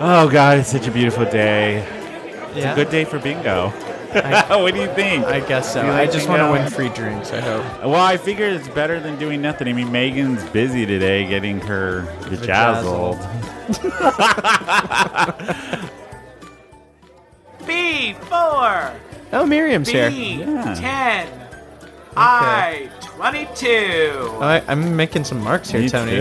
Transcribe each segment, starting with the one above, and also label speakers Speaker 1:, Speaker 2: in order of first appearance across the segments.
Speaker 1: Oh God, it's such a beautiful day. It's
Speaker 2: Yeah.
Speaker 1: a good day for bingo. what do you think?
Speaker 2: I guess so.
Speaker 1: You
Speaker 2: I
Speaker 1: like
Speaker 2: just
Speaker 1: to
Speaker 2: want to
Speaker 1: go?
Speaker 2: win free drinks. I hope.
Speaker 1: well, I figured it's better than doing nothing. I mean, Megan's busy today getting her bejazzled.
Speaker 3: B four.
Speaker 2: Oh, Miriam's here.
Speaker 3: B
Speaker 1: Yeah.
Speaker 3: ten. I twenty-two.
Speaker 2: Oh, I, I'm making some marks here,
Speaker 1: Me
Speaker 2: Tony.
Speaker 1: too.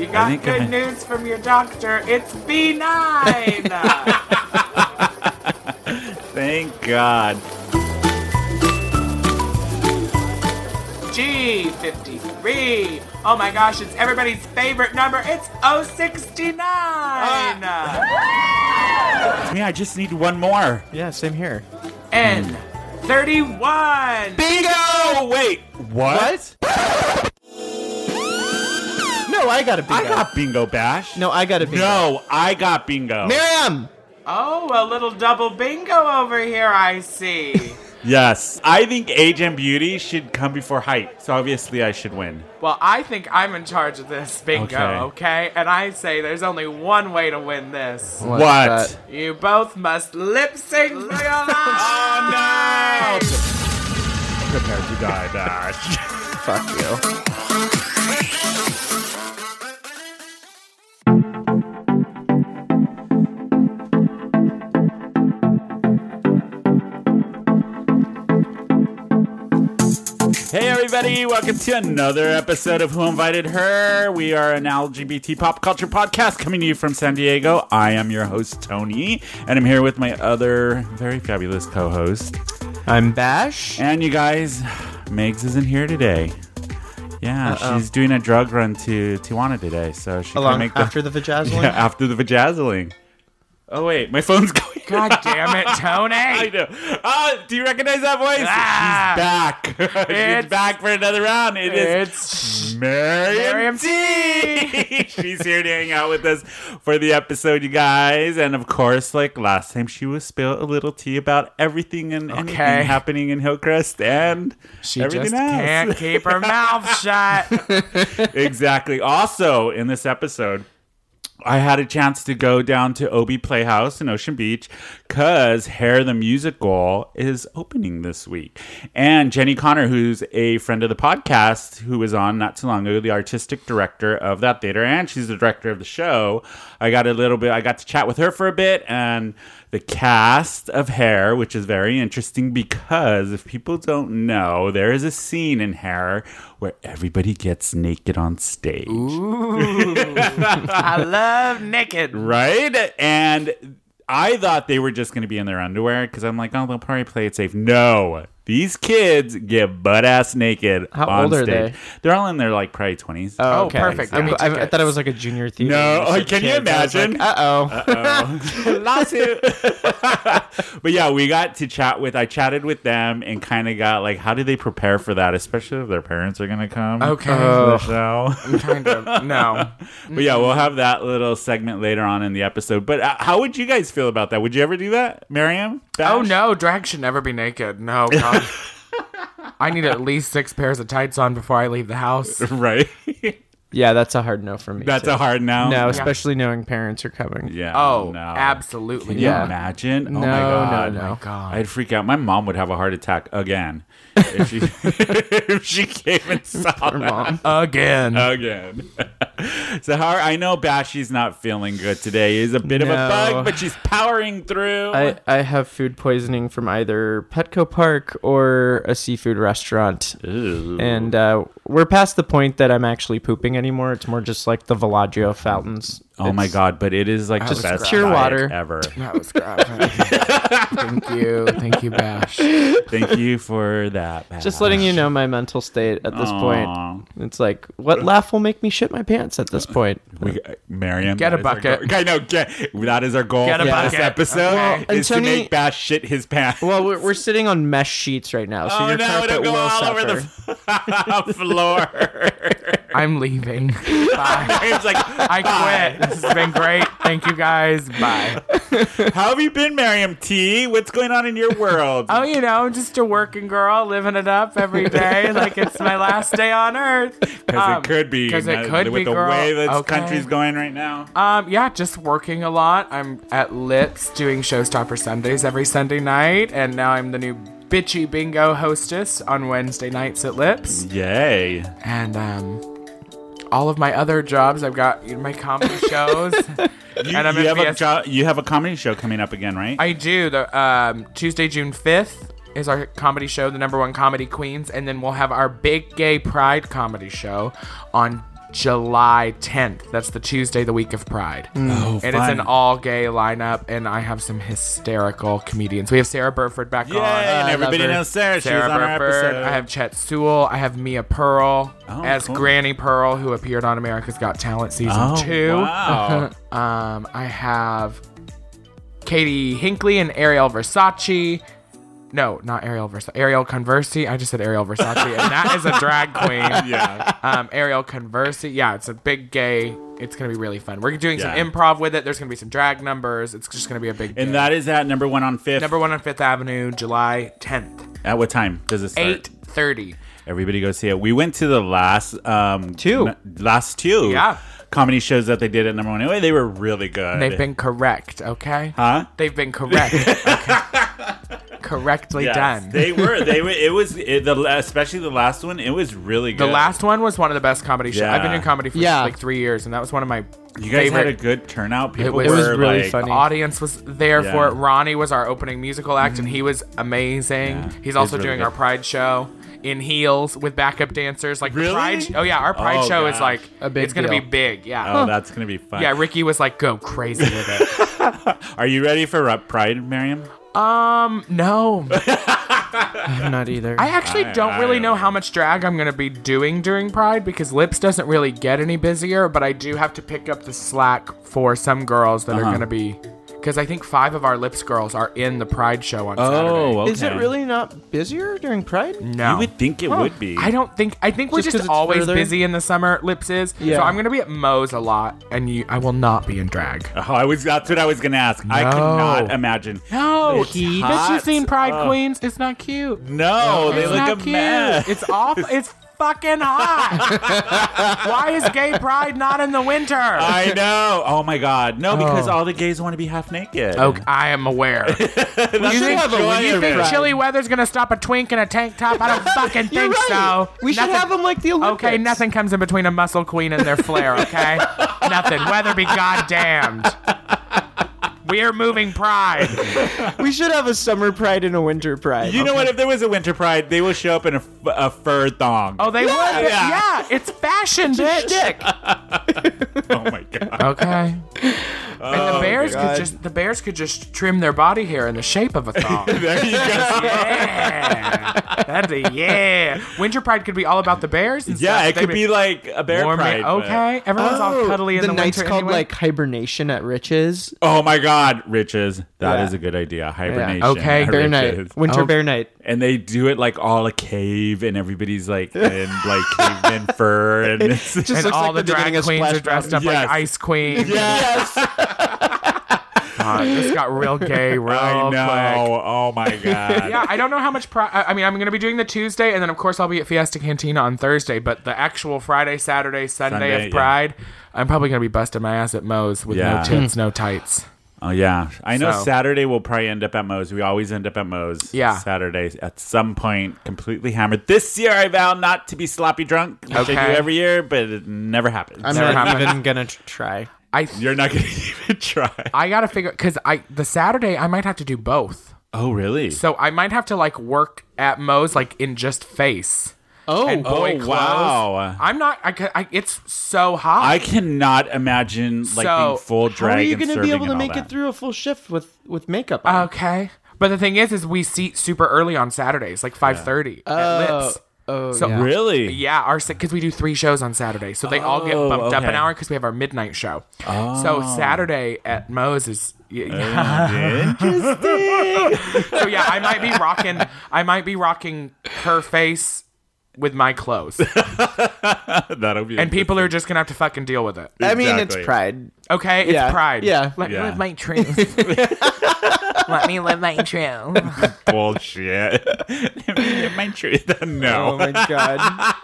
Speaker 3: You
Speaker 1: I
Speaker 3: got
Speaker 1: think
Speaker 3: good
Speaker 1: I-
Speaker 3: news from your doctor. It's B nine.
Speaker 1: Thank God.
Speaker 3: G fifty three. Oh my gosh, it's everybody's favorite number. It's 069.
Speaker 1: Ah. Yeah, I just need one more.
Speaker 2: Yeah, same here.
Speaker 3: N thirty one.
Speaker 1: Bingo! Wait, what?
Speaker 2: No, I got a bingo.
Speaker 1: I got bingo bash.
Speaker 2: no, I got a bingo.
Speaker 1: No, I got bingo.
Speaker 2: Miriam.
Speaker 3: Oh, a little double bingo over here. I see.
Speaker 1: yes, I think age and beauty should come before height. So obviously, I should win.
Speaker 3: Well, I think I'm in charge of this bingo,
Speaker 1: Okay.
Speaker 3: okay. And I say there's only one way to win this.
Speaker 1: What?
Speaker 2: What's that?
Speaker 3: You both must lip sync for your lives.
Speaker 1: Oh no! Prepare to die, Bash.
Speaker 2: Uh, Fuck you.
Speaker 1: hey, everybody! Welcome to another episode of Who Invited Her. We are an LGBT pop culture podcast coming to you from San Diego. I am your host Tony, and I'm here with my other very fabulous co-host.
Speaker 2: I'm Bash.
Speaker 1: And you guys, Megs isn't here today. Yeah,
Speaker 2: Uh-oh.
Speaker 1: she's doing a drug run to Tijuana today, so she can
Speaker 2: Along
Speaker 1: make the
Speaker 2: after the vajazzling.
Speaker 1: Yeah, after the vajazzling. Oh wait, my phone's going.
Speaker 3: God damn it,
Speaker 1: I
Speaker 3: Tony!
Speaker 1: know. Ah, do you recognize that voice?
Speaker 3: Ah!
Speaker 1: She's back. She's
Speaker 3: It's-
Speaker 1: back for another round. It is
Speaker 3: It's
Speaker 1: Miriam
Speaker 3: Miriam
Speaker 1: T. She's here to hang out with us for the episode, you guys. And of course, like last time, she was spill a little tea about everything and anything
Speaker 3: Okay.
Speaker 1: happening in Hillcrest and
Speaker 3: she
Speaker 1: everything
Speaker 3: just
Speaker 1: else.
Speaker 3: can't keep her mouth shut.
Speaker 1: exactly. Also, in this episode, I had a chance to go down to Obi Playhouse in Ocean Beach because Hair the Musical is opening this week. And Jenny Connor, who's a friend of the podcast, who was on not too long ago, the artistic director of that theater, and she's the director of the show. I got a little bit, I got to chat with her for a bit and the cast of Hair, which is very interesting because if people don't know, there is a scene in Hair where everybody gets naked on stage.
Speaker 3: I love naked.
Speaker 1: Right? And I thought they were just going to be in their underwear because I'm like, oh, they'll probably play it safe. No. These kids get butt ass naked.
Speaker 2: How
Speaker 1: on
Speaker 2: old are
Speaker 1: stage.
Speaker 2: they?
Speaker 1: They're all in their like probably 20s.
Speaker 3: Oh, perfect. Give
Speaker 2: I'm-
Speaker 3: me
Speaker 2: I, I
Speaker 3: tickets.
Speaker 2: thought it was like a junior theater.
Speaker 1: No, uh,
Speaker 2: when you said
Speaker 1: can you
Speaker 2: kids. I was like,
Speaker 1: imagine?
Speaker 2: Uh-oh.
Speaker 1: lawsuit. but yeah, we got to chat with. I chatted with them and kind of got like, how do they prepare for that, especially if their parents are gonna come?
Speaker 3: Okay.
Speaker 1: to the show.
Speaker 3: kind of. No.
Speaker 1: but yeah, we'll have that little segment later on in the episode. But uh, how would you guys feel about that? Would you ever do that, Miriam? Bash?
Speaker 3: Oh no, drag should never be naked. No, God. I need at least six pairs of tights on before I leave the house.
Speaker 1: Right.
Speaker 2: Yeah, that's a hard no for me.
Speaker 1: That's
Speaker 2: too.
Speaker 1: a hard no.
Speaker 2: No, especially knowing parents are coming.
Speaker 1: Yeah.
Speaker 3: Oh,
Speaker 1: no.
Speaker 3: absolutely.
Speaker 1: Can you
Speaker 2: Yeah.
Speaker 1: imagine? Oh
Speaker 2: No,
Speaker 1: my god.
Speaker 2: no, no.
Speaker 3: God.
Speaker 1: I'd freak out. My mom would have a heart attack again if she if she came and saw that.
Speaker 2: Mom.
Speaker 3: Again.
Speaker 1: Uh, again. so how I know Bashy's not feeling good today. He's a bit of
Speaker 2: No.
Speaker 1: a bug, but she's powering through.
Speaker 2: I, I have food poisoning from either Petco Park or a seafood restaurant.
Speaker 1: Ooh.
Speaker 2: And uh, we're past the point that I'm actually pooping anymore. It's more just like the Villaggio fountains.
Speaker 1: oh my
Speaker 2: It's-
Speaker 1: god! But it is like
Speaker 3: Just
Speaker 1: the best
Speaker 2: pure
Speaker 1: diet
Speaker 2: water.
Speaker 1: ever.
Speaker 3: That was crap. Thank you. Thank you, Bash.
Speaker 1: Thank you for that. Bash.
Speaker 2: Just letting you know my mental state at this
Speaker 1: Aw.
Speaker 2: point. It's like, what laugh will make me shit my pants at this point?
Speaker 1: We, uh, Miriam,
Speaker 3: Get a
Speaker 1: that is our
Speaker 3: bucket.
Speaker 1: goal. I know. Get that is our goal
Speaker 3: Get a
Speaker 1: for this
Speaker 3: bucket.
Speaker 1: episode
Speaker 3: Okay.
Speaker 2: And
Speaker 1: is
Speaker 2: Tony-
Speaker 1: to make Bash shit his pants.
Speaker 2: Well, we're, we're sitting on mesh sheets right now, so
Speaker 1: oh
Speaker 2: your
Speaker 1: no!
Speaker 2: carpet
Speaker 1: It'll go
Speaker 2: will
Speaker 1: all
Speaker 2: suffer.
Speaker 1: over the floor.
Speaker 3: I'm leaving. Bye.
Speaker 1: It's like, "Uh,
Speaker 3: I quit. This has been great. Thank you guys. Bye.
Speaker 1: how have you been, Miriam T? What's going on in your world?
Speaker 3: Oh, you know, just a working girl living it up every day like it's my last day on earth.
Speaker 1: Because
Speaker 3: Um,
Speaker 1: it could be.
Speaker 3: 'cause it
Speaker 1: uh,
Speaker 3: could
Speaker 1: with
Speaker 3: be,
Speaker 1: the
Speaker 3: girl.
Speaker 1: way this
Speaker 3: Okay.
Speaker 1: country's going right now.
Speaker 3: Um, yeah, just working a lot. I'm at Lips doing Showstopper Sundays every Sunday night, and now I'm the new bitchy bingo hostess on Wednesday nights at Lips.
Speaker 1: Yay.
Speaker 3: And um, all of my other jobs, I've got you know, my comedy shows.
Speaker 1: You,
Speaker 3: And I'm
Speaker 1: you
Speaker 3: in
Speaker 1: have a
Speaker 3: VS
Speaker 1: jo- you have a comedy show coming up again, right?
Speaker 3: I do. The um, Tuesday, June fifth is our comedy show, the number one comedy queens, and then we'll have our big gay pride comedy show on July tenth. That's the Tuesday, the week of Pride,
Speaker 1: Oh,
Speaker 3: and it's
Speaker 1: fun.
Speaker 3: an all gay lineup. And I have some hysterical comedians. We have Sarah Burford back
Speaker 1: Yay,
Speaker 3: on.
Speaker 1: and
Speaker 3: I love
Speaker 1: everybody
Speaker 3: her.
Speaker 1: knows Sarah. She
Speaker 3: Sarah
Speaker 1: was on our
Speaker 3: Burford.
Speaker 1: episode.
Speaker 3: I have Chet Sewell. I have Mia Pearl
Speaker 1: Oh,
Speaker 3: as
Speaker 1: cool.
Speaker 3: Granny Pearl, who appeared on America's Got Talent season
Speaker 1: Oh,
Speaker 3: two.
Speaker 1: wow.
Speaker 3: Um, I have Katie Hinckley and Ariel Versace. No, not Ariel Versace. Ariel Conversi. I just said Ariel Versace, and that is a drag queen.
Speaker 1: yeah.
Speaker 3: Um, Ariel Conversi. Yeah, it's a big gay. It's gonna be really fun. We're doing
Speaker 1: Yeah.
Speaker 3: some improv with it. There's gonna be some drag numbers. It's just gonna be a big.
Speaker 1: And
Speaker 3: day.
Speaker 1: that is at number one on fifth.
Speaker 3: number one on Fifth Avenue, July 10th,
Speaker 1: at what time does it start?
Speaker 3: eight thirty.
Speaker 1: Everybody go see it. We went to the last um
Speaker 2: Two.
Speaker 1: n- last two
Speaker 3: Yeah.
Speaker 1: comedy shows that they did at number one. Anyway, they were really good.
Speaker 3: They've been correct, okay?
Speaker 1: huh?
Speaker 3: They've been correct. Okay. Correctly
Speaker 1: Yes,
Speaker 3: done.
Speaker 1: they were. They were. It was it, the la- especially the last one. It was really
Speaker 3: The
Speaker 1: good.
Speaker 3: last one was one of the best comedy shows. I've been
Speaker 1: Yeah.
Speaker 3: doing comedy for
Speaker 2: Yeah.
Speaker 3: like three years, and that was one of my
Speaker 1: You guys had
Speaker 3: favorite.
Speaker 1: a good turnout. People
Speaker 3: was- It
Speaker 1: were
Speaker 3: was
Speaker 2: really
Speaker 1: like,
Speaker 2: funny.
Speaker 3: the audience was there
Speaker 1: Yeah. Mm-hmm.
Speaker 3: for it. Ronnie was our opening musical act, and he was amazing.
Speaker 1: Yeah.
Speaker 3: He's also
Speaker 1: really
Speaker 3: doing
Speaker 1: good.
Speaker 3: our Pride show in heels with backup dancers. Like the
Speaker 1: Really?
Speaker 3: Pride, sh- oh yeah, our Pride
Speaker 1: Oh,
Speaker 3: show is
Speaker 1: gosh.
Speaker 3: like
Speaker 2: A big
Speaker 3: It's gonna be
Speaker 2: deal.
Speaker 3: big, yeah.
Speaker 1: Oh, that's gonna be fun.
Speaker 3: Yeah, Ricky was like, "Go crazy with it."
Speaker 1: Are you ready for Ru- Pride, Miriam?
Speaker 3: um, no,
Speaker 2: I'm not either.
Speaker 3: I actually
Speaker 1: I-
Speaker 3: don't
Speaker 1: I
Speaker 3: really
Speaker 1: don't
Speaker 3: know how
Speaker 1: know.
Speaker 3: much drag I'm gonna be doing during Pride because Lips doesn't really get any busier, but I do have to pick up the slack for some girls that are
Speaker 1: Uh-huh.
Speaker 3: gonna be. Because I think five of our Lips girls are in the Pride show on Saturday.
Speaker 1: okay.
Speaker 2: Is it really not busier during Pride?
Speaker 3: No.
Speaker 1: Oh, You would think it would be.
Speaker 3: I don't think. I think we're
Speaker 2: Just
Speaker 3: just,
Speaker 2: 'cause it's
Speaker 3: always
Speaker 2: further?
Speaker 3: busy in the summer. Lips is. So
Speaker 2: Yeah.
Speaker 3: I'm gonna be at Moe's a lot, and you, I will not be in drag.
Speaker 1: Oh, I was. That's what I was gonna ask. I could
Speaker 3: No.
Speaker 1: not imagine.
Speaker 3: No,
Speaker 1: It's
Speaker 3: he. Bitch,
Speaker 1: hot.
Speaker 3: you've seen Pride
Speaker 1: Oh.
Speaker 3: Queens. It's not cute.
Speaker 2: Oh,
Speaker 1: No, they
Speaker 3: it's
Speaker 1: look
Speaker 3: not
Speaker 1: a
Speaker 3: cute.
Speaker 1: mess.
Speaker 3: It's awful. It's fucking hot. Why is gay pride not in the winter?
Speaker 1: I know. Oh my god. No, because
Speaker 3: Oh.
Speaker 1: all the gays want to be half naked.
Speaker 3: Okay, Oh, I am aware. you
Speaker 1: That's
Speaker 2: should
Speaker 1: the
Speaker 2: have a
Speaker 1: joy
Speaker 2: winter
Speaker 1: of
Speaker 2: pride.
Speaker 1: it.
Speaker 3: think chilly weather's gonna stop a twink in a tank top? I don't fucking
Speaker 2: You're
Speaker 3: think
Speaker 2: right.
Speaker 3: so.
Speaker 2: We should
Speaker 3: Nothing-
Speaker 2: have them like the Olympics.
Speaker 3: Okay, nothing comes in between a muscle queen and their flair, okay? nothing. Weather be goddamned. We're moving pride.
Speaker 2: We should have a summer pride and a winter pride.
Speaker 1: You know what? If there was a winter pride, they will show up in a, f- a fur thong.
Speaker 3: Oh, they
Speaker 2: Yeah.
Speaker 3: would.
Speaker 1: Yeah.
Speaker 3: Yeah. it's fashion, bitch.
Speaker 1: Oh my god.
Speaker 3: Okay. and
Speaker 1: Oh,
Speaker 3: the bears
Speaker 2: God.
Speaker 3: could just the bears could just trim their body hair in the shape of a thong.
Speaker 1: There you go.
Speaker 3: yeah. That'd be yeah. Winter pride could be all about the bears. And
Speaker 1: Yeah,
Speaker 3: stuff.
Speaker 1: it
Speaker 3: They'd
Speaker 1: could be like a bear
Speaker 3: warm-
Speaker 1: pride. but-
Speaker 3: Okay, everyone's all cuddly in the,
Speaker 2: Oh, night's
Speaker 3: winter.
Speaker 2: called
Speaker 3: anyway.
Speaker 2: like hibernation at Rich's.
Speaker 1: Oh my god, riches. That is
Speaker 2: Yeah.
Speaker 1: a good idea. Hibernation.
Speaker 3: Okay.
Speaker 1: at
Speaker 2: Bear
Speaker 1: Riches.
Speaker 2: night, winter
Speaker 3: Oh.
Speaker 2: bear night.
Speaker 1: And they do it like all a cave, and everybody's like in like caveman fur, and it's,
Speaker 2: Just
Speaker 3: and
Speaker 2: looks
Speaker 3: all
Speaker 2: like
Speaker 3: the,
Speaker 2: the beginning
Speaker 3: drag
Speaker 2: of
Speaker 3: queens
Speaker 2: Splash
Speaker 3: are dressed up
Speaker 1: Mountain.
Speaker 3: like
Speaker 1: Yes.
Speaker 3: ice queen.
Speaker 1: yes.
Speaker 3: God, this got real gay real
Speaker 1: I know.
Speaker 3: quick.
Speaker 1: Oh my god.
Speaker 3: Yeah, I don't know how much. Pri- I I mean, I'm going to be doing the Tuesday, and then of course I'll be at Fiesta Cantina on Thursday. But the actual Friday, Saturday, Sunday,
Speaker 1: Sunday,
Speaker 3: of
Speaker 1: yeah.
Speaker 3: Pride, I'm probably going to be busting my ass at Moe's with
Speaker 1: Yeah.
Speaker 3: no tits, no tights.
Speaker 1: Oh yeah, I know.
Speaker 3: So-
Speaker 1: Saturday we'll probably end up at Moe's. We always end up at Moe's.
Speaker 3: Yeah.
Speaker 1: Saturday at some point, completely hammered. This year I vow not to be sloppy drunk, which I
Speaker 3: Okay.
Speaker 1: do every year, but it never happens.
Speaker 2: I'm
Speaker 3: Never
Speaker 2: not
Speaker 3: happened.
Speaker 2: even gonna tr- try.
Speaker 3: I
Speaker 1: You're not gonna even try.
Speaker 3: I got to figure because I the Saturday I might have to do both.
Speaker 1: Oh really?
Speaker 3: So I might have to like work at Moe's like in just face.
Speaker 2: Oh,
Speaker 3: and boy
Speaker 1: oh,
Speaker 3: clothes.
Speaker 1: wow.
Speaker 3: I'm not. I, ca- I it's so hot.
Speaker 1: I cannot imagine like
Speaker 3: So,
Speaker 1: being full drag.
Speaker 2: how are you
Speaker 1: and
Speaker 2: gonna be
Speaker 1: serving
Speaker 2: able to
Speaker 1: and all
Speaker 2: make
Speaker 1: that.
Speaker 2: it through a full shift with with makeup?
Speaker 3: Uh,
Speaker 2: On?
Speaker 3: Okay. But the thing is, is we seat super early on Saturdays, like five thirty at Lips.
Speaker 2: oh,
Speaker 3: So
Speaker 2: yeah.
Speaker 1: Really?
Speaker 3: yeah, our because we do three shows on Saturday, so they all get
Speaker 1: Oh,
Speaker 3: bumped up an
Speaker 1: okay.
Speaker 3: hour because we have our midnight show. So Saturday at Moe's is y- yeah.
Speaker 1: Interesting.
Speaker 3: so yeah, I might be rocking. I might be rocking her face with my clothes.
Speaker 1: That'll be
Speaker 3: and people are just going to have to fucking deal with it.
Speaker 2: I mean, it's
Speaker 1: Exactly.
Speaker 2: pride.
Speaker 3: Okay? It's
Speaker 2: Yeah.
Speaker 3: pride.
Speaker 2: Yeah.
Speaker 4: Let
Speaker 1: Yeah.
Speaker 4: me live my truth. Let me live my truth.
Speaker 1: bullshit. Let me get my truth.
Speaker 2: Oh
Speaker 1: no.
Speaker 2: my god.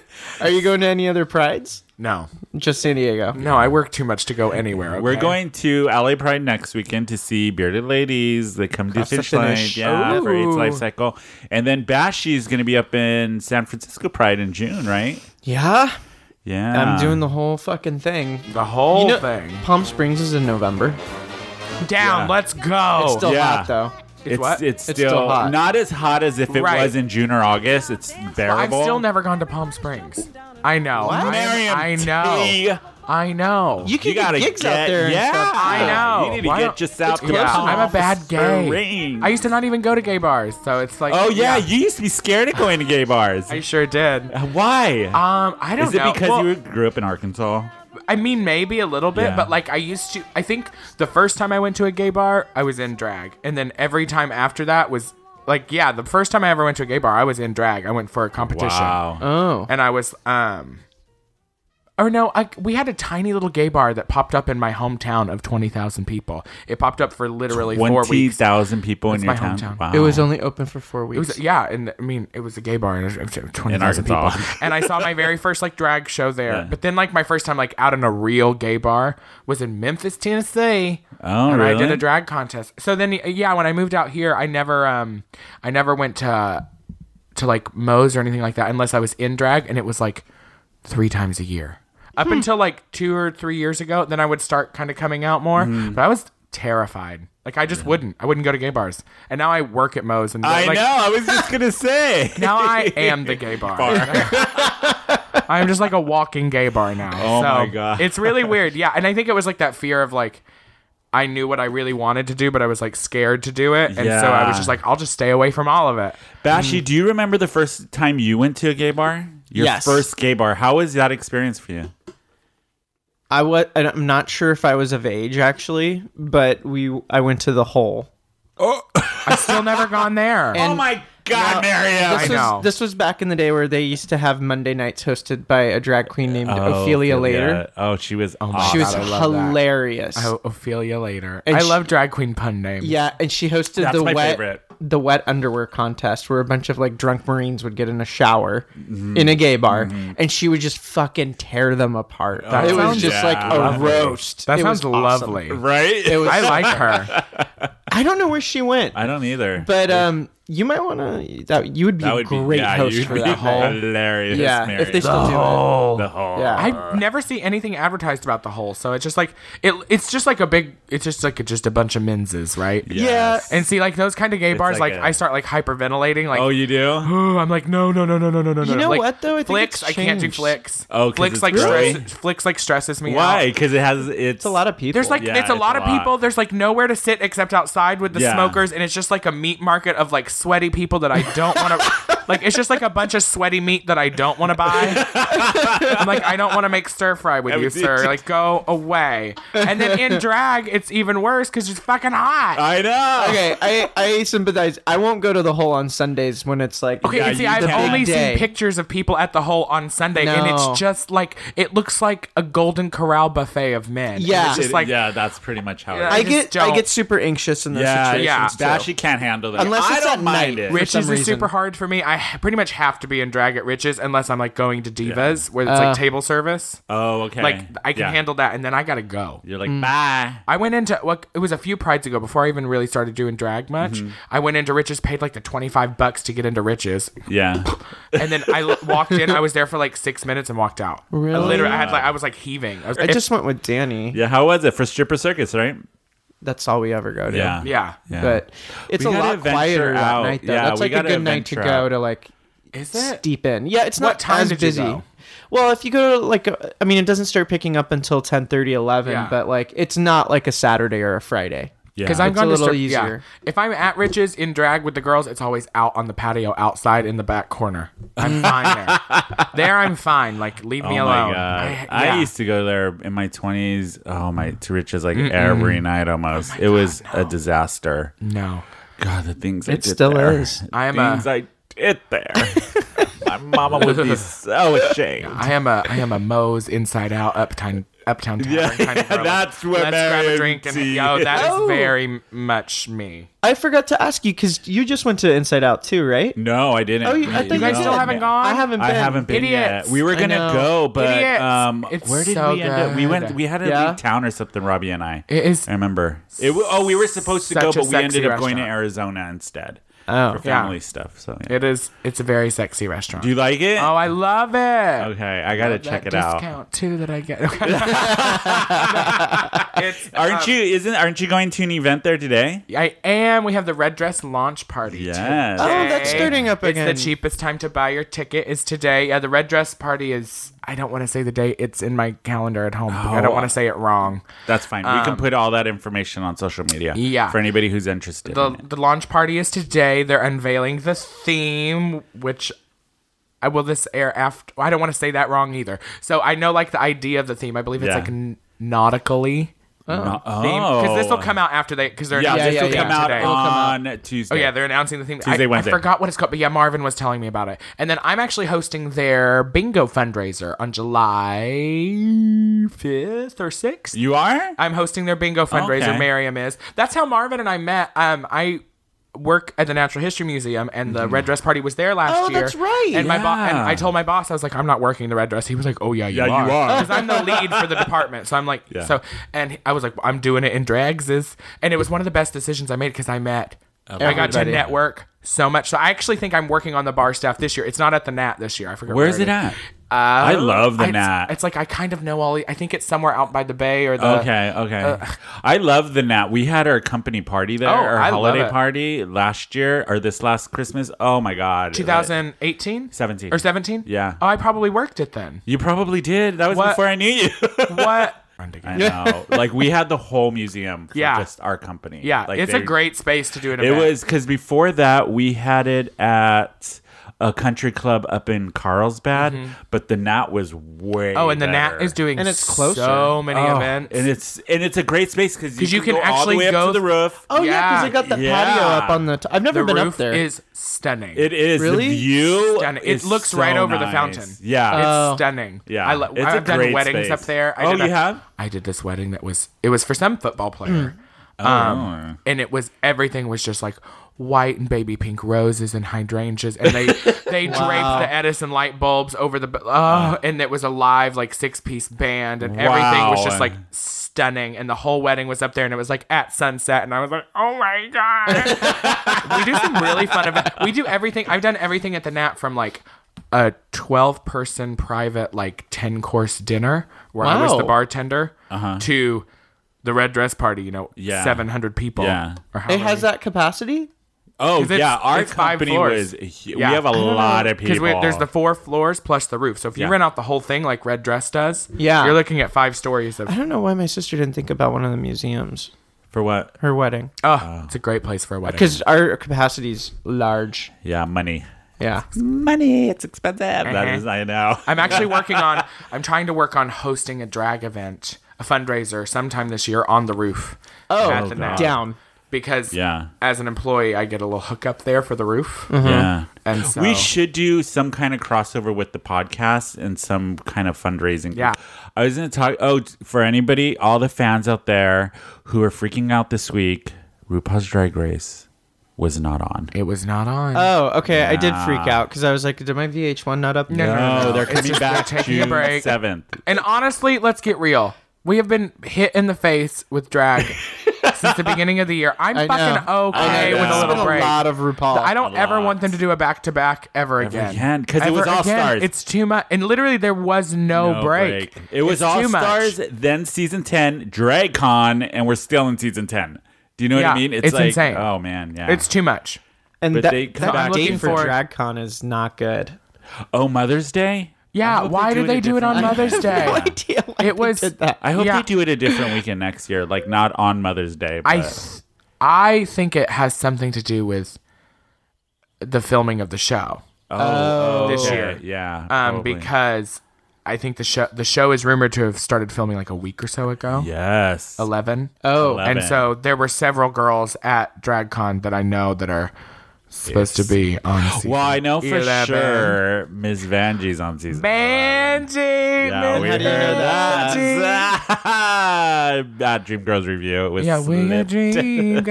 Speaker 2: Are you going to any other prides?
Speaker 3: No.
Speaker 2: Just San Diego.
Speaker 3: No, I work too much to go anywhere.
Speaker 1: We're
Speaker 3: okay?
Speaker 1: going to LA Pride next weekend to see Bearded Ladies. They come to
Speaker 2: the
Speaker 1: Fish Line,
Speaker 2: finish.
Speaker 1: yeah, for its
Speaker 3: Ooh.
Speaker 1: life cycle. And then Bashy's going to be up in San Francisco Pride in June, right?
Speaker 2: Yeah.
Speaker 1: Yeah,
Speaker 2: I'm doing the whole fucking thing.
Speaker 3: the whole
Speaker 2: You know-
Speaker 3: thing.
Speaker 2: Palm Springs is in November.
Speaker 3: Down.
Speaker 1: Yeah.
Speaker 3: Let's go.
Speaker 2: It's still
Speaker 1: yeah.
Speaker 2: hot though.
Speaker 1: It's
Speaker 3: what?
Speaker 1: it's still,
Speaker 2: It's still hot.
Speaker 1: not as hot as if it
Speaker 3: Right.
Speaker 1: was in June or August. It's
Speaker 3: I've
Speaker 1: bearable.
Speaker 3: still never gone to Palm Springs. I know. I,
Speaker 1: Miriam
Speaker 3: I
Speaker 1: T.
Speaker 3: know. I know.
Speaker 2: You can
Speaker 1: You gotta
Speaker 2: get gigs
Speaker 1: get,
Speaker 2: out there. and
Speaker 1: yeah.
Speaker 2: stuff.
Speaker 3: I know.
Speaker 1: You need to
Speaker 3: Why
Speaker 1: get
Speaker 3: don't-
Speaker 1: just out
Speaker 2: It's
Speaker 1: to
Speaker 2: Yeah.
Speaker 1: Palm
Speaker 3: I'm a bad gay.
Speaker 1: Springs.
Speaker 3: I used to not even go to gay bars, so it's like.
Speaker 1: Oh yeah, you used to be scared of going to gay bars.
Speaker 3: I sure did. Um,
Speaker 1: Why?
Speaker 3: I don't
Speaker 1: Is it
Speaker 3: know.
Speaker 1: because
Speaker 3: Well,
Speaker 1: you grew up in Arkansas?
Speaker 3: I mean, maybe a little bit,
Speaker 1: Yeah.
Speaker 3: but like I used to. I think the first time I went to a gay bar, I was in drag, and then every time after that was like, yeah, the first time I ever went to a gay bar, I was in drag. I went for Uh, a competition,
Speaker 1: Wow.
Speaker 2: Oh.
Speaker 3: and I was um. Or no, I, we had a tiny little gay bar that popped up in my hometown of twenty thousand people. It popped up for literally four
Speaker 1: Twenty
Speaker 3: weeks.
Speaker 1: thousand people in
Speaker 3: That's
Speaker 1: your
Speaker 3: my
Speaker 1: town.
Speaker 3: hometown. uh,
Speaker 1: Wow.
Speaker 2: It was only open for four
Speaker 3: It
Speaker 2: weeks.
Speaker 3: was yeah, and I mean it was a gay bar and twenty
Speaker 1: In
Speaker 3: thousand people.
Speaker 1: Arkansas.
Speaker 3: And I saw my very first like drag show there.
Speaker 1: Yeah.
Speaker 3: But then like my first time like out in a real gay bar was in Memphis, Tennessee.
Speaker 1: Oh,
Speaker 3: and I did
Speaker 1: really?
Speaker 3: a drag contest. So then yeah, when I moved out here, I never um I never went to to like Moe's or anything like that unless I was in drag and it was like three times a year.
Speaker 1: Hmm.
Speaker 3: Up until like two or three years ago, then I would start kind of coming out more.
Speaker 1: Hmm.
Speaker 3: But I was terrified. Like I just wouldn't. I wouldn't go to gay bars. And now I work at Moe's and
Speaker 1: I
Speaker 3: like,
Speaker 1: know. I was just gonna say.
Speaker 3: now I am the gay bar. I'm just like a walking gay bar now.
Speaker 1: Oh
Speaker 3: so
Speaker 1: my God.
Speaker 3: It's really weird. Yeah. And I think it was like that fear of like I knew what I really wanted to do, but I was like scared to do it. And so I
Speaker 1: Yeah.
Speaker 3: was just like, I'll just stay away from all of it.
Speaker 1: Bashi, do you remember the first time you went to a gay bar? Your
Speaker 2: Yes.
Speaker 1: first gay bar. How was that experience for you?
Speaker 2: I was. I'm not sure if I was of age actually, but we. I went to the hole.
Speaker 3: I've still never gone there.
Speaker 2: And-
Speaker 1: oh my God,
Speaker 2: This
Speaker 1: Miriam!
Speaker 2: was,
Speaker 3: know.
Speaker 2: This was back in the day where they used to have Monday nights hosted by a drag queen named Ophelia Later.
Speaker 1: Oh, she was. Oh
Speaker 2: She was
Speaker 3: God, I love that.
Speaker 2: hilarious.
Speaker 3: Oh, Ophelia later.
Speaker 2: And
Speaker 3: I
Speaker 2: she-
Speaker 3: love drag queen pun names.
Speaker 2: Yeah, and she hosted
Speaker 1: That's
Speaker 2: the
Speaker 1: my
Speaker 2: wet
Speaker 1: favorite.
Speaker 2: the wet underwear contest where a bunch of like drunk marines would get in a shower in a gay bar and she would just fucking tear them apart.
Speaker 3: That
Speaker 2: it was
Speaker 3: sounds-
Speaker 2: just
Speaker 1: Yeah.
Speaker 2: like a
Speaker 1: Lovely.
Speaker 2: roast.
Speaker 3: That
Speaker 2: It
Speaker 3: sounds
Speaker 2: was awesome.
Speaker 3: lovely.
Speaker 1: right.
Speaker 2: It was
Speaker 3: I like her.
Speaker 2: I don't know where she went.
Speaker 1: I don't either.
Speaker 2: But um you might want to that you would be
Speaker 1: that
Speaker 2: a
Speaker 1: would be
Speaker 2: great
Speaker 1: yeah,
Speaker 2: host
Speaker 1: you'd
Speaker 2: for
Speaker 1: be
Speaker 2: that whole
Speaker 1: hilarious.
Speaker 2: Yeah,
Speaker 1: Miriam.
Speaker 2: if they still do it.
Speaker 1: the whole.
Speaker 2: Yeah.
Speaker 3: I never see anything advertised about the hole, so it's just like it. It's just like a big. It's just like just a bunch of menses, right?
Speaker 1: Yes.
Speaker 3: And see, like those kind of gay bars,
Speaker 1: like
Speaker 3: like,
Speaker 1: a-
Speaker 3: I start like hyperventilating, like
Speaker 1: Oh,
Speaker 3: oh,
Speaker 1: you do?
Speaker 3: I'm like no, no, no, no, no, no, no.
Speaker 2: You
Speaker 3: no."
Speaker 2: know
Speaker 3: like,
Speaker 2: what, though? I think
Speaker 3: flicks,
Speaker 2: it's
Speaker 3: I can't do
Speaker 2: changed.
Speaker 3: flicks.
Speaker 1: Oh, 'cause
Speaker 3: flicks
Speaker 1: it's
Speaker 3: like
Speaker 1: really?
Speaker 3: stress, flicks like stresses me
Speaker 1: Why?
Speaker 3: out.
Speaker 1: Because it has. It's,
Speaker 2: a lot of people.
Speaker 3: There's like
Speaker 1: Yeah,
Speaker 3: it's a
Speaker 1: it's
Speaker 3: lot
Speaker 1: a
Speaker 3: of people.
Speaker 1: lot.
Speaker 3: There's like nowhere to sit except outside with the
Speaker 1: Yeah.
Speaker 3: smokers, and it's just like a meat market of like sweaty people that I don't want to. like it's just like a bunch of sweaty meat that I don't want to buy. I'm like I don't want to make stir fry with you,
Speaker 1: did
Speaker 3: sir.
Speaker 1: you-
Speaker 3: Like go away. And then in drag, it's even worse because it's fucking hot.
Speaker 1: I know.
Speaker 2: Okay, I, I sympathize. I won't go to the hole on Sundays when it's like
Speaker 3: Okay,
Speaker 1: Yeah,
Speaker 3: and see,
Speaker 1: you
Speaker 3: I've
Speaker 1: can't.
Speaker 3: only
Speaker 2: Big day.
Speaker 3: seen pictures of people at the hole on Sunday, and
Speaker 2: No.
Speaker 3: it's just like it looks like a Golden Corral buffet of men. And
Speaker 2: Yeah.
Speaker 3: it's just like
Speaker 1: yeah, that's pretty much how.
Speaker 3: Yeah.
Speaker 1: it
Speaker 2: I
Speaker 1: is.
Speaker 3: just
Speaker 2: get I
Speaker 3: don't-
Speaker 2: get super anxious in those
Speaker 1: Yeah, yeah.
Speaker 2: situations. too.
Speaker 1: Bashy can't handle that.
Speaker 2: Unless
Speaker 1: I
Speaker 2: it's
Speaker 1: don't
Speaker 2: at
Speaker 1: mind
Speaker 2: night.
Speaker 1: it.
Speaker 2: Rich- some
Speaker 3: Riches is
Speaker 2: reason.
Speaker 3: super hard for me. I h- pretty much have to be in drag at Riches unless I'm like going to Divas where it's
Speaker 2: Uh,
Speaker 3: like table service.
Speaker 1: Oh, okay.
Speaker 3: Like I can
Speaker 1: Yeah.
Speaker 3: handle that, and then I gotta go.
Speaker 1: You're
Speaker 2: Mm.
Speaker 1: like bye.
Speaker 3: I went into well, it was a few prides ago before I even really started doing drag much.
Speaker 2: Mm-hmm.
Speaker 3: I went into Riches, paid like the twenty five bucks to get into Riches,
Speaker 1: Yeah.
Speaker 3: and then I l- walked in. I was there for like six minutes and walked out. I
Speaker 2: Really?
Speaker 3: literally, I had like I was like heaving. I was
Speaker 2: I
Speaker 3: if-
Speaker 2: just went with Danny.
Speaker 1: Yeah. How was it for stripper circus? Right.
Speaker 2: That's all we ever go to.
Speaker 1: Yeah.
Speaker 3: yeah.
Speaker 1: Yeah.
Speaker 2: But it's
Speaker 1: We
Speaker 2: a
Speaker 1: gotta
Speaker 2: lot
Speaker 1: venture out.
Speaker 2: quieter that night though.
Speaker 1: Yeah,
Speaker 2: That's
Speaker 1: we
Speaker 2: like a
Speaker 1: gotta
Speaker 2: good night to
Speaker 1: venture out.
Speaker 2: go to like
Speaker 3: Is it?
Speaker 2: steep in. Yeah, it's not
Speaker 3: What time
Speaker 2: as
Speaker 3: did you
Speaker 2: busy.
Speaker 3: go?
Speaker 2: Well, if you go to like a, I mean it doesn't start picking up until 10, 11,
Speaker 3: Yeah.
Speaker 2: but like it's not like a Saturday or a Friday.
Speaker 1: Yeah.
Speaker 3: Because I'm
Speaker 2: It's a
Speaker 3: going to
Speaker 2: little
Speaker 3: strip,
Speaker 2: easier.
Speaker 3: Yeah. If I'm at Rich's in drag with the girls, it's always out on the patio, outside in the back corner. I'm fine there. There, I'm fine. Like, leave
Speaker 1: Oh
Speaker 3: me
Speaker 1: my
Speaker 3: alone.
Speaker 1: god! I,
Speaker 3: yeah.
Speaker 1: used to go there in my twenties. Oh my, to riches like every night almost.
Speaker 2: Oh
Speaker 1: it was a disaster.
Speaker 3: no.
Speaker 1: God, Ah, the things I
Speaker 2: It
Speaker 1: did
Speaker 2: still
Speaker 1: there.
Speaker 2: is.
Speaker 1: The
Speaker 3: I am a-
Speaker 1: things I did there. uh, Mama would be so ashamed.
Speaker 3: I am a I am a Moe's Inside Out Uptown Uptown Tavern
Speaker 1: Yeah,
Speaker 3: kind of
Speaker 1: yeah,
Speaker 3: girl.
Speaker 1: that's what
Speaker 3: Let's grab a
Speaker 1: Marion
Speaker 3: drink and
Speaker 1: T.
Speaker 3: yo, that is
Speaker 2: Oh.
Speaker 3: very m- much me.
Speaker 2: I forgot to ask you because you just went to Inside Out too, right?
Speaker 1: No, I didn't.
Speaker 2: Oh, you, I
Speaker 1: No.
Speaker 2: thought
Speaker 3: guys
Speaker 2: did.
Speaker 3: still haven't gone?
Speaker 2: I haven't. Been.
Speaker 1: I haven't been
Speaker 3: Idiots.
Speaker 1: yet. We were
Speaker 3: I
Speaker 1: gonna
Speaker 3: know.
Speaker 1: go, but
Speaker 3: Idiots.
Speaker 1: um,
Speaker 3: It's
Speaker 1: where did
Speaker 3: so
Speaker 1: we end up? We went.
Speaker 3: good.
Speaker 1: We had to
Speaker 2: Yeah.
Speaker 1: leave town or something. Robbie and I.
Speaker 3: It is
Speaker 1: I remember. It, wa- oh, we were supposed to
Speaker 3: Such
Speaker 1: go,
Speaker 3: a
Speaker 1: but we ended
Speaker 3: sexy
Speaker 1: up going to
Speaker 3: restaurant. Uh,
Speaker 1: Arizona instead
Speaker 2: Oh,
Speaker 1: for family stuff. So, yeah.
Speaker 3: it is it's a very sexy restaurant.
Speaker 1: do you like it?
Speaker 3: oh, I love it.
Speaker 1: okay, I gotta
Speaker 3: That
Speaker 1: check it
Speaker 3: discount
Speaker 1: out.
Speaker 3: too that I get. It's- uh,
Speaker 1: Aren't you? Isn't? Aren't you going to an event there today?
Speaker 3: I am. We have the red dress launch party.
Speaker 1: Yes.
Speaker 3: today.
Speaker 1: Oh,
Speaker 2: that's starting up again.
Speaker 3: It's the cheapest time to buy your ticket is today. Yeah, the red dress party is. I don't want to say the date. It's in my calendar at home. I don't want
Speaker 1: Oh.
Speaker 3: to say it wrong.
Speaker 1: That's fine. we can put all that information on social media.
Speaker 3: Um, Yeah.
Speaker 1: For anybody who's interested.
Speaker 3: the
Speaker 1: in it.
Speaker 3: The launch party is today. They're unveiling the theme, which. I will this air after. I don't want to say that wrong either. So I know like the idea of the theme. I believe it's
Speaker 1: Yeah.
Speaker 3: like n- nautically
Speaker 1: No- Oh.
Speaker 3: because this will come out after they because they're
Speaker 1: Yeah,
Speaker 3: announcing
Speaker 1: this
Speaker 2: yeah,
Speaker 1: will
Speaker 2: yeah.
Speaker 1: come out
Speaker 3: today.
Speaker 1: on Tuesday.
Speaker 3: Oh yeah, they're announcing the thing.
Speaker 1: Tuesday,
Speaker 3: I,
Speaker 1: Wednesday.
Speaker 3: I forgot what it's called, but yeah, Marvin was telling me about it. And then I'm actually hosting their bingo fundraiser on July fifth or sixth.
Speaker 1: You are?
Speaker 3: I'm hosting their bingo fundraiser.
Speaker 1: Okay.
Speaker 3: Miriam is. That's how Marvin and I met. Um, I work at the Natural History Museum, and the Red Dress Party was there last
Speaker 2: Oh,
Speaker 3: year.
Speaker 2: that's right.
Speaker 3: And my boss and
Speaker 1: Yeah.
Speaker 3: I told my boss, I was like, I'm not working the Red Dress. He was like, Oh yeah, you
Speaker 1: Yeah, you
Speaker 3: are.
Speaker 1: are.
Speaker 3: Because I'm the lead for the department, so I'm like,
Speaker 1: Yeah.
Speaker 3: so. And I was like, I'm doing it in drags. Is and it was one of the best decisions I made because I met. I got to
Speaker 2: Everybody.
Speaker 3: network so much. So I actually think I'm working on the bar staff this year. It's not at the Nat this year. I forgot
Speaker 1: Where is it
Speaker 3: is.
Speaker 1: at? I love the
Speaker 3: I- it's-
Speaker 1: Nat.
Speaker 3: It's like I kind of know all. The, I think it's somewhere out by the bay or the.
Speaker 1: Okay, okay. I love the Nat. We had our company party there,
Speaker 3: uh, Oh,
Speaker 1: our
Speaker 3: I love
Speaker 1: holiday
Speaker 3: it.
Speaker 1: party last year or this last Christmas. Oh my god.
Speaker 3: 2018,
Speaker 1: 17.
Speaker 3: or 17.
Speaker 1: Yeah.
Speaker 3: Oh, I probably worked it then.
Speaker 1: You probably did. That was
Speaker 3: What?
Speaker 1: before I knew you.
Speaker 3: What?
Speaker 1: I know. Like we had the whole museum for
Speaker 3: Yeah.
Speaker 1: just our company.
Speaker 3: Yeah,
Speaker 1: Like,
Speaker 3: it's a
Speaker 1: they-
Speaker 3: great space to do an
Speaker 1: It
Speaker 3: event.
Speaker 1: was because before that we had it at a country club up in Carlsbad, but the Nat was way.
Speaker 3: Mm-hmm. Oh, and the Nat
Speaker 1: better.
Speaker 3: is doing
Speaker 2: And it's closer.
Speaker 3: so many
Speaker 1: Oh,
Speaker 3: events.
Speaker 1: and it's and it's a great space because you,
Speaker 3: 'Cause you
Speaker 1: can
Speaker 3: can
Speaker 1: go all the
Speaker 3: actually
Speaker 1: way up
Speaker 3: go-
Speaker 1: to the roof.
Speaker 2: oh yeah, because
Speaker 3: Yeah.
Speaker 2: they got that
Speaker 1: Yeah.
Speaker 2: patio up on the. T- I've never
Speaker 3: the
Speaker 2: been
Speaker 3: roof
Speaker 2: up there.
Speaker 3: is stunning.
Speaker 1: It is
Speaker 2: Really?
Speaker 1: the view.
Speaker 3: Stunning. It
Speaker 1: is
Speaker 3: looks
Speaker 1: so
Speaker 3: right over the
Speaker 1: nice.
Speaker 3: fountain.
Speaker 1: Yeah,
Speaker 3: It's
Speaker 2: Oh.
Speaker 3: stunning.
Speaker 1: Yeah,
Speaker 3: I lo-
Speaker 1: it's a
Speaker 3: I've done
Speaker 1: great
Speaker 3: weddings
Speaker 1: space.
Speaker 3: up there. I
Speaker 1: Oh,
Speaker 3: did a-
Speaker 1: you have?
Speaker 3: I did this wedding that was it was for some football
Speaker 2: Mm.
Speaker 3: player, um,
Speaker 1: Mm-hmm.
Speaker 3: and it was everything was just like white and baby pink roses and hydrangeas, and they they draped the Edison light bulbs over the oh, and it was a live like six piece band, and everything was just
Speaker 1: Wow.
Speaker 3: like stunning, and the whole wedding was up there, and it was like at sunset, and I was like, oh my god. we do some really fun events. We do everything. I've done everything at the Nat from like a 12 person private, like 10 course dinner where I was
Speaker 2: Wow.
Speaker 3: the bartender to the red dress party, you know,
Speaker 1: Uh-huh. Yeah.
Speaker 3: 700 people.
Speaker 1: Yeah.
Speaker 3: Or how
Speaker 2: it
Speaker 3: many.
Speaker 2: has that capacity.
Speaker 1: Oh
Speaker 3: 'Cause it's-
Speaker 1: yeah, our
Speaker 3: it's five
Speaker 1: company
Speaker 3: floors.
Speaker 1: was. hu-
Speaker 3: Yeah.
Speaker 1: We have a
Speaker 3: I don't
Speaker 1: lot of people.
Speaker 3: we- there's the four floors plus the roof. So if you
Speaker 1: Yeah.
Speaker 3: rent out the whole thing like Red Dress does,
Speaker 2: Yeah.
Speaker 3: you're looking at five stories of.
Speaker 2: I don't know why my sister didn't think about one of the museums.
Speaker 1: for what?
Speaker 2: Her wedding,
Speaker 3: Oh, it's a great place for a wedding.
Speaker 2: because our capacity's large.
Speaker 1: Yeah, money.
Speaker 3: Uh-huh.
Speaker 2: Yeah.
Speaker 1: Money. It's expensive. That is. I know.
Speaker 3: I'm actually working on. I'm trying to work on hosting a drag event, a fundraiser, sometime this year on the roof.
Speaker 2: Oh,
Speaker 3: at the Nat.
Speaker 2: down.
Speaker 3: Because
Speaker 1: Yeah.
Speaker 3: as an employee, I get a little hookup there for the roof,
Speaker 2: Mm-hmm.
Speaker 1: Yeah.
Speaker 3: Mm-hmm. and so
Speaker 1: We should do some kind of crossover with the podcast and some kind of fundraising.
Speaker 3: Yeah.
Speaker 1: I was going to talk. Oh, t- for anybody, all the fans out there who are freaking out this week, RuPaul's Drag Race was not on.
Speaker 3: It was not on.
Speaker 2: Oh, okay. I did freak out because I was like, did my VH1 not up?
Speaker 3: No, no, no,
Speaker 1: Oh,
Speaker 3: no.
Speaker 1: they're
Speaker 3: It's
Speaker 1: coming
Speaker 3: just they're
Speaker 1: back
Speaker 3: taking a
Speaker 1: June
Speaker 3: break.
Speaker 1: 7th.
Speaker 3: and honestly, let's get real. We have been hit in the face with drag since the beginning of the year. I'm
Speaker 2: I
Speaker 3: fucking
Speaker 2: know.
Speaker 3: okay
Speaker 1: I know.
Speaker 3: with a
Speaker 1: It's
Speaker 3: little
Speaker 1: been a
Speaker 3: break.
Speaker 2: lot of RuPaul.
Speaker 3: I don't
Speaker 1: A
Speaker 3: ever
Speaker 1: lot.
Speaker 3: want them to do a back to back ever again.
Speaker 1: again, 'cause it was
Speaker 3: Ever
Speaker 1: All
Speaker 3: again.
Speaker 1: Stars.
Speaker 3: It's too much, and literally there was no,
Speaker 1: No
Speaker 3: Oh, break.
Speaker 1: It was
Speaker 3: It's
Speaker 1: All
Speaker 3: too much.
Speaker 1: Stars, then season 10, Drag Con, and we're still in season 10. Do you know what
Speaker 3: Yeah,
Speaker 1: I mean?
Speaker 3: it's insane.
Speaker 1: Oh, man. Yeah.
Speaker 3: It's too much.
Speaker 2: And
Speaker 1: But
Speaker 2: that,
Speaker 1: they come
Speaker 2: that
Speaker 1: back
Speaker 2: date
Speaker 3: with-
Speaker 2: for
Speaker 3: I'm looking
Speaker 2: DragCon is not good.
Speaker 1: oh, Mother's Day? I
Speaker 3: Yeah,
Speaker 1: hope
Speaker 3: why
Speaker 1: they
Speaker 3: did they
Speaker 1: a
Speaker 3: do it on
Speaker 1: different-
Speaker 3: Mother's Day?
Speaker 2: idea why
Speaker 3: It was-
Speaker 2: did that.
Speaker 1: I hope
Speaker 3: Yeah.
Speaker 1: they do it a different weekend next year, like not on Mother's Day. But
Speaker 3: I, th- I think it has something to do with the filming of the show
Speaker 1: oh,
Speaker 3: this
Speaker 1: okay.
Speaker 3: year.
Speaker 1: yeah,
Speaker 3: um,
Speaker 1: probably.
Speaker 3: because I think the show the show is rumored to have started filming like a week or so ago.
Speaker 1: yes,
Speaker 3: Eleven.
Speaker 2: Oh,
Speaker 1: Eleven.
Speaker 3: And so there were several girls at DragCon that I know that are supposed to be on season.
Speaker 1: Well, I know
Speaker 3: Hear
Speaker 1: for
Speaker 3: that,
Speaker 1: sure Ms. Vanjie's on season.
Speaker 3: Bandy,
Speaker 1: Yeah, we
Speaker 3: Miss
Speaker 1: heard
Speaker 2: do you know
Speaker 1: that. At Dream Girls Review, it was
Speaker 3: Yeah, we your
Speaker 1: slipped.
Speaker 3: dream girls.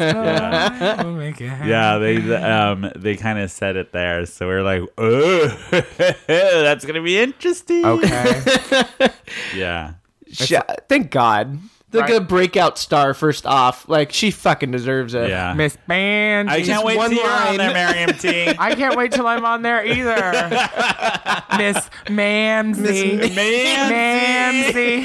Speaker 3: yeah. We'll make it happen.
Speaker 1: Yeah, they um they kind of said it there, so we are like, oh, that's gonna be interesting.
Speaker 3: Okay.
Speaker 1: Yeah.
Speaker 2: Sh- thank God. The
Speaker 3: Right.
Speaker 2: good breakout star, first off. Like, she fucking deserves it.
Speaker 1: Yeah.
Speaker 3: Miss Bandy.
Speaker 1: I can't wait
Speaker 2: one
Speaker 1: to hear on
Speaker 2: line.
Speaker 1: there, Miriam T.
Speaker 3: I can't wait till I'm on there either. Miss Mamsie.
Speaker 1: Man,
Speaker 3: Mamsie.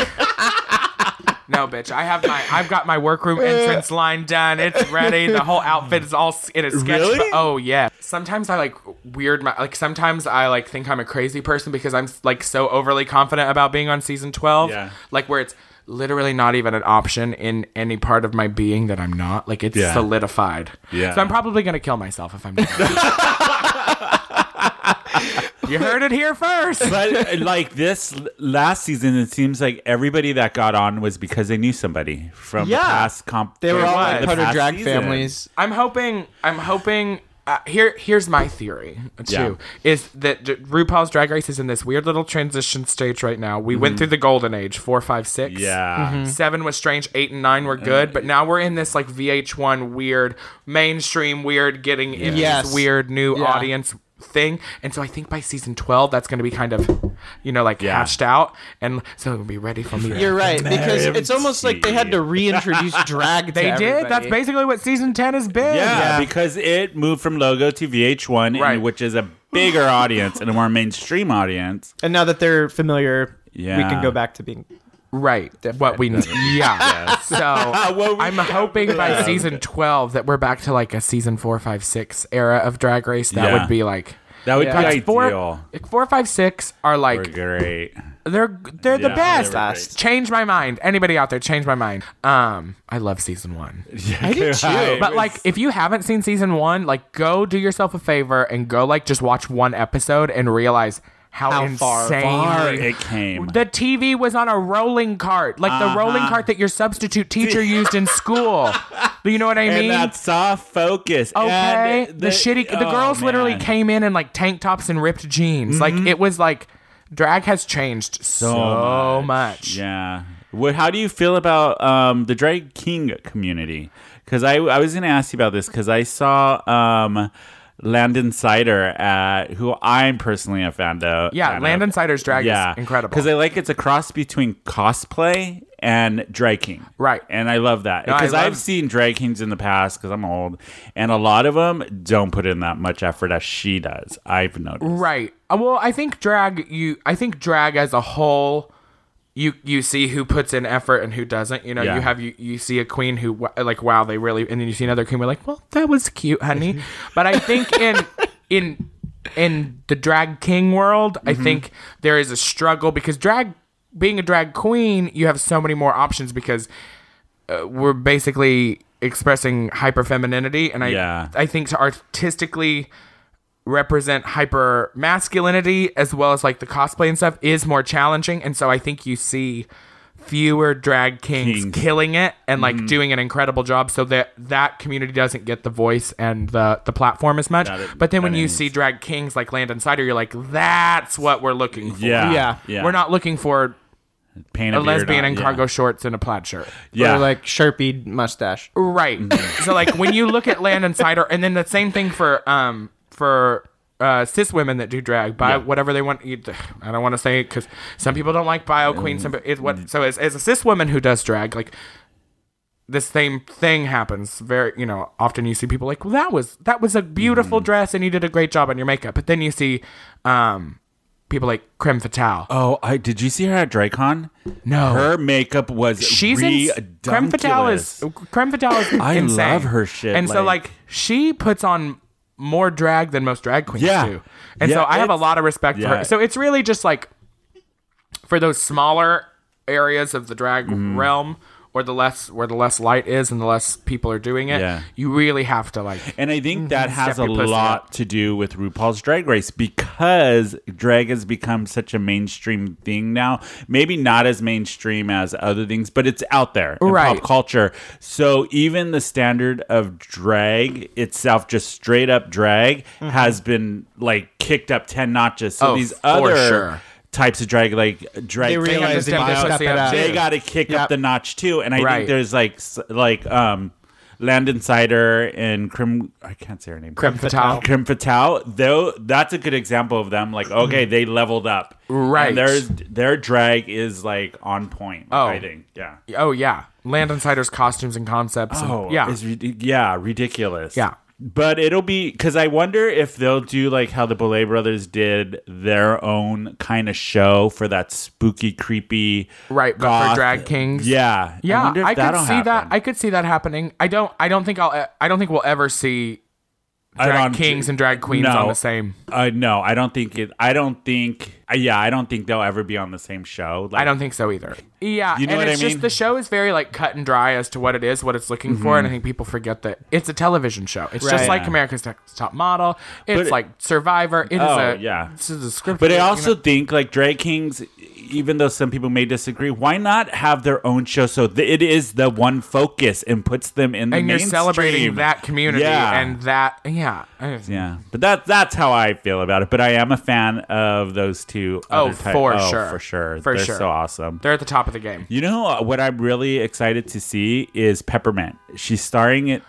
Speaker 3: no, bitch. I have my I've got my workroom entrance line done. It's ready. The whole outfit is all s- in a sketch.
Speaker 1: Really?
Speaker 3: Oh yeah. Sometimes I like weird my like sometimes I like think I'm a crazy person because I'm like so overly confident about being on season 12.
Speaker 1: Yeah.
Speaker 3: Like where it's literally not even an option in any part of my being that I'm not. Like it's
Speaker 1: Yeah.
Speaker 3: solidified.
Speaker 1: Yeah.
Speaker 3: So I'm probably going to kill myself if I'm not. you heard it here first.
Speaker 1: but uh, like this l- last season, it seems like everybody that got on was because they knew somebody from
Speaker 2: Yeah.
Speaker 1: the past comp.
Speaker 2: They were
Speaker 1: the
Speaker 2: all like part of
Speaker 1: past
Speaker 2: drag
Speaker 1: season.
Speaker 2: families.
Speaker 3: I'm hoping. I'm hoping. Uh, here, here's my theory too: is that d- RuPaul's Drag Race is in this weird little transition stage right now. We went through the golden age, four, five, six.
Speaker 1: Mm-hmm. Yeah.
Speaker 3: Seven was strange. Eight and nine were good, but now we're in this like VH1 weird, mainstream weird, getting into
Speaker 2: Yes.
Speaker 3: this weird new
Speaker 2: Yeah.
Speaker 3: audience thing. And so I think by season twelve, that's going to be kind of, you know, like
Speaker 1: Yeah.
Speaker 3: hatched out, and so it'll be ready for me.
Speaker 2: You're right. Because
Speaker 1: Miriam
Speaker 2: it's almost like they had to reintroduce drag to
Speaker 3: They did. That's
Speaker 2: everybody.
Speaker 3: basically what season ten has been.
Speaker 1: Yeah,
Speaker 2: Yeah.
Speaker 1: because it moved from Logo to VH1,
Speaker 3: Right.
Speaker 1: and, which is a bigger audience and a more mainstream audience.
Speaker 2: And now that they're familiar, we
Speaker 1: Yeah.
Speaker 2: can go back to being.
Speaker 3: Right. What we need. Yeah. So
Speaker 1: What we-
Speaker 3: I'm hoping by season 12 that we're back to like a season four, five, six era of Drag Race. That
Speaker 1: Yeah.
Speaker 3: would be like.
Speaker 1: That would
Speaker 2: Yeah.
Speaker 1: be
Speaker 3: That's
Speaker 1: ideal.
Speaker 3: four, like, four, five, six are
Speaker 1: We're
Speaker 3: like
Speaker 1: great.
Speaker 3: they're they're
Speaker 1: Yeah,
Speaker 3: the best.
Speaker 1: they were great.
Speaker 3: Change my mind. Anybody out there, change my mind. Um, I love season one.
Speaker 1: I
Speaker 2: do too.
Speaker 3: But like, if you haven't seen season one, like, go do yourself a favor and go like just watch one episode and realize how,
Speaker 2: How far-
Speaker 3: insane
Speaker 1: far it came.
Speaker 3: The TV was on a rolling cart, like the rolling cart that your substitute teacher used in school. Do you know what I
Speaker 1: and
Speaker 3: mean?
Speaker 1: that soft focus.
Speaker 3: okay.
Speaker 1: and
Speaker 3: the, shitty. The
Speaker 1: oh,
Speaker 3: girls literally
Speaker 1: man.
Speaker 3: came in in like tank tops and ripped jeans. Like it was like drag has changed so, much.
Speaker 1: Yeah. What? How do you feel about um, the drag king community? Because I I was gonna ask you about this because I saw um, Landon Sider at who I'm personally a fan of.
Speaker 3: Yeah,
Speaker 1: fan of.
Speaker 3: Landon Sider's drag is incredible.
Speaker 1: Because I like it's a cross between cosplay and drag king.
Speaker 3: Right.
Speaker 1: And I love that.
Speaker 3: I
Speaker 1: Because
Speaker 3: love-
Speaker 1: I've seen drag kings in the past because I'm old. And a lot of them don't put in that much effort as she does. I've noticed.
Speaker 3: Right. Uh, Well, I think drag you I think drag as a whole you you see who puts in effort and who doesn't. You know,
Speaker 1: Yeah.
Speaker 3: you have you, you see a queen who wa- like wow, they really and then you see another queen we're like, "Well, that was cute, honey." but I think in in in the drag king world, I think there is a struggle because drag being a drag queen, you have so many more options because uh, we're basically expressing hyper femininity and I
Speaker 1: Yeah.
Speaker 3: I think to artistically represent hyper masculinity as well as like the cosplay and stuff is more challenging and so i think you see fewer drag kings
Speaker 1: Kings. Mm-hmm.
Speaker 3: killing it and like doing an incredible job so that that community doesn't get the voice and the the platform as much
Speaker 1: Got it.
Speaker 3: but then when
Speaker 1: That
Speaker 3: you
Speaker 1: is-
Speaker 3: see drag kings like landon cider you're like that's what we're looking for
Speaker 1: Yeah.
Speaker 2: Yeah.
Speaker 1: yeah.
Speaker 3: we're not looking for
Speaker 1: Paint
Speaker 3: a
Speaker 1: beard
Speaker 3: lesbian
Speaker 1: on-
Speaker 3: in
Speaker 1: yeah.
Speaker 3: cargo shorts and a plaid shirt
Speaker 1: Yeah.
Speaker 2: Or like Sharpie mustache.
Speaker 3: Right. so like when you look at Landon Sider, and then the same thing for um for uh, cis women that do drag buy whatever they want. You- I don't want to say because some people don't like bio queen. Some it's what so as as a cis woman who does drag like. The same thing happens very, you know. Often you see people like, "Well, that was that was a beautiful dress, and you did a great job on your makeup." But then you see, um, people like Creme Fatale.
Speaker 1: Oh, I did you see her at DragCon?
Speaker 3: No.
Speaker 1: her makeup was
Speaker 3: Oh. she's in creme fatale is creme fatale is
Speaker 1: I
Speaker 3: insane.
Speaker 1: love her shit,
Speaker 3: and so
Speaker 1: like-
Speaker 3: like she puts on more drag than most drag queens
Speaker 1: Yeah.
Speaker 3: do and so
Speaker 1: Yeah,
Speaker 3: i have a
Speaker 1: it's-
Speaker 3: lot of respect for
Speaker 1: yeah.
Speaker 3: her so it's
Speaker 1: Mm-hmm.
Speaker 3: really just like for those smaller areas of the drag realm or the less where the less light is and the less people are doing it,
Speaker 1: Yeah.
Speaker 3: you really have to like
Speaker 1: And I think that has a
Speaker 3: Step your pussy
Speaker 1: lot to do with RuPaul's Drag Race because drag has become such a mainstream thing now. Maybe not as mainstream as other things, but it's out there in
Speaker 3: Right.
Speaker 1: pop culture. So even the standard of drag itself, just straight up drag, has been like kicked up 10 notches. So
Speaker 3: Mm-hmm. Oh,
Speaker 1: these
Speaker 3: for
Speaker 1: other
Speaker 3: sure.
Speaker 1: types of drag, like drag
Speaker 2: They
Speaker 1: queens,
Speaker 2: realize they
Speaker 3: step
Speaker 2: need
Speaker 3: their
Speaker 2: to step
Speaker 3: pussy
Speaker 2: it
Speaker 3: up
Speaker 2: up.
Speaker 3: too.
Speaker 1: they got to kick
Speaker 2: Yep.
Speaker 1: up the notch too. And I
Speaker 3: Right.
Speaker 1: think there's like s- like um Landon Cider and Crim I can't say her name.
Speaker 3: Creme Fatale.
Speaker 1: Crim Fatale, though that's a good example of them like okay, they leveled up.
Speaker 3: Right.
Speaker 1: And their their drag is like on point,
Speaker 3: Oh.
Speaker 1: I think. Yeah.
Speaker 3: Oh yeah, Landon Sider's costumes and concepts. and-
Speaker 1: Oh,
Speaker 3: yeah,
Speaker 1: It's, rid- yeah, ridiculous.
Speaker 3: Yeah.
Speaker 1: But it'll be because I wonder if they'll do like how the Belay Brothers did their own kind of show for that spooky, creepy,
Speaker 3: Right, but for drag kings.
Speaker 1: Yeah,
Speaker 3: yeah.
Speaker 1: wonder if
Speaker 3: I, could
Speaker 1: that'll
Speaker 3: see that.
Speaker 1: happen.
Speaker 3: I could see that happening. I don't. I don't think I'll. I don't think we'll ever see
Speaker 1: I
Speaker 3: drag
Speaker 1: don't-
Speaker 3: kings and drag queens
Speaker 1: No.
Speaker 3: on the same.
Speaker 1: Uh, no, I don't think it. I don't think. Uh, yeah, I don't think they'll ever be on the same show. Like,
Speaker 3: I don't think so either. Yeah,
Speaker 1: You know
Speaker 3: and
Speaker 1: what I
Speaker 3: it's
Speaker 1: mean?
Speaker 3: just the show is very like cut and dry as to what it is, what it's looking for, and I think people forget that it's a television show. It's just
Speaker 2: Right.
Speaker 3: like
Speaker 1: Mm-hmm. Yeah.
Speaker 3: America's Next Top Model. It's
Speaker 1: But it-
Speaker 3: like Survivor. It is
Speaker 1: Oh,
Speaker 3: a
Speaker 1: yeah.
Speaker 3: This is a script.
Speaker 1: But I also think like drag kings. Even though some people may disagree, why not have their own show so th- it is the one focus and puts them in the
Speaker 3: and you're
Speaker 1: mainstream?
Speaker 3: celebrating that community
Speaker 1: Yeah.
Speaker 3: and that yeah
Speaker 1: Yeah, but that that's how I feel about it. But I am a fan of those two.
Speaker 3: Oh,
Speaker 1: other type-
Speaker 3: for
Speaker 1: oh,
Speaker 3: sure.
Speaker 1: for sure,
Speaker 3: For
Speaker 1: they're
Speaker 3: sure.
Speaker 1: so awesome.
Speaker 3: They're at the top of the game.
Speaker 1: You know uh, what I'm really excited to see is Peppermint. She's starring it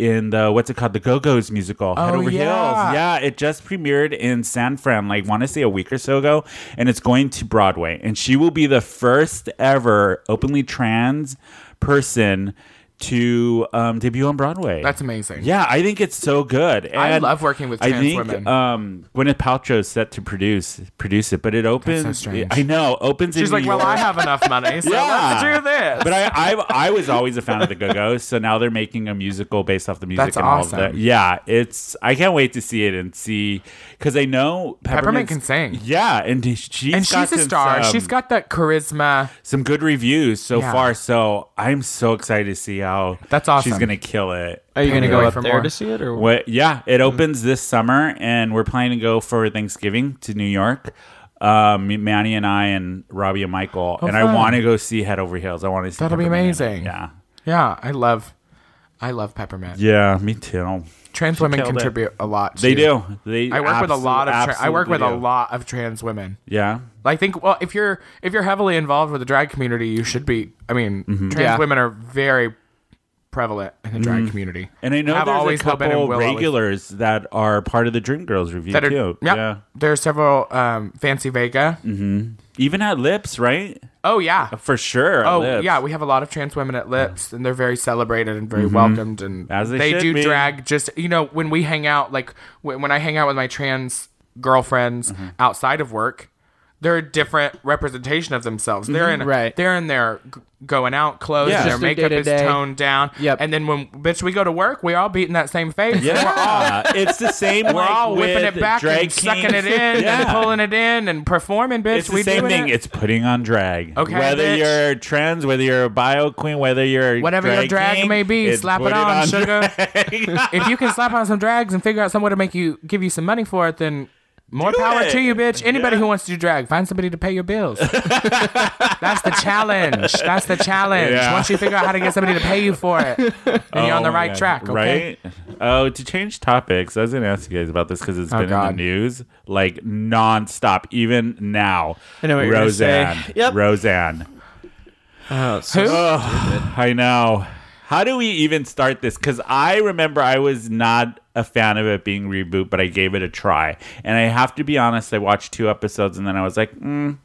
Speaker 1: in the what's it called, the Go Go's musical, Head
Speaker 3: Oh,
Speaker 1: Over
Speaker 3: yeah.
Speaker 1: Heels. Yeah, it just premiered in San Fran, like want to say a week or so ago, and it's going to Broadway. And she will be the first ever openly trans person to um, debut on Broadway.
Speaker 3: That's amazing.
Speaker 1: Yeah, I think it's so good. And
Speaker 3: I love working with
Speaker 1: I
Speaker 3: trans
Speaker 1: think
Speaker 3: women.
Speaker 1: um, Gwyneth Paltrow is set to produce produce it, but it opens.
Speaker 3: strange.
Speaker 1: I know opens.
Speaker 3: She's
Speaker 1: in
Speaker 3: like,
Speaker 1: New
Speaker 3: well,
Speaker 1: York.
Speaker 3: I have enough money, so let's
Speaker 1: Yeah.
Speaker 3: do this.
Speaker 1: But I, I I was always a fan of the Go Go's, so now they're making a musical based off the music.
Speaker 3: That's
Speaker 1: and all of
Speaker 3: awesome.
Speaker 1: that. Yeah, it's I can't wait to see it and see because I know
Speaker 3: Peppermint
Speaker 1: Peppermint's-
Speaker 3: can sing.
Speaker 1: Yeah, and she's
Speaker 3: and she's
Speaker 1: got
Speaker 3: a
Speaker 1: some-
Speaker 3: star.
Speaker 1: Some,
Speaker 3: she's got that charisma.
Speaker 1: some good reviews so
Speaker 3: Yeah.
Speaker 1: far. So I'm so excited to see how
Speaker 3: That's awesome.
Speaker 1: She's gonna kill it.
Speaker 2: Are you
Speaker 3: Can't
Speaker 2: going to
Speaker 3: wait
Speaker 2: go up
Speaker 3: for
Speaker 2: there
Speaker 3: more.
Speaker 2: to see it or what?
Speaker 1: What? Yeah,
Speaker 3: Mm-hmm.
Speaker 1: it opens this summer, and we're planning to go for Thanksgiving to New York. Um, Manny and I and Robbie and Michael, and I
Speaker 3: Oh, fun.
Speaker 1: want to go see Head Over Heels. I want to see.
Speaker 3: That'll be
Speaker 1: Peppermint in it.
Speaker 3: amazing.
Speaker 1: Yeah.
Speaker 3: Yeah, I love, I love Peppermint.
Speaker 1: Yeah, me too.
Speaker 3: Trans women
Speaker 1: killed it.
Speaker 3: contribute a lot.
Speaker 1: They
Speaker 3: to-
Speaker 1: do. They.
Speaker 3: I work with a
Speaker 1: absol-
Speaker 3: lot of. Tra- I work with a
Speaker 1: absolutely do.
Speaker 3: lot of trans women.
Speaker 1: Yeah.
Speaker 3: I think. Well, if you're if you're heavily involved with the drag community, you should be. I mean,
Speaker 1: Mm-hmm.
Speaker 3: trans
Speaker 2: Yeah.
Speaker 3: women are very prevalent in the drag community.
Speaker 1: And I know
Speaker 3: Have
Speaker 1: there's
Speaker 3: always
Speaker 1: a
Speaker 3: have been and
Speaker 1: couple
Speaker 3: will always-
Speaker 1: regulars that are part of the Dream Girls review
Speaker 3: that are.
Speaker 1: too.
Speaker 3: yeah,
Speaker 1: Yeah. Mm.
Speaker 3: there are several. Um, Fancy Vega.
Speaker 1: Even at Lips, right?
Speaker 3: Oh yeah.
Speaker 1: For sure. at
Speaker 3: Oh
Speaker 1: Lips.
Speaker 3: yeah, we have a lot of trans women at Lips, and they're very celebrated and very welcomed, and
Speaker 1: Mm-hmm. As they should
Speaker 3: do
Speaker 1: be.
Speaker 3: drag. Just you know, when we hang out, like when, when I hang out with my trans girlfriends
Speaker 1: Mm-hmm.
Speaker 3: outside of work, they're a different representation of themselves. They're in
Speaker 2: Right.
Speaker 3: They're in their g- going out
Speaker 1: Mm-hmm.
Speaker 3: clothes.
Speaker 1: Yeah.
Speaker 3: Their
Speaker 1: Just
Speaker 2: their
Speaker 3: makeup is
Speaker 2: day-to-day.
Speaker 3: toned down.
Speaker 2: Yep.
Speaker 3: And then when bitch, we go to work, we're all beating that same face.
Speaker 1: Yeah.
Speaker 3: and We're all
Speaker 1: it's the same.
Speaker 3: we're all whipping it back
Speaker 1: drag
Speaker 3: and sucking
Speaker 1: kings.
Speaker 3: it in and
Speaker 1: Yeah.
Speaker 3: pulling it in and performing, bitch.
Speaker 1: It's the
Speaker 3: we
Speaker 1: same
Speaker 3: doing
Speaker 1: thing.
Speaker 3: It.
Speaker 1: It's putting on drag.
Speaker 3: Okay,
Speaker 1: Whether
Speaker 3: bitch.
Speaker 1: you're trans, whether you're a bio queen, whether you're
Speaker 3: Whatever
Speaker 1: drag
Speaker 3: your drag
Speaker 1: king,
Speaker 3: may be,
Speaker 1: it's
Speaker 3: slap it
Speaker 1: put
Speaker 3: on, sugar.
Speaker 1: drag.
Speaker 3: if you can slap on some drags and figure out some way to make you give you some money for it, then more
Speaker 1: Do
Speaker 3: power
Speaker 1: it.
Speaker 3: to you, bitch. Anybody
Speaker 1: Yeah.
Speaker 3: who wants to do drag, find somebody to pay your bills. That's the challenge. That's the challenge.
Speaker 1: Yeah.
Speaker 3: Once you figure out how to get somebody to pay you for it, then you're on
Speaker 1: Oh
Speaker 3: the
Speaker 1: my
Speaker 3: right
Speaker 1: God.
Speaker 3: track. Okay?
Speaker 1: Right? Oh, to change topics, I was going to ask you guys about this because
Speaker 2: Oh,
Speaker 1: it's been in
Speaker 3: God.
Speaker 1: the news like nonstop, even now.
Speaker 2: I know what you're gonna say.
Speaker 1: Roseanne.
Speaker 2: Yep.
Speaker 1: Roseanne.
Speaker 2: Oh,
Speaker 3: Who?
Speaker 2: so
Speaker 1: I know. How do we even start this? Because I remember I was not a fan of it being reboot, but I gave it a try. And I have to be honest, I watched two episodes and then I was like, mm,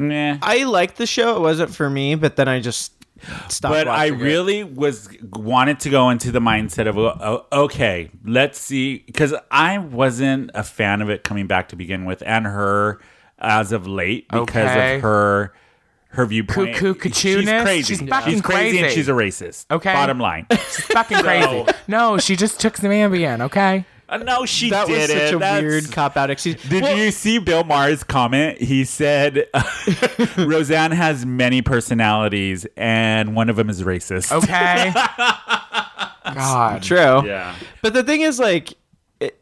Speaker 1: nah.
Speaker 2: I liked the show. It wasn't for me, but then I just stopped.
Speaker 1: but I
Speaker 2: watching it.
Speaker 1: really was wanted to go into the mindset of oh, okay, let's see, because I wasn't a fan of it coming back to begin with, and her as of late because
Speaker 3: Okay.
Speaker 1: of her her viewpoint.
Speaker 3: Cuckoo
Speaker 1: she's
Speaker 3: cuckoo-ness?
Speaker 1: crazy.
Speaker 3: She's fucking
Speaker 1: crazy, and
Speaker 3: crazy.
Speaker 1: she's a racist.
Speaker 3: Okay.
Speaker 1: Bottom line.
Speaker 3: Fucking crazy. No, she just took some Ambien. Okay.
Speaker 1: Uh, no, she
Speaker 2: That
Speaker 1: did
Speaker 2: was such
Speaker 1: it.
Speaker 2: a
Speaker 1: That's-
Speaker 2: weird cop out excuse.
Speaker 1: Did
Speaker 2: Well,
Speaker 1: you see Bill Maher's comment? He said Roseanne has many personalities, and one of them is racist.
Speaker 3: Okay. God.
Speaker 2: True.
Speaker 1: Yeah.
Speaker 2: But the thing is, like, it,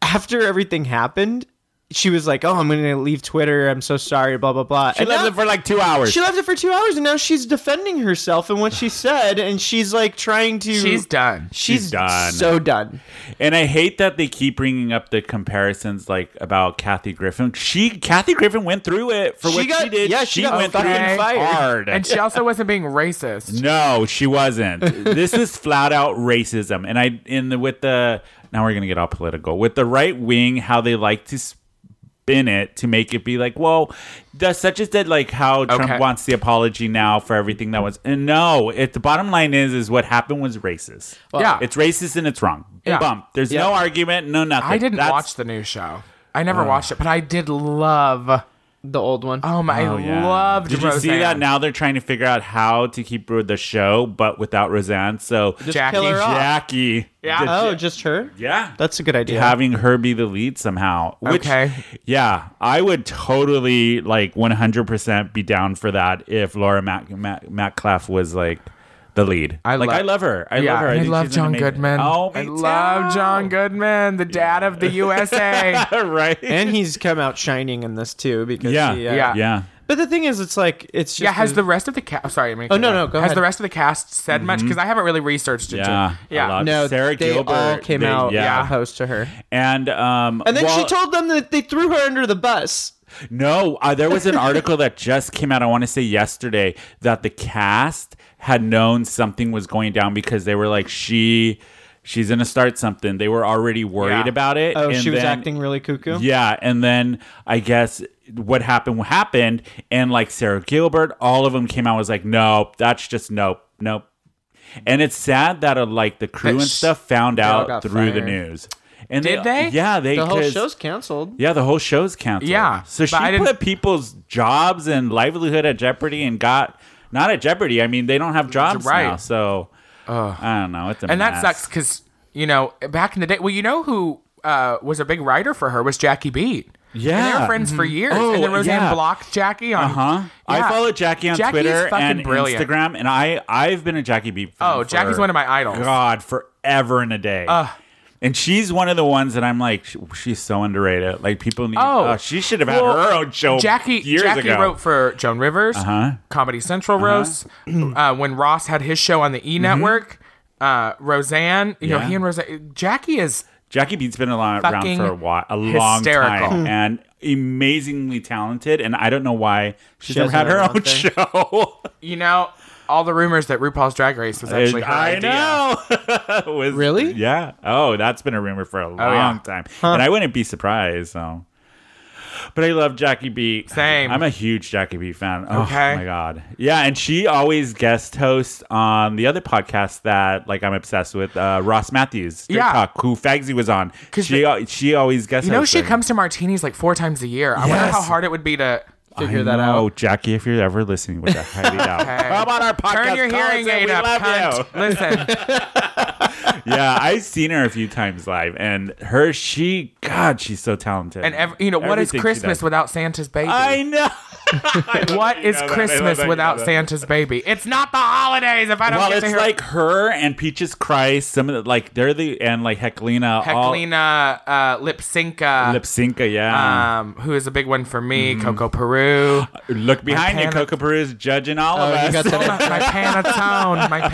Speaker 2: after everything happened, she was like, "Oh, I'm gonna leave Twitter. I'm so sorry." Blah blah blah.
Speaker 1: She left it for like two hours.
Speaker 2: she left it for two hours, and now she's defending herself and what she said, and she's like trying to.
Speaker 3: She's done.
Speaker 2: She's,
Speaker 1: She's done.
Speaker 2: So done.
Speaker 1: And I hate that they keep bringing up the comparisons, like about Kathy Griffin. She, Kathy Griffin, went through it for
Speaker 2: She
Speaker 1: what
Speaker 2: got-
Speaker 1: she did.
Speaker 2: yeah, she got
Speaker 1: went
Speaker 2: fucking
Speaker 1: through it
Speaker 2: fired.
Speaker 1: hard.
Speaker 3: And she also wasn't being racist.
Speaker 1: no, she wasn't. this is flat out racism. And I, in the with the now we're gonna get all political with the right wing, how they like to. spin it to make it be like, well, the, such as that, like how
Speaker 3: Okay.
Speaker 1: Trump wants the apology now for everything that was. And no, it the bottom line is, is what happened was racist.
Speaker 3: Yeah.
Speaker 1: It's racist and it's wrong.
Speaker 3: Yeah.
Speaker 1: Bump. There's no argument, no nothing.
Speaker 3: I didn't
Speaker 1: That's-
Speaker 3: watch the new show. I never watched it, but I did love.
Speaker 2: The old one.
Speaker 3: Um, I
Speaker 1: Oh, yeah.
Speaker 3: loved.
Speaker 1: Did you see
Speaker 3: Roseanne.
Speaker 1: that? Now they're trying to figure out how to keep the show, but without Roseanne. So
Speaker 3: Jackie.
Speaker 2: kill her off.
Speaker 1: Jackie,
Speaker 3: Yeah.
Speaker 1: did-
Speaker 2: oh, just her.
Speaker 1: yeah,
Speaker 2: That's a good idea.
Speaker 1: having her be the lead somehow. Which,
Speaker 3: Okay.
Speaker 1: yeah, I would totally like 100 percent be down for that if Laura Mac Mac, Mac Claff was like the lead.
Speaker 3: I
Speaker 1: like
Speaker 3: love-
Speaker 1: I love her. I
Speaker 3: yeah,
Speaker 1: love her. I,
Speaker 3: I,
Speaker 1: think
Speaker 3: love
Speaker 1: she's an
Speaker 3: John
Speaker 1: amazing-
Speaker 3: Goodman.
Speaker 1: Oh,
Speaker 3: I
Speaker 1: me
Speaker 3: love
Speaker 1: too.
Speaker 3: John Goodman, the dad of the USA.
Speaker 1: right?
Speaker 2: and he's come out shining in this too because
Speaker 1: yeah,
Speaker 2: he, uh,
Speaker 1: yeah, yeah.
Speaker 2: But the thing is, it's like it's just
Speaker 3: yeah, has
Speaker 2: a-
Speaker 3: the rest of the cast? Sorry, I mean,
Speaker 2: Oh, no, no, go
Speaker 3: Has
Speaker 2: ahead.
Speaker 3: the rest of the cast said much? Because I haven't really researched it.
Speaker 1: Mm-hmm. Yeah,
Speaker 3: too.
Speaker 1: a
Speaker 3: yeah.
Speaker 1: lot.
Speaker 2: no
Speaker 1: Sarah
Speaker 2: they
Speaker 1: Gilbert,
Speaker 2: all came
Speaker 1: they-
Speaker 2: out
Speaker 1: yeah.
Speaker 2: opposed to her,
Speaker 1: And um,
Speaker 2: and then
Speaker 1: well-
Speaker 2: she told them that they threw her under the bus.
Speaker 1: No, uh, there was an article that just came out. I want to say yesterday that the cast had known something was going down because they were like, she, she's gonna start something. They were already worried
Speaker 3: Yeah.
Speaker 1: about it.
Speaker 2: Oh,
Speaker 1: and
Speaker 2: she was
Speaker 1: then-
Speaker 2: acting really cuckoo.
Speaker 1: Yeah, and then I guess what happened happened, and like Sarah Gilbert, all of them came out and was like, nope, that's just nope, nope. And it's sad that uh, like the crew
Speaker 3: That
Speaker 1: and
Speaker 3: sh-
Speaker 1: stuff found out
Speaker 2: got
Speaker 1: through the
Speaker 2: fired.
Speaker 1: news. And
Speaker 3: Did they?
Speaker 1: Yeah, they
Speaker 2: the whole
Speaker 1: 'cause-
Speaker 2: show's canceled.
Speaker 1: yeah, the whole show's canceled.
Speaker 3: Yeah,
Speaker 1: So
Speaker 3: but
Speaker 1: she
Speaker 3: I didn't-
Speaker 1: put people's jobs and livelihood at jeopardy and got not at jeopardy. I mean, they don't have jobs
Speaker 3: Right.
Speaker 1: now. So I don't know. It's a
Speaker 3: and that
Speaker 1: mess.
Speaker 3: sucks because you know back in the day. Well, you know who uh, was a big writer for her was Jackie Beat. and they
Speaker 1: Yeah.
Speaker 3: were friends for years.
Speaker 1: Oh,
Speaker 3: and then Roseanne
Speaker 1: yeah.
Speaker 3: blocked Jackie on.
Speaker 1: Uh huh. I
Speaker 3: Yeah.
Speaker 1: follow Jackie on
Speaker 3: Jackie is
Speaker 1: Twitter
Speaker 3: fucking
Speaker 1: and
Speaker 3: brilliant.
Speaker 1: Instagram, and I I've been a Jackie B. Fan
Speaker 3: Oh,
Speaker 1: for,
Speaker 3: Jackie's one of my idols.
Speaker 1: God, forever and a day. and she's one of the ones that I'm like, sh- she's so underrated. Like people need.
Speaker 3: Oh.
Speaker 1: Oh, she should have had
Speaker 3: Well,
Speaker 1: her own show.
Speaker 3: Jackie
Speaker 1: years
Speaker 3: Jackie
Speaker 1: ago. Uh-huh.
Speaker 3: wrote for Joan Rivers, Comedy Central roasts. uh, when Ross had his show on the E Network, uh, Roseanne, you know,
Speaker 1: Mm-hmm. Yeah.
Speaker 3: he and Roseanne. Jackie is
Speaker 1: Jackie Beat's been along, around
Speaker 3: Fucking
Speaker 1: for a while, a long
Speaker 3: hysterical.
Speaker 1: time, and amazingly talented. And I don't know why she's
Speaker 2: She
Speaker 1: never had
Speaker 2: hasn't
Speaker 1: her
Speaker 2: had her
Speaker 1: own
Speaker 2: own thing.
Speaker 1: show.
Speaker 3: you know all the rumors that RuPaul's Drag Race was actually her
Speaker 1: I
Speaker 3: idea.
Speaker 1: know. It was-
Speaker 2: Really?
Speaker 1: Yeah. Oh, that's been a rumor for a long
Speaker 3: yeah.
Speaker 1: time, and I wouldn't be surprised. So, but I love Jackie B.
Speaker 3: Same.
Speaker 1: I'm a huge Jackie B fan. Oh
Speaker 3: Okay.
Speaker 1: my god. Yeah, and she always guest hosts on the other podcast that like I'm obsessed with, uh, Ross Matthews, Straight
Speaker 3: Yeah.
Speaker 1: Talk, who Fagsy was on. She
Speaker 3: the-
Speaker 1: al- she always guest.
Speaker 3: You know, she
Speaker 1: hosted.
Speaker 3: comes to martinis like four times a year. I wonder
Speaker 1: Yes.
Speaker 3: how hard it would be to
Speaker 2: Figure
Speaker 1: I
Speaker 2: that
Speaker 1: know,
Speaker 2: out.
Speaker 1: Jackie. If you're ever listening, which I highly doubt. How about our podcast?
Speaker 3: turn your
Speaker 1: Call us
Speaker 3: hearing
Speaker 1: and
Speaker 3: aid
Speaker 1: we
Speaker 3: up.
Speaker 1: love you.
Speaker 3: cunt. Listen,
Speaker 1: yeah, I've seen her a few times live, and her, she, God, she's so talented.
Speaker 3: and ev- you know what is
Speaker 1: Everything she
Speaker 3: Christmas
Speaker 1: does.
Speaker 3: without Santa's baby?
Speaker 1: I know.
Speaker 3: what
Speaker 1: you know that. I
Speaker 3: is
Speaker 1: love
Speaker 3: Christmas
Speaker 1: that you
Speaker 3: without
Speaker 1: know that.
Speaker 3: Santa's baby? It's not the holidays if I don't
Speaker 1: Well,
Speaker 3: get to
Speaker 1: it's
Speaker 3: hear
Speaker 1: like her and Peaches Christ. Some of the like they're the and like Heclina,
Speaker 3: Heclina uh, Lipsinka,
Speaker 1: all, Lipsinka, Mm-hmm. yeah.
Speaker 3: um, who is a big one for me, Coco Peru.
Speaker 1: Look behind you,
Speaker 3: Panath-
Speaker 1: Coco Peru's judging all of
Speaker 2: Oh, you
Speaker 1: us.
Speaker 2: got
Speaker 3: my
Speaker 2: that.
Speaker 3: Panatone, my
Speaker 1: I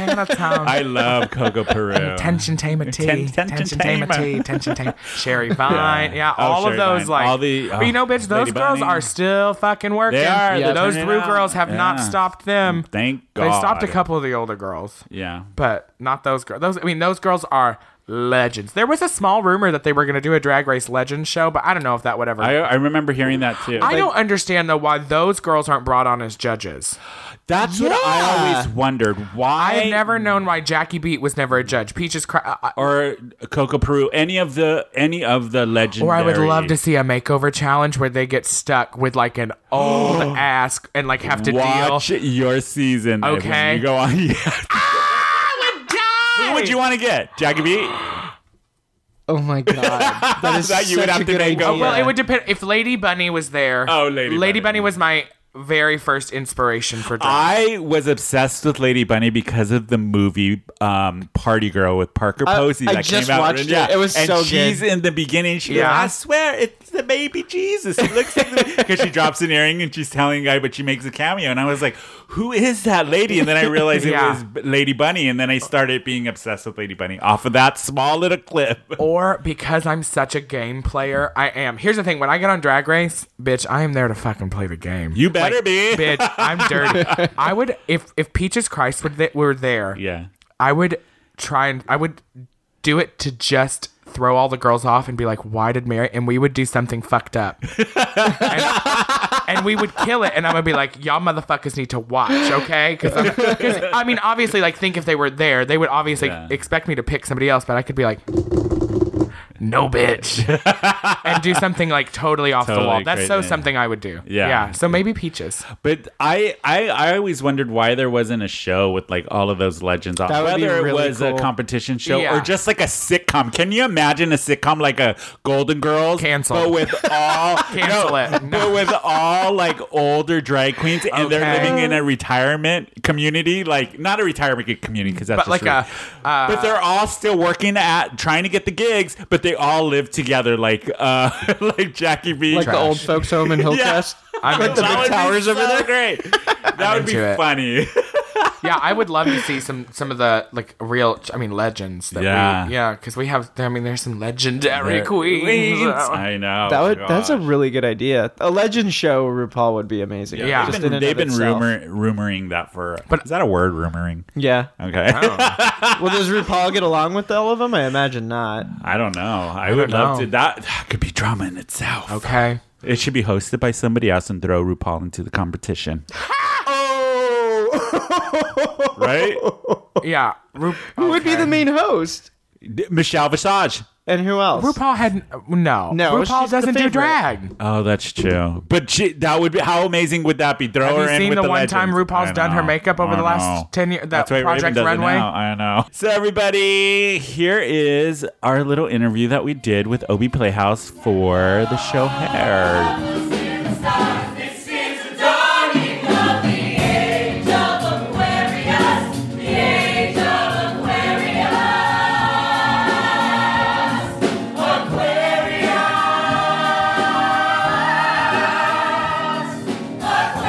Speaker 3: Panatone.
Speaker 1: love Coco Peru.
Speaker 3: Tension Tamer Tea,
Speaker 1: Ten- tension
Speaker 3: Tension Tamer
Speaker 1: tamer.
Speaker 3: Tea, Tension Tamer, Sherry Vine, yeah,
Speaker 1: Oh,
Speaker 3: all
Speaker 1: Sherry
Speaker 3: of those
Speaker 1: Vine.
Speaker 3: like,
Speaker 1: All the-
Speaker 3: but you know,
Speaker 1: oh,
Speaker 3: bitch, those
Speaker 1: Lady
Speaker 3: girls
Speaker 1: Bunny.
Speaker 3: are still fucking working.
Speaker 1: They are.
Speaker 2: Yeah.
Speaker 1: They're
Speaker 3: Those
Speaker 1: turning
Speaker 3: Rue
Speaker 1: out.
Speaker 3: girls have not
Speaker 1: Yeah. Mm,
Speaker 3: stopped them.
Speaker 1: Thank God.
Speaker 3: They stopped a couple of the older girls,
Speaker 1: Yeah.
Speaker 3: but not those girls. Those, I mean, those girls are legends. There was a small rumor that they were going to do a Drag Race Legends show, but I don't know if that would ever.
Speaker 1: I, I remember hearing that too.
Speaker 3: I don't understand though why those girls aren't brought on as judges.
Speaker 1: That's what I
Speaker 2: Yeah.
Speaker 1: always wondered. Why
Speaker 3: I have never known why Jackie Beat was never a judge. Peaches cry. I- I-
Speaker 1: or Coco Peru, any of the any of the legendary.
Speaker 3: Or Oh, I would love to see a makeover challenge where they get stuck with like an old ass and like have to
Speaker 1: watch
Speaker 3: deal.
Speaker 1: your season. and when
Speaker 3: Okay.
Speaker 1: you go on. Yeah.
Speaker 3: Die!
Speaker 1: Who would you want to get, Jackie B?
Speaker 2: Oh my god, that is
Speaker 1: That
Speaker 2: such
Speaker 1: you would have
Speaker 2: a
Speaker 1: to
Speaker 2: good
Speaker 1: make up
Speaker 2: idea.
Speaker 1: for.
Speaker 3: Well, it would depend if Lady Bunny was there.
Speaker 1: Oh, Lady Bunny.
Speaker 3: Bunny. was my very first inspiration for drag.
Speaker 1: I was obsessed with Lady Bunny because of the movie um, Party Girl with Parker Posey
Speaker 2: I
Speaker 1: that
Speaker 2: just
Speaker 1: came out.
Speaker 2: watched it.
Speaker 1: Yeah.
Speaker 2: It was
Speaker 1: and
Speaker 2: so
Speaker 1: she's
Speaker 2: good.
Speaker 1: in the beginning. She,
Speaker 3: Yeah.
Speaker 1: I swear, it's the baby Jesus. He looks because she drops an earring and she's telling a guy, but she makes a cameo. And I was like, who is that lady? And then I realized
Speaker 3: Yeah.
Speaker 1: it was Lady Bunny. And then I started being obsessed with Lady Bunny off of that small little clip.
Speaker 3: or because I'm such a game player, I am. Here's the thing: when I get on Drag Race, bitch, I am there to fucking play the game.
Speaker 1: You better be.
Speaker 3: bitch. I'm dirty. I would if if Peaches Christ were, th- were there.
Speaker 1: Yeah.
Speaker 3: I would try and I would do it to just throw all the girls off and be like, "Why did Mary?" And we would do something fucked up, and, and we would kill it. And I would be like, "Y'all motherfuckers need to watch, okay?" Because I mean, obviously, like think if they were there, they would obviously
Speaker 1: Yeah.
Speaker 3: expect me to pick somebody else, but I could be like. No bitch, and do something like totally off
Speaker 1: Totally
Speaker 3: the wall. That's so
Speaker 1: crazy.
Speaker 3: something I would do.
Speaker 1: Yeah.
Speaker 3: yeah. So maybe peaches.
Speaker 1: But I, I, I always wondered why there wasn't a show with like all of those legends on.
Speaker 2: That would be
Speaker 1: Whether it
Speaker 2: really
Speaker 1: was a
Speaker 2: cool.
Speaker 1: competition show
Speaker 3: Yeah.
Speaker 1: or just like a sitcom. Can you imagine a sitcom like a Golden Girls?
Speaker 3: Cancel.
Speaker 1: But with all
Speaker 3: Cancel
Speaker 1: no,
Speaker 3: it. No.
Speaker 1: But with all like older drag queens and they're
Speaker 3: Okay.
Speaker 1: living in a retirement community, like not a retirement community because that's
Speaker 3: But
Speaker 1: just
Speaker 3: like a, uh,
Speaker 1: rude. but they're all still working at trying to get the gigs, but they all live together like uh like Jackie B.
Speaker 2: like the old folks home in Hillcrest.
Speaker 3: I'm
Speaker 2: Like the
Speaker 1: That
Speaker 2: big
Speaker 1: would be
Speaker 2: towers over
Speaker 1: so
Speaker 2: there.
Speaker 1: Great. That would be
Speaker 3: into it.
Speaker 1: funny.
Speaker 3: yeah, I would love to see some some of the like real. I mean, legends. That
Speaker 1: Yeah.
Speaker 3: we, yeah, because we have. I mean, there's some legendary
Speaker 1: They're
Speaker 3: queens.
Speaker 1: I know.
Speaker 3: Oh
Speaker 2: That would,
Speaker 1: God.
Speaker 2: that's a really good idea. A legend show RuPaul would be amazing.
Speaker 3: Yeah.
Speaker 2: Just
Speaker 1: They've been,
Speaker 2: in and
Speaker 1: they've
Speaker 2: of
Speaker 1: been
Speaker 2: itself.
Speaker 1: rumor, rumoring that for.
Speaker 3: But-
Speaker 1: is that a word? Rumoring.
Speaker 2: Yeah.
Speaker 1: Okay.
Speaker 2: Well, does RuPaul get along with all of them? I imagine not.
Speaker 1: I don't know. I, would
Speaker 3: don't
Speaker 1: love
Speaker 3: know.
Speaker 1: to. That, that could be drama in itself.
Speaker 3: Okay.
Speaker 1: It should be hosted by somebody else and throw RuPaul into the competition.
Speaker 2: Oh,
Speaker 1: Right?
Speaker 3: Yeah. Ru-
Speaker 2: who would be the main host?
Speaker 1: D- Michelle Visage.
Speaker 2: And who else?
Speaker 3: RuPaul had no.
Speaker 2: No,
Speaker 3: RuPaul
Speaker 2: she's the
Speaker 3: doesn't do
Speaker 2: favorite.
Speaker 3: drag.
Speaker 1: Oh, that's true. But she, that would be how amazing would that be? Throw
Speaker 3: Have
Speaker 1: her
Speaker 3: you
Speaker 1: in
Speaker 3: seen
Speaker 1: with
Speaker 3: the, one
Speaker 1: legends.
Speaker 3: time RuPaul's
Speaker 1: I
Speaker 3: done her
Speaker 1: know.
Speaker 3: makeup over
Speaker 1: I
Speaker 3: the last
Speaker 1: know.
Speaker 3: ten years? That
Speaker 1: That's why Raven
Speaker 3: Project
Speaker 1: does it
Speaker 3: Runway.
Speaker 1: now. I know. So everybody, here is our little interview that we did with Obi Playhouse for the show Hair.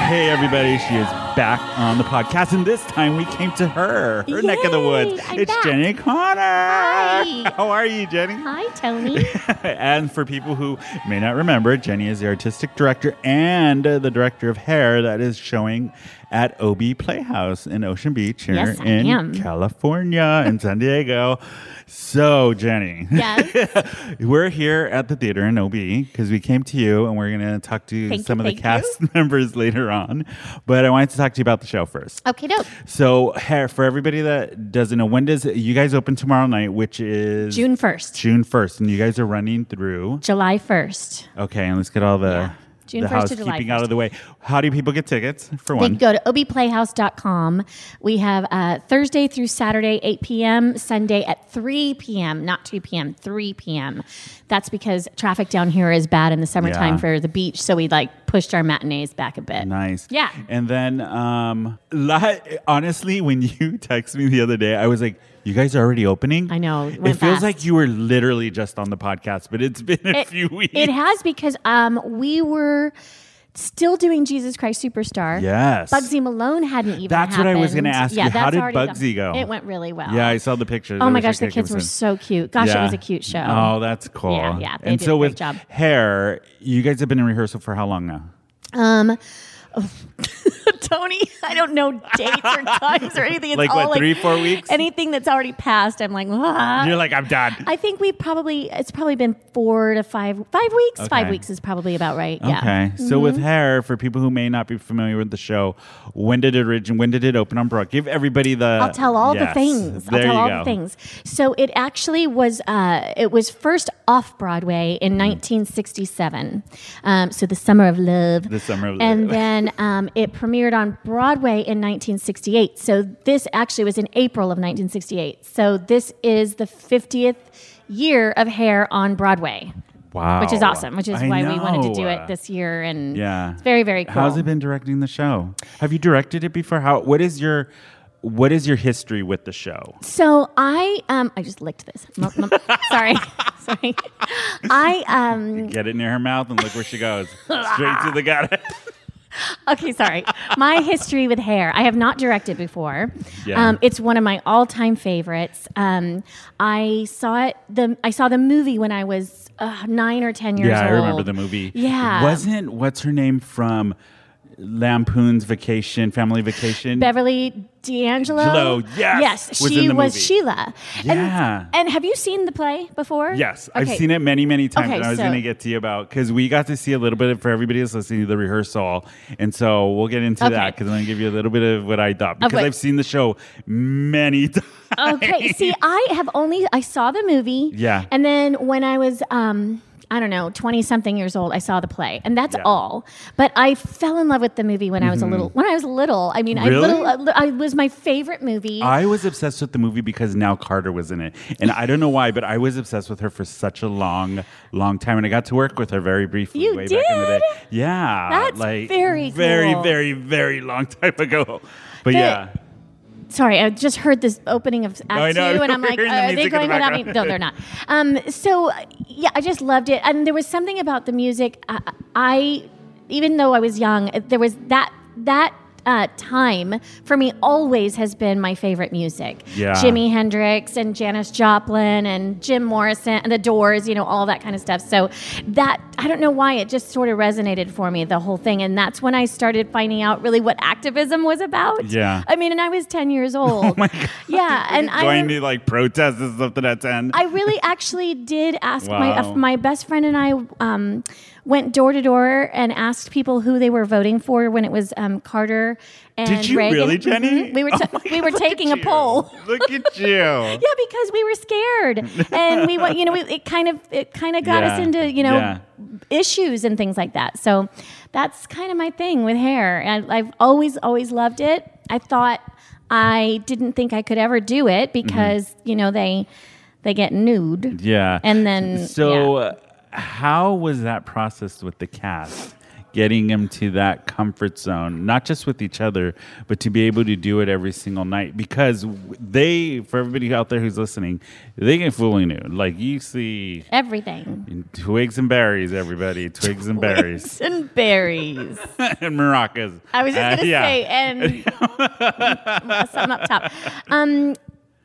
Speaker 1: Hey everybody, she is back on the podcast, and this time we came to her, her neck of the
Speaker 5: Yay,
Speaker 1: woods.
Speaker 5: I'm
Speaker 1: it's
Speaker 5: back.
Speaker 1: Jenny Connor.
Speaker 5: Hi.
Speaker 1: How are you, Jenny?
Speaker 5: Hi, Tony.
Speaker 1: and for people who may not remember, Jenny is the artistic director and uh, the director of Hair that is showing at OB Playhouse in Ocean Beach here
Speaker 5: Yes, I
Speaker 1: in
Speaker 5: am.
Speaker 1: California, in San Diego. So, Jenny.
Speaker 5: Yes.
Speaker 1: We're here at the theater in OB because we came to you and we're going to talk to
Speaker 5: Thank you,
Speaker 1: some of the
Speaker 5: thank
Speaker 1: cast members later on. But I wanted to talk to you about the show first.
Speaker 5: Okay, dope.
Speaker 1: So, hair for everybody that doesn't know, when does you guys open tomorrow night, which is
Speaker 5: June 1st,
Speaker 1: June 1st, and you guys are running through.
Speaker 5: July 1st.
Speaker 1: Okay, and let's get all the,
Speaker 5: June
Speaker 1: the
Speaker 5: 1st to July
Speaker 1: housekeeping out of the way. How do people get tickets for
Speaker 5: They
Speaker 1: one?
Speaker 5: can go to obplayhouse.com. We have uh, Thursday through Saturday, 8 p.m., Sunday at 3 p.m., not 2 p.m., 3 p.m. That's because traffic down here is bad in the summertime
Speaker 1: Yeah.
Speaker 5: for the beach, so we like pushed our matinees back a bit.
Speaker 1: Nice.
Speaker 5: Yeah.
Speaker 1: And then, um, la- honestly, when you text me the other day, I was like, "You guys are already opening."
Speaker 5: I know, it
Speaker 1: It,
Speaker 5: went
Speaker 1: feels
Speaker 5: fast.
Speaker 1: like you were literally just on the podcast, but it's been a
Speaker 5: It-
Speaker 1: few weeks.
Speaker 5: It has because um, we were still doing Jesus Christ Superstar.
Speaker 1: Yes.
Speaker 5: Bugsy Malone hadn't even.
Speaker 1: That's what I was gonna
Speaker 5: happened.
Speaker 1: ask you. How
Speaker 5: that's
Speaker 1: did
Speaker 5: already gone.
Speaker 1: Bugsy go?
Speaker 5: It went really well.
Speaker 1: yeah, I saw the pictures.
Speaker 5: Oh
Speaker 1: I
Speaker 5: my
Speaker 1: wish I
Speaker 5: gosh, the
Speaker 1: could
Speaker 5: kids
Speaker 1: give
Speaker 5: were
Speaker 1: some-
Speaker 5: so cute. Gosh,
Speaker 1: Yeah.
Speaker 5: it was a cute show.
Speaker 1: Oh, that's cool.
Speaker 5: Yeah, yeah, they
Speaker 1: and
Speaker 5: did
Speaker 1: so
Speaker 5: a great
Speaker 1: with
Speaker 5: job.
Speaker 1: hair, you guys have been in rehearsal for how long now?
Speaker 5: Um, oh, Tony, I don't know dates or times or anything. It's
Speaker 1: Like,
Speaker 5: all
Speaker 1: what, three, four weeks?
Speaker 5: Anything that's already passed, I'm like, "Wah."
Speaker 1: You're like, I'm done.
Speaker 5: I think we probably it's probably been four to five five weeks. Five
Speaker 1: Okay.
Speaker 5: weeks is probably about right.
Speaker 1: Okay.
Speaker 5: Yeah. Mm-hmm.
Speaker 1: So with hair, for people who may not be familiar with the show, when did it origin? When did it open on Broad? Give everybody the.
Speaker 5: I'll tell all the
Speaker 1: Yes.
Speaker 5: things. I'll
Speaker 1: There
Speaker 5: tell
Speaker 1: you
Speaker 5: all
Speaker 1: go.
Speaker 5: the things. So it actually was uh, it was first off Broadway
Speaker 1: Hmm.
Speaker 5: in 1967. Um, so the summer of love.
Speaker 1: The Summer of Love.
Speaker 5: And then um, it premiered on Broadway in 1968. So this actually was in April of 1968. So this is the 50th year of Hair on Broadway,
Speaker 1: Wow.
Speaker 5: which is awesome, which is
Speaker 1: I
Speaker 5: why we wanted to do
Speaker 1: know.
Speaker 5: it this year. And
Speaker 1: Yeah.
Speaker 5: it's very, very cool.
Speaker 1: How's it been directing the show? Have you directed it before? How what is your what is your history with the show?
Speaker 5: So I, um, I just licked this. Mum, mum. sorry, sorry. I, um,
Speaker 1: Get it near her mouth and look where she goes. Straight to the gut.
Speaker 5: okay, sorry. My history with hair. I have not directed before.
Speaker 1: Yeah.
Speaker 5: Um, it's one of my all-time favorites. Um, I saw it. The I saw the movie when I was uh, nine or ten years
Speaker 1: yeah,
Speaker 5: old.
Speaker 1: I remember the movie.
Speaker 5: Yeah.
Speaker 1: Wasn't what's her name from Lampoon's Vacation, Family Vacation?
Speaker 5: Beverly D'Angelo.
Speaker 1: D'Angelo, yes,
Speaker 5: Yes,
Speaker 1: was
Speaker 5: she
Speaker 1: in the
Speaker 5: was
Speaker 1: movie.
Speaker 5: Sheila.
Speaker 1: Yeah.
Speaker 5: And, and have you seen the play before?
Speaker 1: Yes, I've seen it many, many times,
Speaker 5: Okay,
Speaker 1: and I was
Speaker 5: so-
Speaker 1: going to get to you about because we got to see a little bit of, for everybody that's listening to the rehearsal, and so we'll get into
Speaker 5: Okay.
Speaker 1: that because I'm going to give you a little bit of what I thought because
Speaker 5: what- Oh.
Speaker 1: I've seen the show many times.
Speaker 5: Okay. See, I have only I saw the movie.
Speaker 1: Yeah.
Speaker 5: And then when I was um I don't know, 20 something years old, I saw the play. And that's
Speaker 1: Yeah. Mm-hmm.
Speaker 5: all. But I fell in love with the movie when I was a little when I was little. I mean,
Speaker 1: Really?
Speaker 5: I little I was my favorite movie.
Speaker 1: I was obsessed with the movie because now Carter was in it, and I don't know why, but I was obsessed with her for such a long, long time, and I got to work with her very briefly
Speaker 5: You
Speaker 1: way back in the day.
Speaker 5: did?
Speaker 1: Yeah,
Speaker 5: That's
Speaker 1: like
Speaker 5: very
Speaker 1: very,
Speaker 5: cool.
Speaker 1: very, very long time ago.
Speaker 5: The-
Speaker 1: But yeah,
Speaker 5: Sorry, I just heard this opening of
Speaker 1: I
Speaker 5: Act
Speaker 1: know.
Speaker 5: Two, and I'm
Speaker 1: We're
Speaker 5: like,
Speaker 1: hearing the
Speaker 5: are they
Speaker 1: music in the
Speaker 5: going without me?
Speaker 1: background.
Speaker 5: No, they're not. Um, so, yeah, I just loved it, and there was something about the music. I, I even though I was young, there was that that. Uh, time for me always has been my favorite music.
Speaker 1: Yeah.
Speaker 5: Jimi Hendrix and Janis Joplin and Jim Morrison and The Doors, you know, all that kind of stuff. So that I don't know why it just sort of resonated for me the whole thing, and that's when I started finding out really what activism was about.
Speaker 1: Yeah.
Speaker 5: I mean, and I was 10 years old. Oh my God. Yeah. And
Speaker 1: going
Speaker 5: I,
Speaker 1: to like protests and something at ten.
Speaker 5: I really actually did ask my,
Speaker 1: Wow.
Speaker 5: uh, my best friend and I um, went door to door and asked people who they were voting for when it was um, Carter and
Speaker 1: Did you
Speaker 5: Reagan.
Speaker 1: really, Jenny?
Speaker 5: Mhm. We were,
Speaker 1: Oh
Speaker 5: ta-
Speaker 1: my
Speaker 5: we were
Speaker 1: God, look
Speaker 5: taking a
Speaker 1: at you.
Speaker 5: poll.
Speaker 1: Look at you.
Speaker 5: Yeah, because we were scared, and we went. You know, we, it kind of it kind of got us
Speaker 1: Yeah.
Speaker 5: into you know
Speaker 1: Yeah.
Speaker 5: issues and things like that. So that's kind of my thing with hair. I, I've always always loved it. I thought I didn't think I could ever do it because you know they they get nude.
Speaker 1: Mm-hmm. Yeah.
Speaker 5: And then-
Speaker 1: so
Speaker 5: yeah.
Speaker 1: uh, how was that processed with the cast? Getting them to that comfort zone, not just with each other, but to be able to do it every single night. Because w- they, for everybody out there who's listening, they get fully new. Like you see
Speaker 5: Everything
Speaker 1: twigs and berries, everybody, twigs and berries,
Speaker 5: and berries.
Speaker 1: and maracas.
Speaker 5: I was just
Speaker 1: Uh,
Speaker 5: gonna
Speaker 1: yeah.
Speaker 5: say eh, and something up top. Um,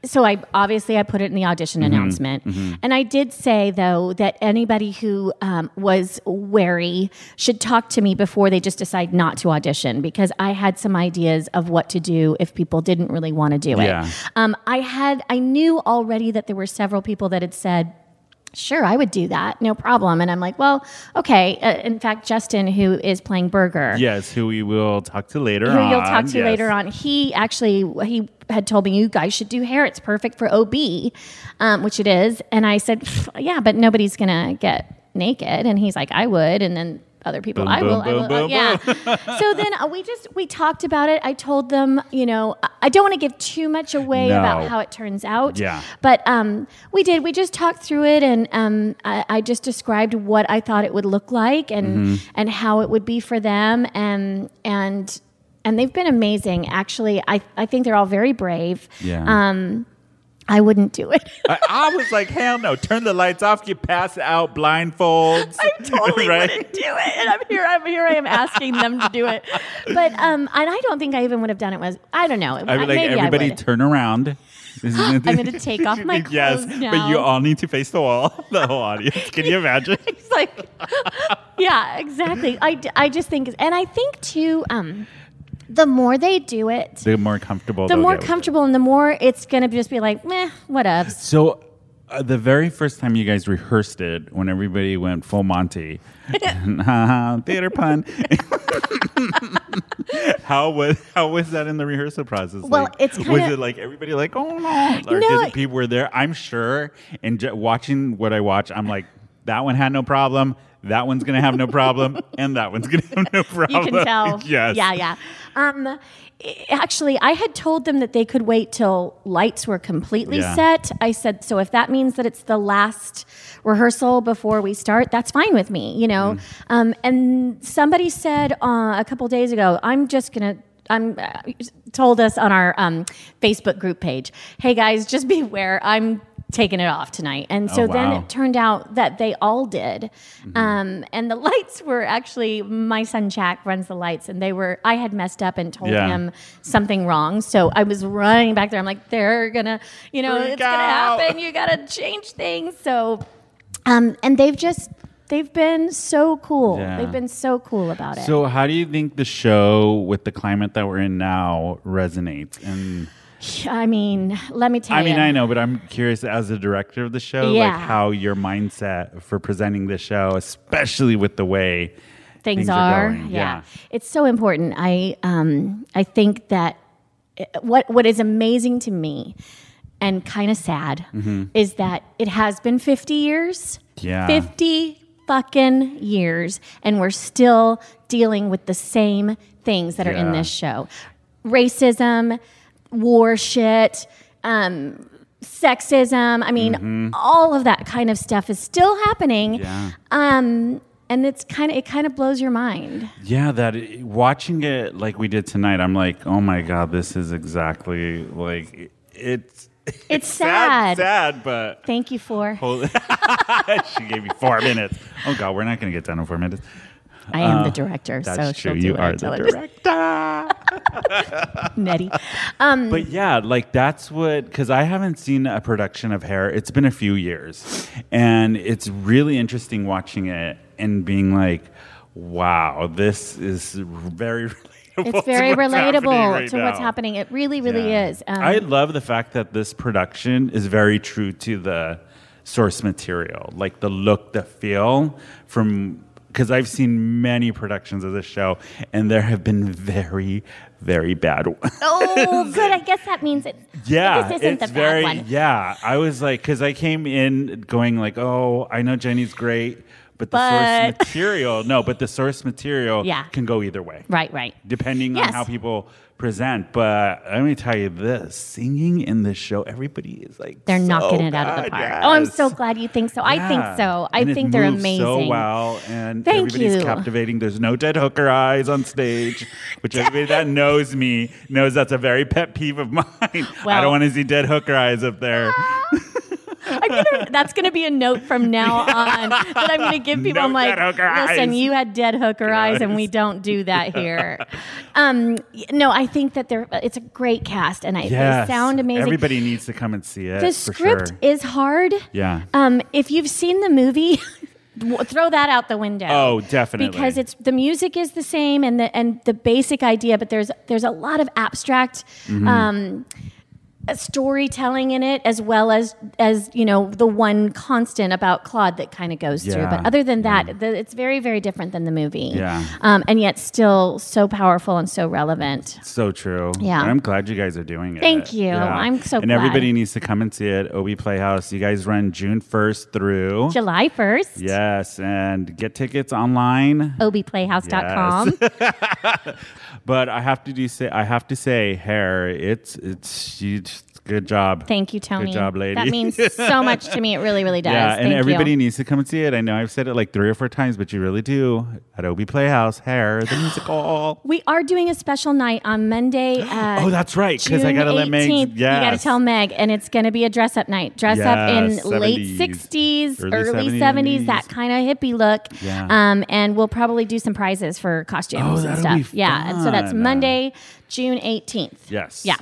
Speaker 5: so I obviously I put it in the audition
Speaker 1: Mm-hmm.
Speaker 5: announcement, and I did say though that anybody who um, was wary should talk to me before they just decide not to audition because I had some ideas of what to do if people didn't really want to do
Speaker 1: Yeah.
Speaker 5: it. Um, I had I knew already that there were several people that had said sure i would do that no problem and i'm like well okay uh, in fact justin who is playing burger
Speaker 1: Yes, who we will talk to later
Speaker 5: who
Speaker 1: on.
Speaker 5: you'll talk to
Speaker 1: Yes.
Speaker 5: later on. He actually he had told me you guys should do hair. It's perfect for OB, um, which it is. And I said, "Pff, yeah, but nobody's gonna get naked. And he's like, I would. And then other people,
Speaker 1: Boom,
Speaker 5: I will,
Speaker 1: boom,
Speaker 5: I will.
Speaker 1: boom, boom,
Speaker 5: yeah. so then uh, we just we talked about it. I told them, you know, I- I don't want to give too much away
Speaker 1: No.
Speaker 5: about how it turns out.
Speaker 1: Yeah.
Speaker 5: But um, we did. We just talked through it, and um, I, I just described what I thought it would look like, and
Speaker 1: Mm-hmm.
Speaker 5: and how it would be for them, and and and they've been amazing. Actually, I I think they're all very brave.
Speaker 1: Yeah.
Speaker 5: Um, I wouldn't do it.
Speaker 1: I, I was like, hell no, turn the lights off, get passed out, blindfolds.
Speaker 5: I totally
Speaker 1: Right?
Speaker 5: wouldn't do it, and I'm here. I'm here. I am asking them to do it, but um, and I don't think I even would have done it. Was I don't know.
Speaker 1: I'd be like,
Speaker 5: Uh, Maybe
Speaker 1: everybody
Speaker 5: I would.
Speaker 1: turn around. I'm
Speaker 5: gonna take off my
Speaker 1: Yes,
Speaker 5: clothes
Speaker 1: but you
Speaker 5: now.
Speaker 1: all need to face the wall, the whole audience. Can you imagine?
Speaker 5: It's like, yeah, exactly. I, d- I just think, and I think too, um, the more they do it,
Speaker 1: the more comfortable.
Speaker 5: the
Speaker 1: they'll
Speaker 5: more
Speaker 1: get with it.
Speaker 5: comfortable and the more it's going to just be like, meh, whatevs.
Speaker 1: So, uh, the very first time you guys rehearsed it, when everybody went full Monty, theater pun. how was how was that in the rehearsal process?
Speaker 5: Well,
Speaker 1: Like,
Speaker 5: it's
Speaker 1: was
Speaker 5: kinda-
Speaker 1: it like everybody like oh no, or
Speaker 5: No,
Speaker 1: did
Speaker 5: it-
Speaker 1: people were there? I'm sure. And ju- watching what I watch, I'm like that one had no problem. That one's gonna have no problem, and that one's gonna have no
Speaker 5: You
Speaker 1: problem.
Speaker 5: can tell.
Speaker 1: yes.
Speaker 5: Yeah, yeah. Um, i- actually, I had told them that they could wait till lights were completely
Speaker 1: Yeah.
Speaker 5: set. I said, so if that means that it's the last rehearsal before we start, that's fine with me, you
Speaker 1: Mm.
Speaker 5: know? Um, and somebody said uh, a couple days ago, I'm just going to. I'm uh, told us on our um, Facebook group page, hey guys, just beware. I'm taking it off tonight. And so
Speaker 1: Oh,
Speaker 5: then
Speaker 1: wow.
Speaker 5: it turned out that they all did.
Speaker 1: Mm-hmm.
Speaker 5: Um, and the lights were actually, my son Jack runs the lights, and they were, I had messed up and told
Speaker 1: Yeah.
Speaker 5: him something wrong. So I was running back there. I'm like, they're going to, you know,
Speaker 1: Freak
Speaker 5: it's
Speaker 1: out.
Speaker 5: going to happen. You got to change things. So, um, and they've just, they've been so cool.
Speaker 1: Yeah.
Speaker 5: They've been so cool about it.
Speaker 1: So, how do you think the show with the climate that we're in now resonates? And
Speaker 5: I mean, let me tell
Speaker 1: I
Speaker 5: you.
Speaker 1: mean, I know, but I'm curious as the director of the show, like
Speaker 5: Yeah.
Speaker 1: how your mindset for presenting the show, especially with the way
Speaker 5: things,
Speaker 1: things are
Speaker 5: are.
Speaker 1: going.
Speaker 5: yeah.
Speaker 1: Yeah.
Speaker 5: it's so important. I um, I think that uh, what what is amazing to me and kind of sad is that it has been 50 years.
Speaker 1: Mm-hmm. Yeah.
Speaker 5: 50 fucking years and we're still dealing with the same things that are in
Speaker 1: Yeah.
Speaker 5: this show. Racism, war shit, um sexism, I mean all of that kind of stuff is still happening.
Speaker 1: Mm-hmm. Yeah.
Speaker 5: Um, and it's kind of it kind of blows your mind.
Speaker 1: Yeah, that watching it like we did tonight, I'm like, oh my god, this is exactly like it- it's. It's,
Speaker 5: sad.
Speaker 1: sad, but
Speaker 5: Thank you for.
Speaker 1: she gave me four minutes. Oh god, we're not going to get done in four minutes.
Speaker 5: I am the director,
Speaker 1: That's
Speaker 5: so she'll
Speaker 1: true.
Speaker 5: do
Speaker 1: You
Speaker 5: what
Speaker 1: are
Speaker 5: I tell
Speaker 1: the
Speaker 5: her.
Speaker 1: director.
Speaker 5: Nettie.
Speaker 1: But yeah, like that's what because I haven't seen a production of Hair. It's been a few years, and it's really interesting watching it and being like, wow, this is very relatable. to
Speaker 5: It's very
Speaker 1: what's happening
Speaker 5: relatable
Speaker 1: right
Speaker 5: to what's
Speaker 1: now.
Speaker 5: happening. It really, really
Speaker 1: Yeah.
Speaker 5: is. Um,
Speaker 1: I love the fact that this production is very true to the source material, like the look, the feel from. Because I've seen many productions of this show, and there have been very, very bad ones.
Speaker 5: oh, good. I guess that means it.
Speaker 1: Yeah,
Speaker 5: this isn't
Speaker 1: it's
Speaker 5: the bad
Speaker 1: very.
Speaker 5: one.
Speaker 1: Yeah, I was like, because I came in going like, oh, I know Jenny's great, but the source
Speaker 5: But-
Speaker 1: material, no, but the source material
Speaker 5: Yeah.
Speaker 1: can go either way
Speaker 5: Right, right.
Speaker 1: depending on
Speaker 5: Yes.
Speaker 1: how people present. But let me tell you this: singing in this show, everybody is like
Speaker 5: They're
Speaker 1: so
Speaker 5: knocking it out of the
Speaker 1: good,
Speaker 5: park. Oh, I'm
Speaker 1: yes.
Speaker 5: so glad you think so. I think
Speaker 1: Yeah.
Speaker 5: so. I
Speaker 1: And it
Speaker 5: think they're
Speaker 1: moves
Speaker 5: amazing.
Speaker 1: So well, and
Speaker 5: Thank
Speaker 1: everybody's
Speaker 5: you.
Speaker 1: captivating. There's no dead hooker eyes on stage, which everybody that knows me knows that's a very pet peeve of mine. I don't
Speaker 5: Well-
Speaker 1: want to see dead hooker eyes up there.
Speaker 5: I'm gonna- that's going to be a note from now on that I'm going to give people.
Speaker 1: No
Speaker 5: I'm like,
Speaker 1: dead hooker eyes.
Speaker 5: listen, you had dead hooker eyes, and we don't do that here. Um, y- no, I think that they're. It's a great cast, and I,
Speaker 1: Yes.
Speaker 5: they sound amazing.
Speaker 1: Everybody needs to come and see it.
Speaker 5: the
Speaker 1: for
Speaker 5: script
Speaker 1: sure.
Speaker 5: is hard.
Speaker 1: Yeah.
Speaker 5: Um, if you've seen the movie, w- throw that out the window.
Speaker 1: Oh, definitely.
Speaker 5: Because it's the music is the same and the and the basic idea, but there's there's a lot of abstract
Speaker 1: Mm-hmm.
Speaker 5: um, uh, storytelling in it, as well as as you know the one constant about Claude that kind of goes through.
Speaker 1: Yeah.
Speaker 5: But other than that, the, it's very very different than the movie.
Speaker 1: Yeah.
Speaker 5: Um, and yet still so powerful and so relevant.
Speaker 1: So true.
Speaker 5: Yeah.
Speaker 1: And I'm glad you guys are doing it.
Speaker 5: Thank you. I'm so
Speaker 1: And
Speaker 5: glad.
Speaker 1: everybody needs to come and see it. OB Playhouse. You guys run June 1st through.
Speaker 5: July first.
Speaker 1: Yes. And get tickets online.
Speaker 5: obplayhouse.com.
Speaker 1: But I have to do say I have to say, hair, it's it's you just- good job.
Speaker 5: Thank you, Tony.
Speaker 1: job, lady.
Speaker 5: That means so much to me. It really, really does.
Speaker 1: yeah,
Speaker 5: Thank
Speaker 1: and everybody
Speaker 5: you.
Speaker 1: needs to come and see it. I know I've said it like three or four times, but you really do. At OB Playhouse, Hair, the musical.
Speaker 5: We are doing a special night on Monday. Uh,
Speaker 1: oh, that's right, because I
Speaker 5: June
Speaker 1: gotta let Meg.
Speaker 5: 18th.
Speaker 1: Yeah,
Speaker 5: You got to tell Meg, and it's going to be a dress up night. Dress up in
Speaker 1: Yes,
Speaker 5: late
Speaker 1: 70s,
Speaker 5: 60s,
Speaker 1: early
Speaker 5: early,
Speaker 1: 70s.
Speaker 5: 70s, that kind of hippie look.
Speaker 1: Yeah.
Speaker 5: Um, and we'll probably do some prizes for
Speaker 1: Oh,
Speaker 5: costumes and
Speaker 1: that'll
Speaker 5: stuff.
Speaker 1: be
Speaker 5: Yeah. And so that's
Speaker 1: fun.
Speaker 5: Monday, June 18th.
Speaker 1: Yes.
Speaker 5: Yeah.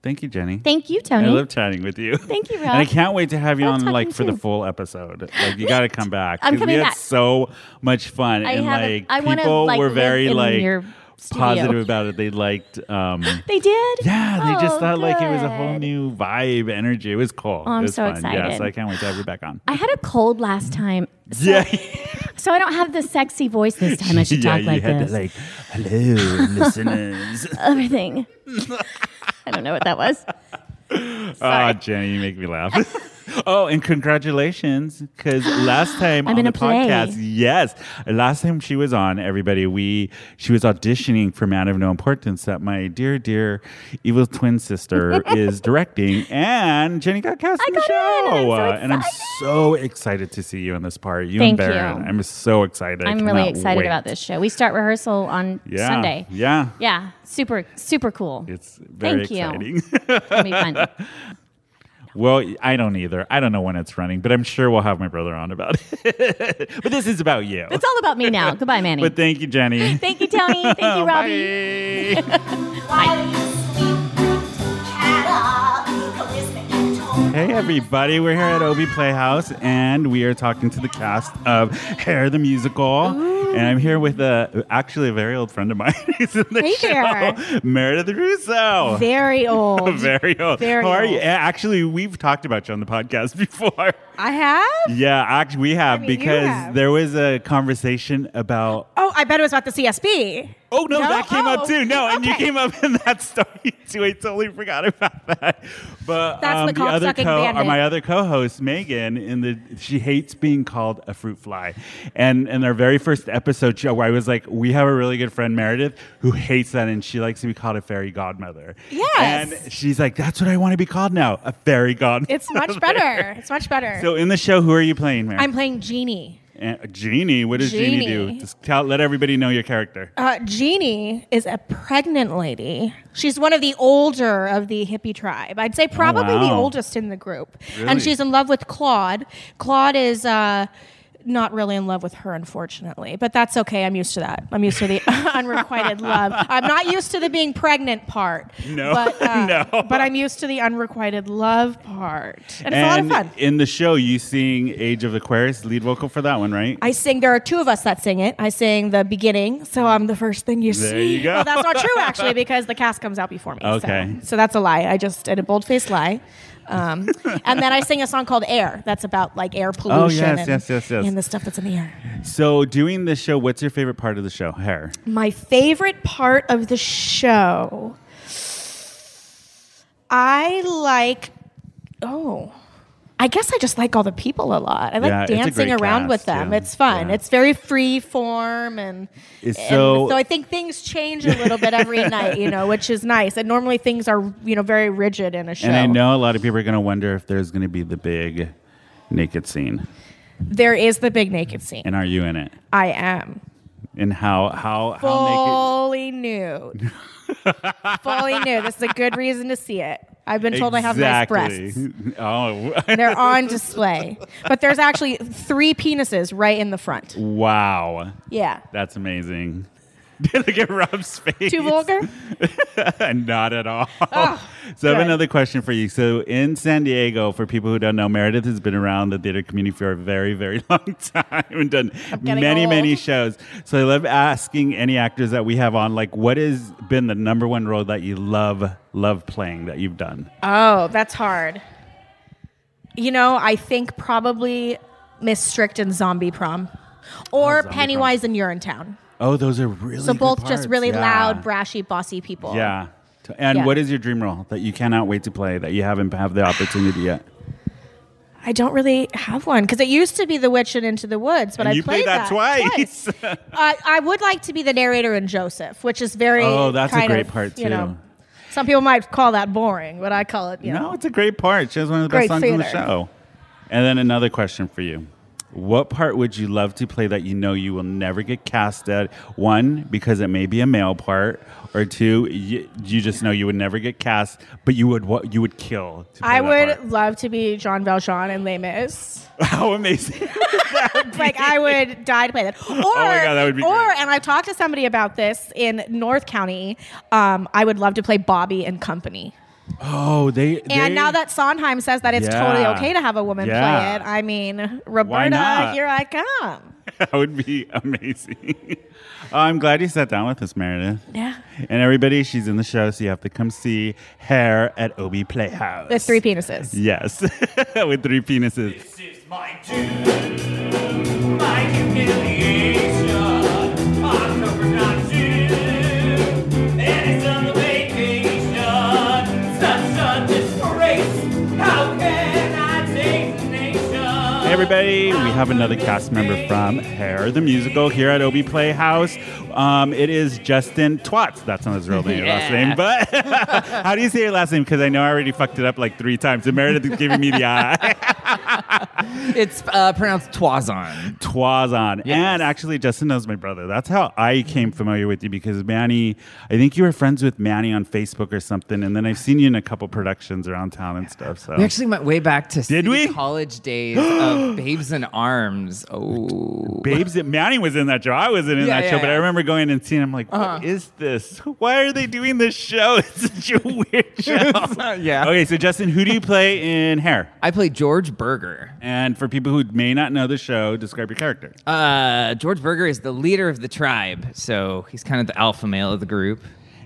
Speaker 1: Thank you, Jenny.
Speaker 5: Thank you,
Speaker 1: I
Speaker 5: Tony.
Speaker 1: love chatting with you.
Speaker 5: Thank you, Rob.
Speaker 1: And I can't wait to have you
Speaker 5: Love
Speaker 1: on like
Speaker 5: talking
Speaker 1: for the
Speaker 5: too.
Speaker 1: full episode. Like you got to come back.
Speaker 5: I'm
Speaker 1: 'cause
Speaker 5: coming
Speaker 1: we
Speaker 5: back.
Speaker 1: had so much fun
Speaker 5: I
Speaker 1: and
Speaker 5: haven't-
Speaker 1: like
Speaker 5: I wanna,
Speaker 1: people
Speaker 5: like,
Speaker 1: were
Speaker 5: live
Speaker 1: very
Speaker 5: in
Speaker 1: like
Speaker 5: your studio.
Speaker 1: positive about it. They liked um
Speaker 5: they did?
Speaker 1: yeah, they just
Speaker 5: Oh,
Speaker 1: thought like it was a whole
Speaker 5: good. Oh,
Speaker 1: new vibe, energy. It was cool.
Speaker 5: I'm
Speaker 1: it was
Speaker 5: so
Speaker 1: fun. Yeah,
Speaker 5: excited.
Speaker 1: so I can't wait to have you back on.
Speaker 5: I had a cold last time. So,
Speaker 1: Yeah.
Speaker 5: so I don't have the sexy voice this time. I should
Speaker 1: yeah,
Speaker 5: talk like
Speaker 1: you had
Speaker 5: this.
Speaker 1: to like, hello, listeners.
Speaker 5: everything. I don't know what that was.
Speaker 1: Ah, Jenny, you make me laugh. Oh, and congratulations, because last time
Speaker 5: I'm
Speaker 1: on
Speaker 5: in
Speaker 1: the
Speaker 5: a play.
Speaker 1: podcast, yes, last time she was on, everybody, we she was auditioning for Man of No Importance that my dear, dear evil twin sister is directing, and Jenny got cast in the
Speaker 5: got in,
Speaker 1: show,
Speaker 5: and I'm so
Speaker 1: Uh, so excited to see you in this part. You
Speaker 5: Thank
Speaker 1: and Baron,
Speaker 5: you.
Speaker 1: I'm so excited. I
Speaker 5: I'm really
Speaker 1: cannot
Speaker 5: excited
Speaker 1: wait.
Speaker 5: about this show. We start rehearsal on
Speaker 1: Yeah,
Speaker 5: Sunday.
Speaker 1: Yeah,
Speaker 5: Yeah, super, super cool.
Speaker 1: it's very
Speaker 5: Thank you.
Speaker 1: exciting.
Speaker 5: It'll be fun.
Speaker 1: Well, I don't either. I don't know when it's running, but I'm sure we'll have my brother on about it. but this is about you.
Speaker 5: It's all about me now. Goodbye, Manny.
Speaker 1: But thank you, Jenny.
Speaker 5: Thank you, Tony. Thank you, Robbie.
Speaker 1: Bye. Hey everybody, we're here at Obi Playhouse and we are talking to the cast of Hair the Musical. And I'm here with a actually a very old friend of mine who's in the
Speaker 5: Hey
Speaker 1: show,
Speaker 5: there.
Speaker 1: Meredith Russo.
Speaker 6: Very old.
Speaker 1: very old.
Speaker 6: Very
Speaker 1: How are you?
Speaker 6: old.
Speaker 1: Actually, we've talked about you on the podcast before.
Speaker 6: I have.
Speaker 1: Yeah, actually, we have
Speaker 6: mean, you
Speaker 1: because
Speaker 6: have.
Speaker 1: there was a conversation about.
Speaker 6: Oh, I bet it was about the CSB.
Speaker 1: Oh no,
Speaker 6: No?
Speaker 1: that came up
Speaker 6: Oh,
Speaker 1: too. No, and you
Speaker 6: okay.
Speaker 1: came up in that story too. I totally forgot about that. But
Speaker 6: That's
Speaker 1: um,
Speaker 6: the
Speaker 1: the other
Speaker 6: cocksucking
Speaker 1: co, or
Speaker 6: bandit.
Speaker 1: my other co-host Megan, in the she hates being called a fruit fly, and in our very first episode, she, where I was like, we have a really good friend Meredith who hates that, and she likes to be called a fairy godmother.
Speaker 6: Yes.
Speaker 1: and she's like, that's what I want to be called now, a fairy godmother.
Speaker 6: It's much better. It's much better.
Speaker 1: So in the show, who are you playing, Meredith?
Speaker 6: I'm playing Jeannie.
Speaker 1: And Jeannie, what does Jeannie, do?
Speaker 6: Jeannie.
Speaker 1: Just tell, let everybody know your character.
Speaker 6: Uh, Jeannie is a pregnant lady. She's one of the older of the hippie tribe. I'd say probably the
Speaker 1: wow.
Speaker 6: oldest in the group.
Speaker 1: Really?
Speaker 6: And she's in love with Claude. Claude is uh, not really in love with her, unfortunately. But that's okay. I'm used to that. I'm used to the unrequited love. I'm not used to the being pregnant part.
Speaker 1: No.
Speaker 6: But, uh,
Speaker 1: No.
Speaker 6: But I'm used to the unrequited love part. And it's
Speaker 1: and
Speaker 6: a lot of fun.
Speaker 1: in the show, you sing "Age of Aquarius" lead vocal for that one, right?
Speaker 6: I sing. There are two of us that sing it. I sing the beginning, so I'm the first thing you
Speaker 1: There
Speaker 6: see.
Speaker 1: you go.
Speaker 6: Well, that's not true actually, because the cast comes out before me. so-
Speaker 1: Okay.
Speaker 6: So, that's a lie. I just did a bold faced lie. Um, and then I sing a song called Air. That's about like air pollution
Speaker 1: Oh, yes,
Speaker 6: and,
Speaker 1: yes, yes, yes.
Speaker 6: and the stuff that's in the air.
Speaker 1: so, doing this show, what's your favorite part of the show? Hair.
Speaker 6: My favorite part of the show. I like. Oh. I guess I just like all the people a lot. I like
Speaker 1: Yeah, it's a
Speaker 6: dancing
Speaker 1: great
Speaker 6: around
Speaker 1: cast,
Speaker 6: with them.
Speaker 1: yeah.
Speaker 6: It's fun.
Speaker 1: Yeah.
Speaker 6: It's very free form and
Speaker 1: It's
Speaker 6: and
Speaker 1: so-
Speaker 6: Um, so I think things change a little bit every night, you know, which is nice. And normally things are, you know, very rigid in a show.
Speaker 1: And I know a lot of people are going to wonder if there's going to be the big naked scene,
Speaker 6: there is the big naked scene.
Speaker 1: and are you in it?
Speaker 6: I am.
Speaker 1: And how how how
Speaker 6: fully nude. fully nude. This is a good reason to see it. I've been
Speaker 1: naked?
Speaker 6: told I have nice breasts.
Speaker 1: Exactly. Oh,
Speaker 6: They're on display. But there's actually three penises right in the front.
Speaker 1: wow,
Speaker 6: Yeah.
Speaker 1: that's amazing. Look at Rob's face.
Speaker 6: Too vulgar?
Speaker 1: Not at all. so I have
Speaker 6: Oh, good.
Speaker 1: another question for you. So in San Diego, for people who don't know, Meredith has been around the theater community for a very, very long time and done
Speaker 6: getting
Speaker 1: many,
Speaker 6: old.
Speaker 1: many shows. So I love asking any actors that we have on, like, what has been the number one role that you love, love playing that you've done?
Speaker 6: Oh, that's hard. You know, I think probably Miss Strict and Zombie Prom. Or
Speaker 1: Oh, Zombie
Speaker 6: Pennywise and Urinetown.
Speaker 1: Oh, those are really
Speaker 6: So
Speaker 1: good
Speaker 6: both
Speaker 1: parts.
Speaker 6: just really
Speaker 1: Yeah.
Speaker 6: loud, brashy, bossy people.
Speaker 1: Yeah. T- And
Speaker 6: Yeah.
Speaker 1: what is your dream role that you cannot wait to play that you haven't have the opportunity yet?
Speaker 6: I don't really have one because it used to be The Witch and Into the Woods, but
Speaker 1: And
Speaker 6: I
Speaker 1: you played
Speaker 6: played
Speaker 1: that twice.
Speaker 6: uh, I would like to be the narrator in Joseph, which is very
Speaker 1: Oh, that's a
Speaker 6: kind
Speaker 1: great
Speaker 6: of,
Speaker 1: part,
Speaker 6: You
Speaker 1: too.
Speaker 6: know, some people might call that boring, but I call it you
Speaker 1: No,
Speaker 6: know.
Speaker 1: it's a great part. She has one of the
Speaker 6: Great
Speaker 1: best songs on the
Speaker 6: theater.
Speaker 1: show. And then another question for you. What part would you love to play that you know you will never get cast at? One, because it may be a male part, or two, you, you just know you would never get cast, but you would what you would kill. To play
Speaker 6: I would
Speaker 1: that part.
Speaker 6: love to be John Valjean in Les Mis.
Speaker 1: How amazing!
Speaker 6: like I would die to play that. Or,
Speaker 1: Oh my God, that would be
Speaker 6: or
Speaker 1: great.
Speaker 6: and I talked to somebody about this in North County. Um, I would love to play Bobby and Company.
Speaker 1: oh, they
Speaker 6: And
Speaker 1: they-
Speaker 6: now that Sondheim says that it's
Speaker 1: Yeah.
Speaker 6: totally okay to have a woman
Speaker 1: Yeah.
Speaker 6: play it, I mean,
Speaker 1: not?
Speaker 6: Roberta, here I come.
Speaker 1: that would be amazing. oh, I'm glad you sat down with us, Meredith.
Speaker 6: Yeah.
Speaker 1: And everybody, she's in the show, so you have to come see Hair at Obi Playhouse.
Speaker 6: With three penises.
Speaker 1: Yes, with three penises.
Speaker 7: This is my doom, my humiliation. October 9th, June, and it's on the vacation. Such a disgrace. How can I take
Speaker 1: everybody. We have another cast member from Hair the Musical here at OB Playhouse. Um, it is Justin Twats. That's not his real name, last name. But how do you say your last name? Because I know I already fucked it up like three times. And Meredith is giving me the eye.
Speaker 8: It's uh, pronounced Twazon.
Speaker 1: Twazon.
Speaker 8: Yes.
Speaker 1: And actually, Justin knows my brother. That's how I came familiar with you because Manny, I think you were friends with Manny on Facebook or something. And then I've seen you in a couple productions around town and stuff. So
Speaker 8: We actually went way back to city
Speaker 1: Oh. we?
Speaker 8: college days of Babes in Arms. Oh,
Speaker 1: Babes, Manny was in that show. I wasn't in
Speaker 8: Yeah,
Speaker 1: that
Speaker 8: yeah,
Speaker 1: show, but I
Speaker 8: yeah. Uh-huh.
Speaker 1: remember going and seeing. I'm like, what is this? Why are they doing this show? It's such a weird show.
Speaker 8: yeah.
Speaker 1: Okay, so Justin, who do you play in Hair?
Speaker 8: Oh. I played George Berger.
Speaker 1: And for people who may not know the show, describe your character.
Speaker 8: Uh, George Berger is the leader of the tribe, so he's kind of the alpha male of the group.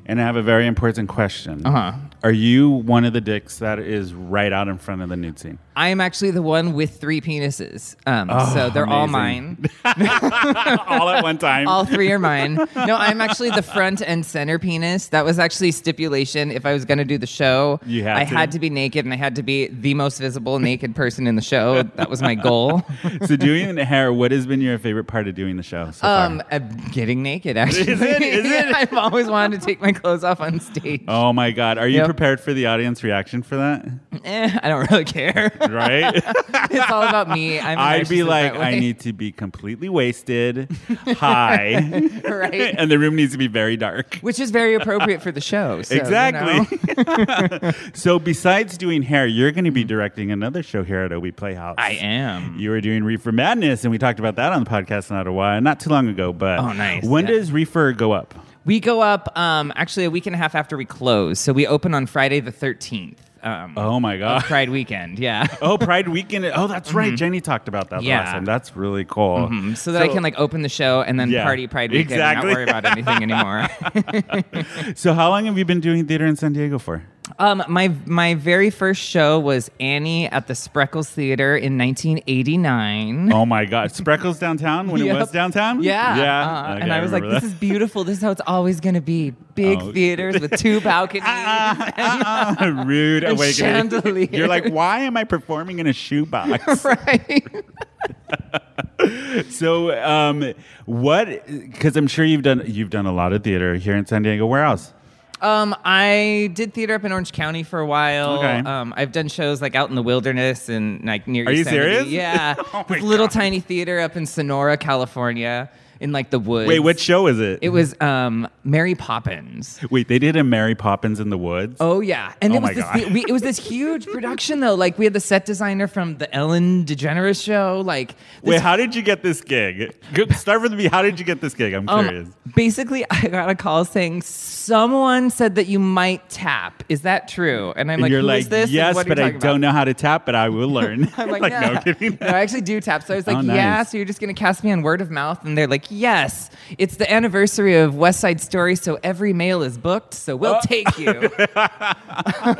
Speaker 1: And I have a very important question.
Speaker 8: Uh-huh.
Speaker 1: Are you one of the dicks that is right out in front of the nude scene?
Speaker 8: I am actually the one with three penises, um, so they're all
Speaker 1: Oh, amazing.
Speaker 8: mine.
Speaker 1: All at one time.
Speaker 8: All three are mine. No, I'm actually the front and center penis. That was actually stipulation. If I was going to do the show,
Speaker 1: You had
Speaker 8: I
Speaker 1: to.
Speaker 8: had to be naked and I had to be the most visible naked person in the show. That was my goal.
Speaker 1: so doing the hair, what has been your favorite part of doing the show so
Speaker 8: Um,
Speaker 1: far?
Speaker 8: uh, getting naked, actually.
Speaker 1: Is it? Is it?
Speaker 8: I've always wanted to take my clothes off on stage.
Speaker 1: Oh my god, are you
Speaker 8: Yep.
Speaker 1: prepared for the audience reaction for that?
Speaker 8: Eh, I don't really care.
Speaker 1: Right?
Speaker 8: it's all about me. I'm
Speaker 1: I'd be
Speaker 8: narcissist
Speaker 1: like,
Speaker 8: that way.
Speaker 1: I need to be completely wasted, high,
Speaker 8: right,
Speaker 1: and the room needs to be very dark.
Speaker 8: which is very appropriate for the show. so, you know.
Speaker 1: exactly. so besides doing hair, you're going to be directing another show here at OB Playhouse.
Speaker 8: Mm-hmm. I am.
Speaker 1: You were doing Reefer Madness, and we talked about that on the podcast in Ottawa not too long ago. But
Speaker 8: Oh, nice.
Speaker 1: When
Speaker 8: Yeah.
Speaker 1: does Reefer go up?
Speaker 8: We go up um, actually a week and a half after we close, so we open on Friday the thirteenth. Um,
Speaker 1: Oh my god.
Speaker 8: of Pride weekend, yeah.
Speaker 1: Oh, Pride Weekend. Oh, that's right. Jenny talked about that
Speaker 8: Mm-hmm. Yeah. Mm-hmm.
Speaker 1: last time. That's really cool.
Speaker 8: Um, So that I can like open the show and then
Speaker 1: Yeah.
Speaker 8: party Pride weekend
Speaker 1: Exactly.
Speaker 8: and not worry about anything anymore.
Speaker 1: So, how long have you been doing theater in San Diego for?
Speaker 8: Um, my my very first show was Annie at the Spreckles Theater in 1989.
Speaker 1: Oh my God, Spreckles downtown when
Speaker 8: Yep.
Speaker 1: it was downtown.
Speaker 8: Yeah,
Speaker 1: yeah.
Speaker 8: uh,
Speaker 1: Okay,
Speaker 8: and I was like,
Speaker 1: remember
Speaker 8: "This
Speaker 1: that.
Speaker 8: is beautiful. This is how it's always going to be: big
Speaker 1: Oh.
Speaker 8: theaters with two balconies."
Speaker 1: Ah, ah, ah, rude
Speaker 8: And
Speaker 1: awakening.
Speaker 8: chandelier.
Speaker 1: You're like, why am I performing in a shoebox?
Speaker 8: right?
Speaker 1: so, um, what? Because I'm sure you've done you've done a lot of theater here in San Diego. Where else?
Speaker 8: Um, I did theater up in Orange County for a while.
Speaker 1: Okay.
Speaker 8: Um, I've done shows like out in the wilderness and like near.
Speaker 1: Are you
Speaker 8: Yosemite.
Speaker 1: serious?
Speaker 8: Yeah.
Speaker 1: Oh my
Speaker 8: Little
Speaker 1: God.
Speaker 8: tiny theater up in Sonora, California, in like the woods.
Speaker 1: Wait, what show is it?
Speaker 8: It was um, Mary Poppins.
Speaker 1: Wait, they did a Mary Poppins in the woods.
Speaker 8: Oh yeah, and
Speaker 1: Oh
Speaker 8: it was
Speaker 1: my
Speaker 8: this,
Speaker 1: God.
Speaker 8: we, it was this huge production though. Like we had the set designer from the Ellen DeGeneres show. Like this
Speaker 1: Wait, how did you get this gig? Go- Start from the How did you get this gig? I'm
Speaker 8: Um,
Speaker 1: curious.
Speaker 8: basically, I got a call saying someone said that you might tap. Is that true? And I'm
Speaker 1: and
Speaker 8: like, "Who
Speaker 1: you're
Speaker 8: is
Speaker 1: like,
Speaker 8: this? and
Speaker 1: yes,
Speaker 8: what are
Speaker 1: but
Speaker 8: you
Speaker 1: I
Speaker 8: talking
Speaker 1: don't
Speaker 8: about?"
Speaker 1: know how to tap, but I will learn.
Speaker 8: I'm like,
Speaker 1: no
Speaker 8: "Yeah."
Speaker 1: kidding.
Speaker 8: No, I actually do tap. So I was like,
Speaker 1: Oh, nice.
Speaker 8: yeah. So you're just gonna cast me on word of mouth, and they're like, yes. It's the anniversary of West Side Story, so every mail is booked. So
Speaker 1: Oh.
Speaker 8: we'll take you.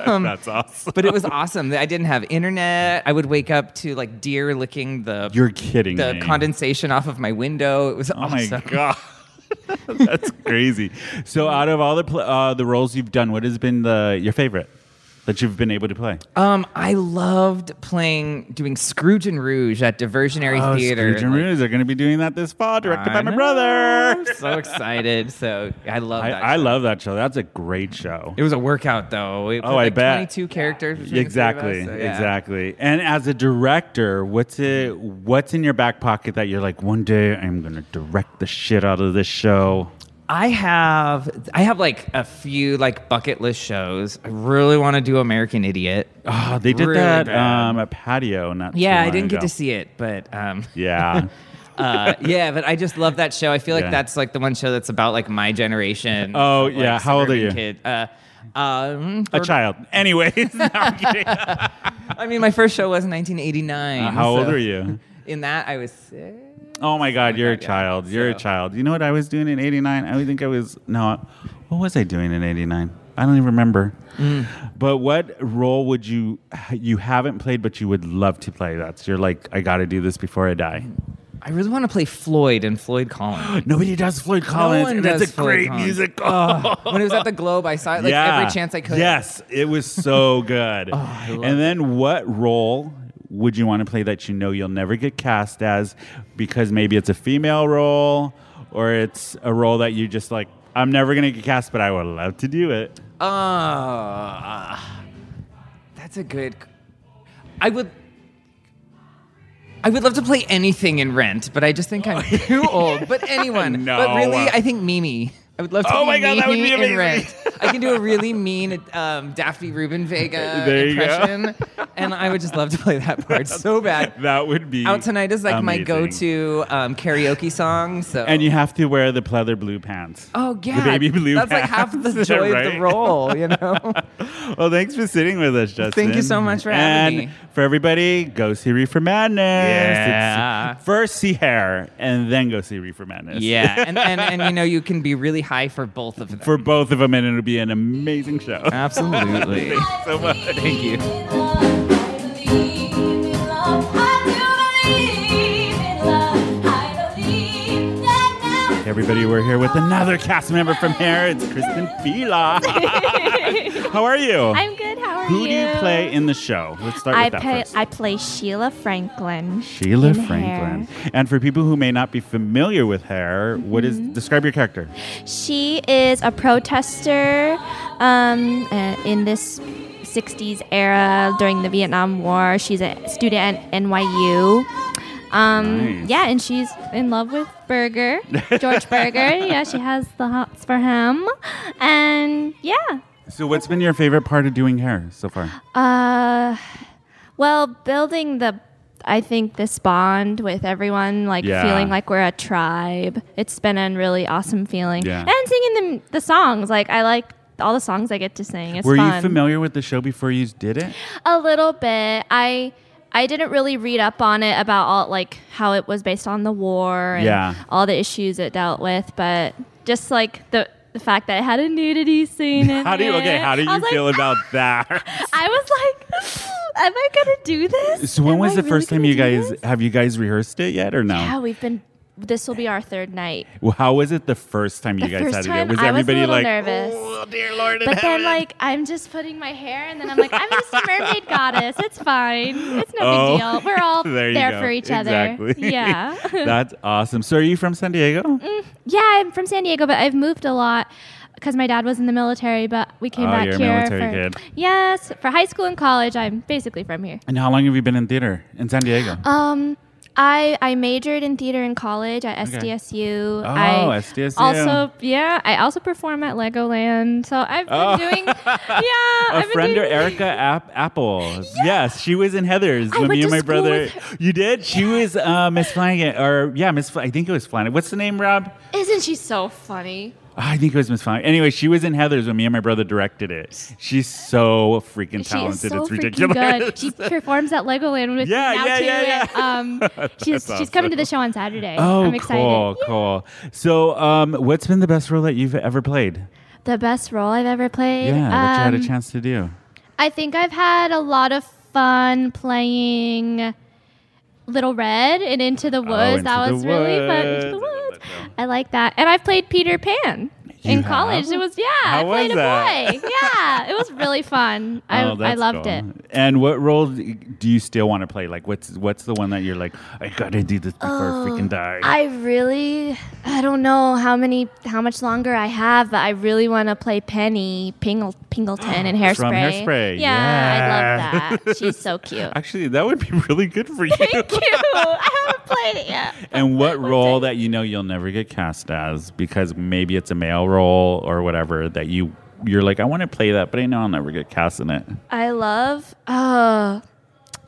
Speaker 8: Um,
Speaker 1: That's awesome.
Speaker 8: But it was awesome. I didn't have internet. I would wake up to like deer licking the
Speaker 1: You're kidding
Speaker 8: the
Speaker 1: me.
Speaker 8: condensation off of my window. It was
Speaker 1: Oh my
Speaker 8: awesome.
Speaker 1: god, that's crazy. So, out of all the pl- uh, the roles you've done, what has been the your favorite that you've been able to play?
Speaker 8: Um, I loved playing doing Scrooge and Rouge at Diversionary Theater.
Speaker 1: Oh, Scrooge and
Speaker 8: Like,
Speaker 1: Ruse are going to be doing that this fall, directed
Speaker 8: I
Speaker 1: by my
Speaker 8: know.
Speaker 1: brother.
Speaker 8: I'm so excited. So I love
Speaker 1: I,
Speaker 8: that.
Speaker 1: I
Speaker 8: show.
Speaker 1: love that show. That's a great show.
Speaker 8: It was a workout though. It
Speaker 1: Oh,
Speaker 8: put,
Speaker 1: I
Speaker 8: like,
Speaker 1: bet.
Speaker 8: 22 characters. between the three of
Speaker 1: Exactly,
Speaker 8: us, so, yeah.
Speaker 1: exactly. And as a director, what's it? What's in your back pocket that you're like, one day I'm gonna direct the shit out of this show?
Speaker 8: I have I have like a few like bucket list shows. I really want to do American Idiot.
Speaker 1: Oh, they did
Speaker 8: Really
Speaker 1: that
Speaker 8: bad.
Speaker 1: um, at Patio. Not too
Speaker 8: Yeah, I
Speaker 1: long
Speaker 8: didn't get
Speaker 1: ago.
Speaker 8: to see it, but um,
Speaker 1: Yeah.
Speaker 8: uh, yeah, but I just love that show. I feel like
Speaker 1: Yeah.
Speaker 8: that's like the one show that's about like my generation.
Speaker 1: Oh,
Speaker 8: of,
Speaker 1: yeah.
Speaker 8: like,
Speaker 1: How old are
Speaker 8: suburban
Speaker 1: you?
Speaker 8: Kid. Uh, um,
Speaker 1: a child. Anyways, No, I'm kidding.
Speaker 8: I mean, my first show was in 1989.
Speaker 1: Uh, how old
Speaker 8: so
Speaker 1: are you?
Speaker 8: In that, I was six.
Speaker 1: Oh my God, you're a
Speaker 8: God, yeah.
Speaker 1: child. You're a
Speaker 8: So-
Speaker 1: child. You know what I was doing in '89? I think I was no. What was I doing in '89? I don't even remember. But what role would you you haven't played, but you would love to play? That's you're like I got to do this before I die.
Speaker 8: I really want to play Floyd and Floyd Collins.
Speaker 1: Nobody does Floyd Collins,
Speaker 8: one
Speaker 1: and it's
Speaker 8: does
Speaker 1: a
Speaker 8: Floyd
Speaker 1: great
Speaker 8: Collins. Oh.
Speaker 1: musical.
Speaker 8: when it was at the Globe, I Oh, saw it like every chance I could.
Speaker 1: Yes, it was so good. and then what role would you want to play that you know you'll never get cast as because maybe it's a female role or it's a role that you just like, I'm never going to get cast, but I would love to do it?
Speaker 8: Uh, that's a good. I would. I would love to play anything in Rent, but I just think I'm too old. But anyone.
Speaker 1: No.
Speaker 8: But really, I think Mimi. I would love to.
Speaker 1: Oh
Speaker 8: be
Speaker 1: my God, that would
Speaker 8: Mimi
Speaker 1: be amazing.
Speaker 8: In Rent. I can do a really mean um, Daphne Rubin Vega
Speaker 1: There you go.
Speaker 8: impression, and I would just love to play that part so bad.
Speaker 1: That would be
Speaker 8: Out tonight is like my
Speaker 1: amazing.
Speaker 8: go-to um, karaoke song. So
Speaker 1: And you have to wear the pleather blue pants.
Speaker 8: Oh yeah,
Speaker 1: the baby blue
Speaker 8: That's like half
Speaker 1: pants,
Speaker 8: the joy of the
Speaker 1: right?
Speaker 8: role, you know.
Speaker 1: Well, thanks for sitting with us, Justin.
Speaker 8: Thank you so much for having
Speaker 1: And
Speaker 8: me.
Speaker 1: for everybody, go see Reefer Madness.
Speaker 8: Yeah.
Speaker 1: It's- first see Hair, and then go see Reefer Madness.
Speaker 8: yeah, and, and and you know you can be really high for both of them.
Speaker 1: For both of them, and it'll be an amazing show.
Speaker 8: Absolutely.
Speaker 1: Thanks so much.
Speaker 8: Thank you.
Speaker 1: Everybody, we're here with another cast member from Hair. It's Kristen Fila. How are you?
Speaker 9: I'm good. How are
Speaker 1: Who
Speaker 9: you?
Speaker 1: do you play in the show? Let's start
Speaker 9: I
Speaker 1: with that
Speaker 9: play,
Speaker 1: first.
Speaker 9: I play Sheila Franklin.
Speaker 1: Sheila
Speaker 9: in
Speaker 1: Franklin.
Speaker 9: Hair.
Speaker 1: And for people who may not be familiar with Hair, what is
Speaker 9: Mm-hmm.
Speaker 1: describe your character?
Speaker 9: She is a protester um, uh, in this 60s era during the Vietnam War. She's a student at NYU. Um,
Speaker 1: Nice.
Speaker 9: Yeah, and she's in love with Berger, George Berger. Yeah, she has the hots for him. And yeah,
Speaker 1: So, what's been your favorite part of doing Hair so far?
Speaker 9: Uh, well, building the, I think this bond with everyone, like
Speaker 1: Yeah.
Speaker 9: feeling like we're a tribe. It's been a really awesome feeling.
Speaker 1: Yeah.
Speaker 9: And singing the the songs, like I like all the songs I get to sing. It's
Speaker 1: Were
Speaker 9: fun.
Speaker 1: you familiar with the show before you did it?
Speaker 9: A little bit. I. I didn't really read up on it about all like how it was based on the war and
Speaker 1: Yeah.
Speaker 9: all the issues it dealt with, but just like the the fact that it had a nudity scene. In
Speaker 1: How do you
Speaker 9: it,
Speaker 1: okay? How do
Speaker 9: I
Speaker 1: you
Speaker 9: was
Speaker 1: feel
Speaker 9: like,
Speaker 1: about
Speaker 9: "Ah!"
Speaker 1: that?
Speaker 9: I was like, am I gonna do this?
Speaker 1: So, when
Speaker 9: Am
Speaker 1: was
Speaker 9: I
Speaker 1: the
Speaker 9: really
Speaker 1: first time
Speaker 9: gonna
Speaker 1: you
Speaker 9: do
Speaker 1: guys
Speaker 9: this?
Speaker 1: have you guys rehearsed it yet or no?
Speaker 9: Yeah, we've been. This will be our third night.
Speaker 1: Well, How was it the first time you
Speaker 9: The
Speaker 1: guys
Speaker 9: first
Speaker 1: had to do it?
Speaker 9: time
Speaker 1: Was
Speaker 9: I was a
Speaker 1: everybody
Speaker 9: little
Speaker 1: like,
Speaker 9: nervous.
Speaker 1: oh dear lord? in
Speaker 9: But then,
Speaker 1: heaven."
Speaker 9: like, I'm just putting my hair, and then I'm like, I'm just a mermaid goddess. It's fine. It's no
Speaker 1: Oh.
Speaker 9: big deal. We're all
Speaker 1: There
Speaker 9: there,
Speaker 1: you go.
Speaker 9: for each other.
Speaker 1: Exactly.
Speaker 9: Yeah.
Speaker 1: that's awesome. So, are you from San Diego?
Speaker 9: Mm. yeah, I'm from San Diego, but I've moved a lot because my dad was in the military. But we came
Speaker 1: Oh,
Speaker 9: back
Speaker 1: you're a
Speaker 9: here.
Speaker 1: military
Speaker 9: for,
Speaker 1: kid.
Speaker 9: Yes, for high school and college, I'm basically from here.
Speaker 1: And how long have you been in theater in San Diego?
Speaker 9: Um, I I majored in theater in college at
Speaker 1: Okay.
Speaker 9: SDSU.
Speaker 1: Oh,
Speaker 9: I
Speaker 1: SDSU.
Speaker 9: Also, yeah, I also perform at Legoland. So I've been
Speaker 1: Oh.
Speaker 9: doing, yeah,
Speaker 1: a
Speaker 9: I've been
Speaker 1: friend
Speaker 9: doing,
Speaker 1: of Erica App- Apple. Yes, she was in Heather's
Speaker 9: I
Speaker 1: when
Speaker 9: went
Speaker 1: me and
Speaker 9: to
Speaker 1: my
Speaker 9: school
Speaker 1: brother.
Speaker 9: with
Speaker 1: You did. She was uh, Miss Flanagan, or yeah, Miss. Fl- I think it was Flanagan. What's the name, Rob?
Speaker 9: Isn't she so funny?
Speaker 1: I think it was Miss Flanagan. Anyway, she was in Heather's when me and my brother directed it. She's so freaking
Speaker 9: She is
Speaker 1: talented.
Speaker 9: so
Speaker 1: it's
Speaker 9: freaking
Speaker 1: ridiculous.
Speaker 9: good. She performs at Legoland with
Speaker 1: Yeah,
Speaker 9: me now
Speaker 1: yeah,
Speaker 9: too.
Speaker 1: yeah,
Speaker 9: and, um, she's
Speaker 1: That's
Speaker 9: she's coming to
Speaker 1: awesome.
Speaker 9: the show on Saturday.
Speaker 1: Oh,
Speaker 9: I'm excited.
Speaker 1: cool,
Speaker 9: Yeah.
Speaker 1: cool. So, um, what's been the best role that you've ever played?
Speaker 9: The best role I've ever played.
Speaker 1: Yeah, that you had
Speaker 9: Um,
Speaker 1: a chance to do.
Speaker 9: I think I've had a lot of fun playing Little Red and Into the Woods.
Speaker 1: Oh, Into
Speaker 9: that
Speaker 1: the
Speaker 9: was really fun.
Speaker 1: Woods.
Speaker 9: Into the
Speaker 1: I love
Speaker 9: Woods.
Speaker 1: that show.
Speaker 9: I like that. And I've played Peter Pan
Speaker 1: You
Speaker 9: in
Speaker 1: have?
Speaker 9: college. It was yeah.
Speaker 1: How
Speaker 9: I played
Speaker 1: was
Speaker 9: a
Speaker 1: that?
Speaker 9: boy. yeah, it was really fun. I
Speaker 1: Oh,
Speaker 9: I
Speaker 1: that's
Speaker 9: loved
Speaker 1: cool.
Speaker 9: it.
Speaker 1: And what role d- do you still want to play? Like, what's what's the one that you're like, I gotta do this before I freaking die?
Speaker 9: Oh, I really I don't know how many how much longer I have, but I really want to play Penny Pingle, Pingleton in Hairspray.
Speaker 1: Hairspray,
Speaker 9: yeah,
Speaker 1: yeah.
Speaker 9: I love that. She's so cute.
Speaker 1: Actually, that would be really good for you.
Speaker 9: Thank you. I haven't played it yet.
Speaker 1: and what role that you know you'll never get cast as because maybe it's a male role or whatever that you you're like, I want to play that, but I know I'll never get cast in it.
Speaker 9: I love. Uh,